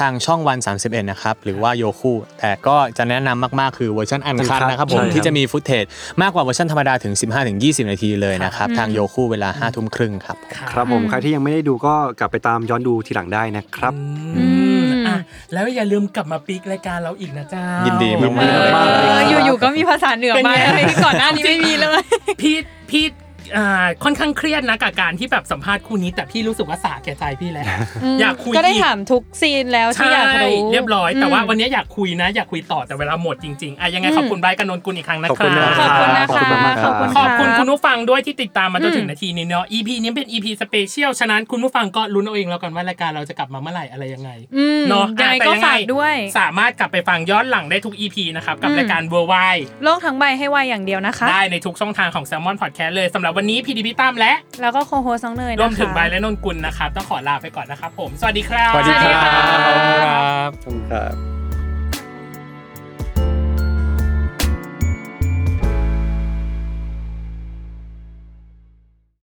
D: ทางช่องวัน 31 นะครับ หรือว่าโยคูแต่ก็จะแนะนำมาก ๆ คือเวอร์ชันอันคัดนะครับผม
E: ใช่ครับ
D: ที่จะมีฟุตเทจมากกว่าเวอร์ชันธรรมดาถึง 15-20 นาทีเลยนะครับ ทางโยคูเวลา 5 ทุ่มครึ่งครับ
E: ครับผมใครที่ยังไม่ได้ดูก็กลับไปตามย้อนดูทีหลังได้นะครับ
C: อืมอ่ะแล้วอย่าลืมกลับมาปีกรายการเราอีกนะเจ้า
D: ยิ
C: ยิ
D: นดีมาก
F: เ
D: ๆ
F: อออยู่ๆก็มีภาษาเหนือ
C: เป็น
F: มา
C: ไง
F: เลยก่อนหน้านี้ไม่มีเลย
C: พี่พี่อ่าค่อนข้างเครียดนะกับการที่แบบสัมภาษณ์คู่นี้ แต่พี่รู้สึกว่าสาแก่ใจพี่แล้วอยากคุย
F: ก็ได้
C: อี
F: ถามทุกซีนแล้วที่
C: ใช่
F: อยากรู้
C: เรียบร้อยแต่ว่าวัน
F: นี้
C: นี้อยากคุยนะ อยากคุยต่อแต่เวลาหมดจริงๆอ่ะยังไงขอบคุณไบร์ทกับนนกุลอีกครั้งนะ
E: ขอบ
C: ครั
E: คุณ
F: ข
E: นะ
F: อบคุณ
E: รั
F: นะ
E: ขอบ
F: คะ
E: คุณมากๆครับ
C: ขอบคุณ
F: ะ
C: คุณผู้ฟังด้วยที่ติดตามมาจนถึงนาทีนี้เนาะ EP นี้เป็น EP สเปเชียลฉะนั้นคุณผู้ฟังก็ลุ้นเอาเองแล้วกันว่ารายการเราจะกลับมาเมื่อไหร่อะไรยังไง
F: อืม
C: เนาะ
F: ยังไง
C: อ่ะแต่
F: ก็ฝากด้วย
C: สามารถกลับไปฟังย้อนหลังได้ทุก EP นะครับกับรายการเวอร์ไว
F: โลกทั้งใบให้วายอย่างเดียวนะคะ
C: ได้ในทุกช่องทางของ s ซ l m o n Podcast เลยสำหรับวันนี้พีดีพิตั้มและ
F: แล้วก็โคโฮสน้องเนยนะคะ
C: รวมถึงไบร์ทและนนกุลนะครับต้องขอลาไปก่อนนะครับผมสวัสดีครับ
D: สวัสดีครับ
E: ขอบคุณครับ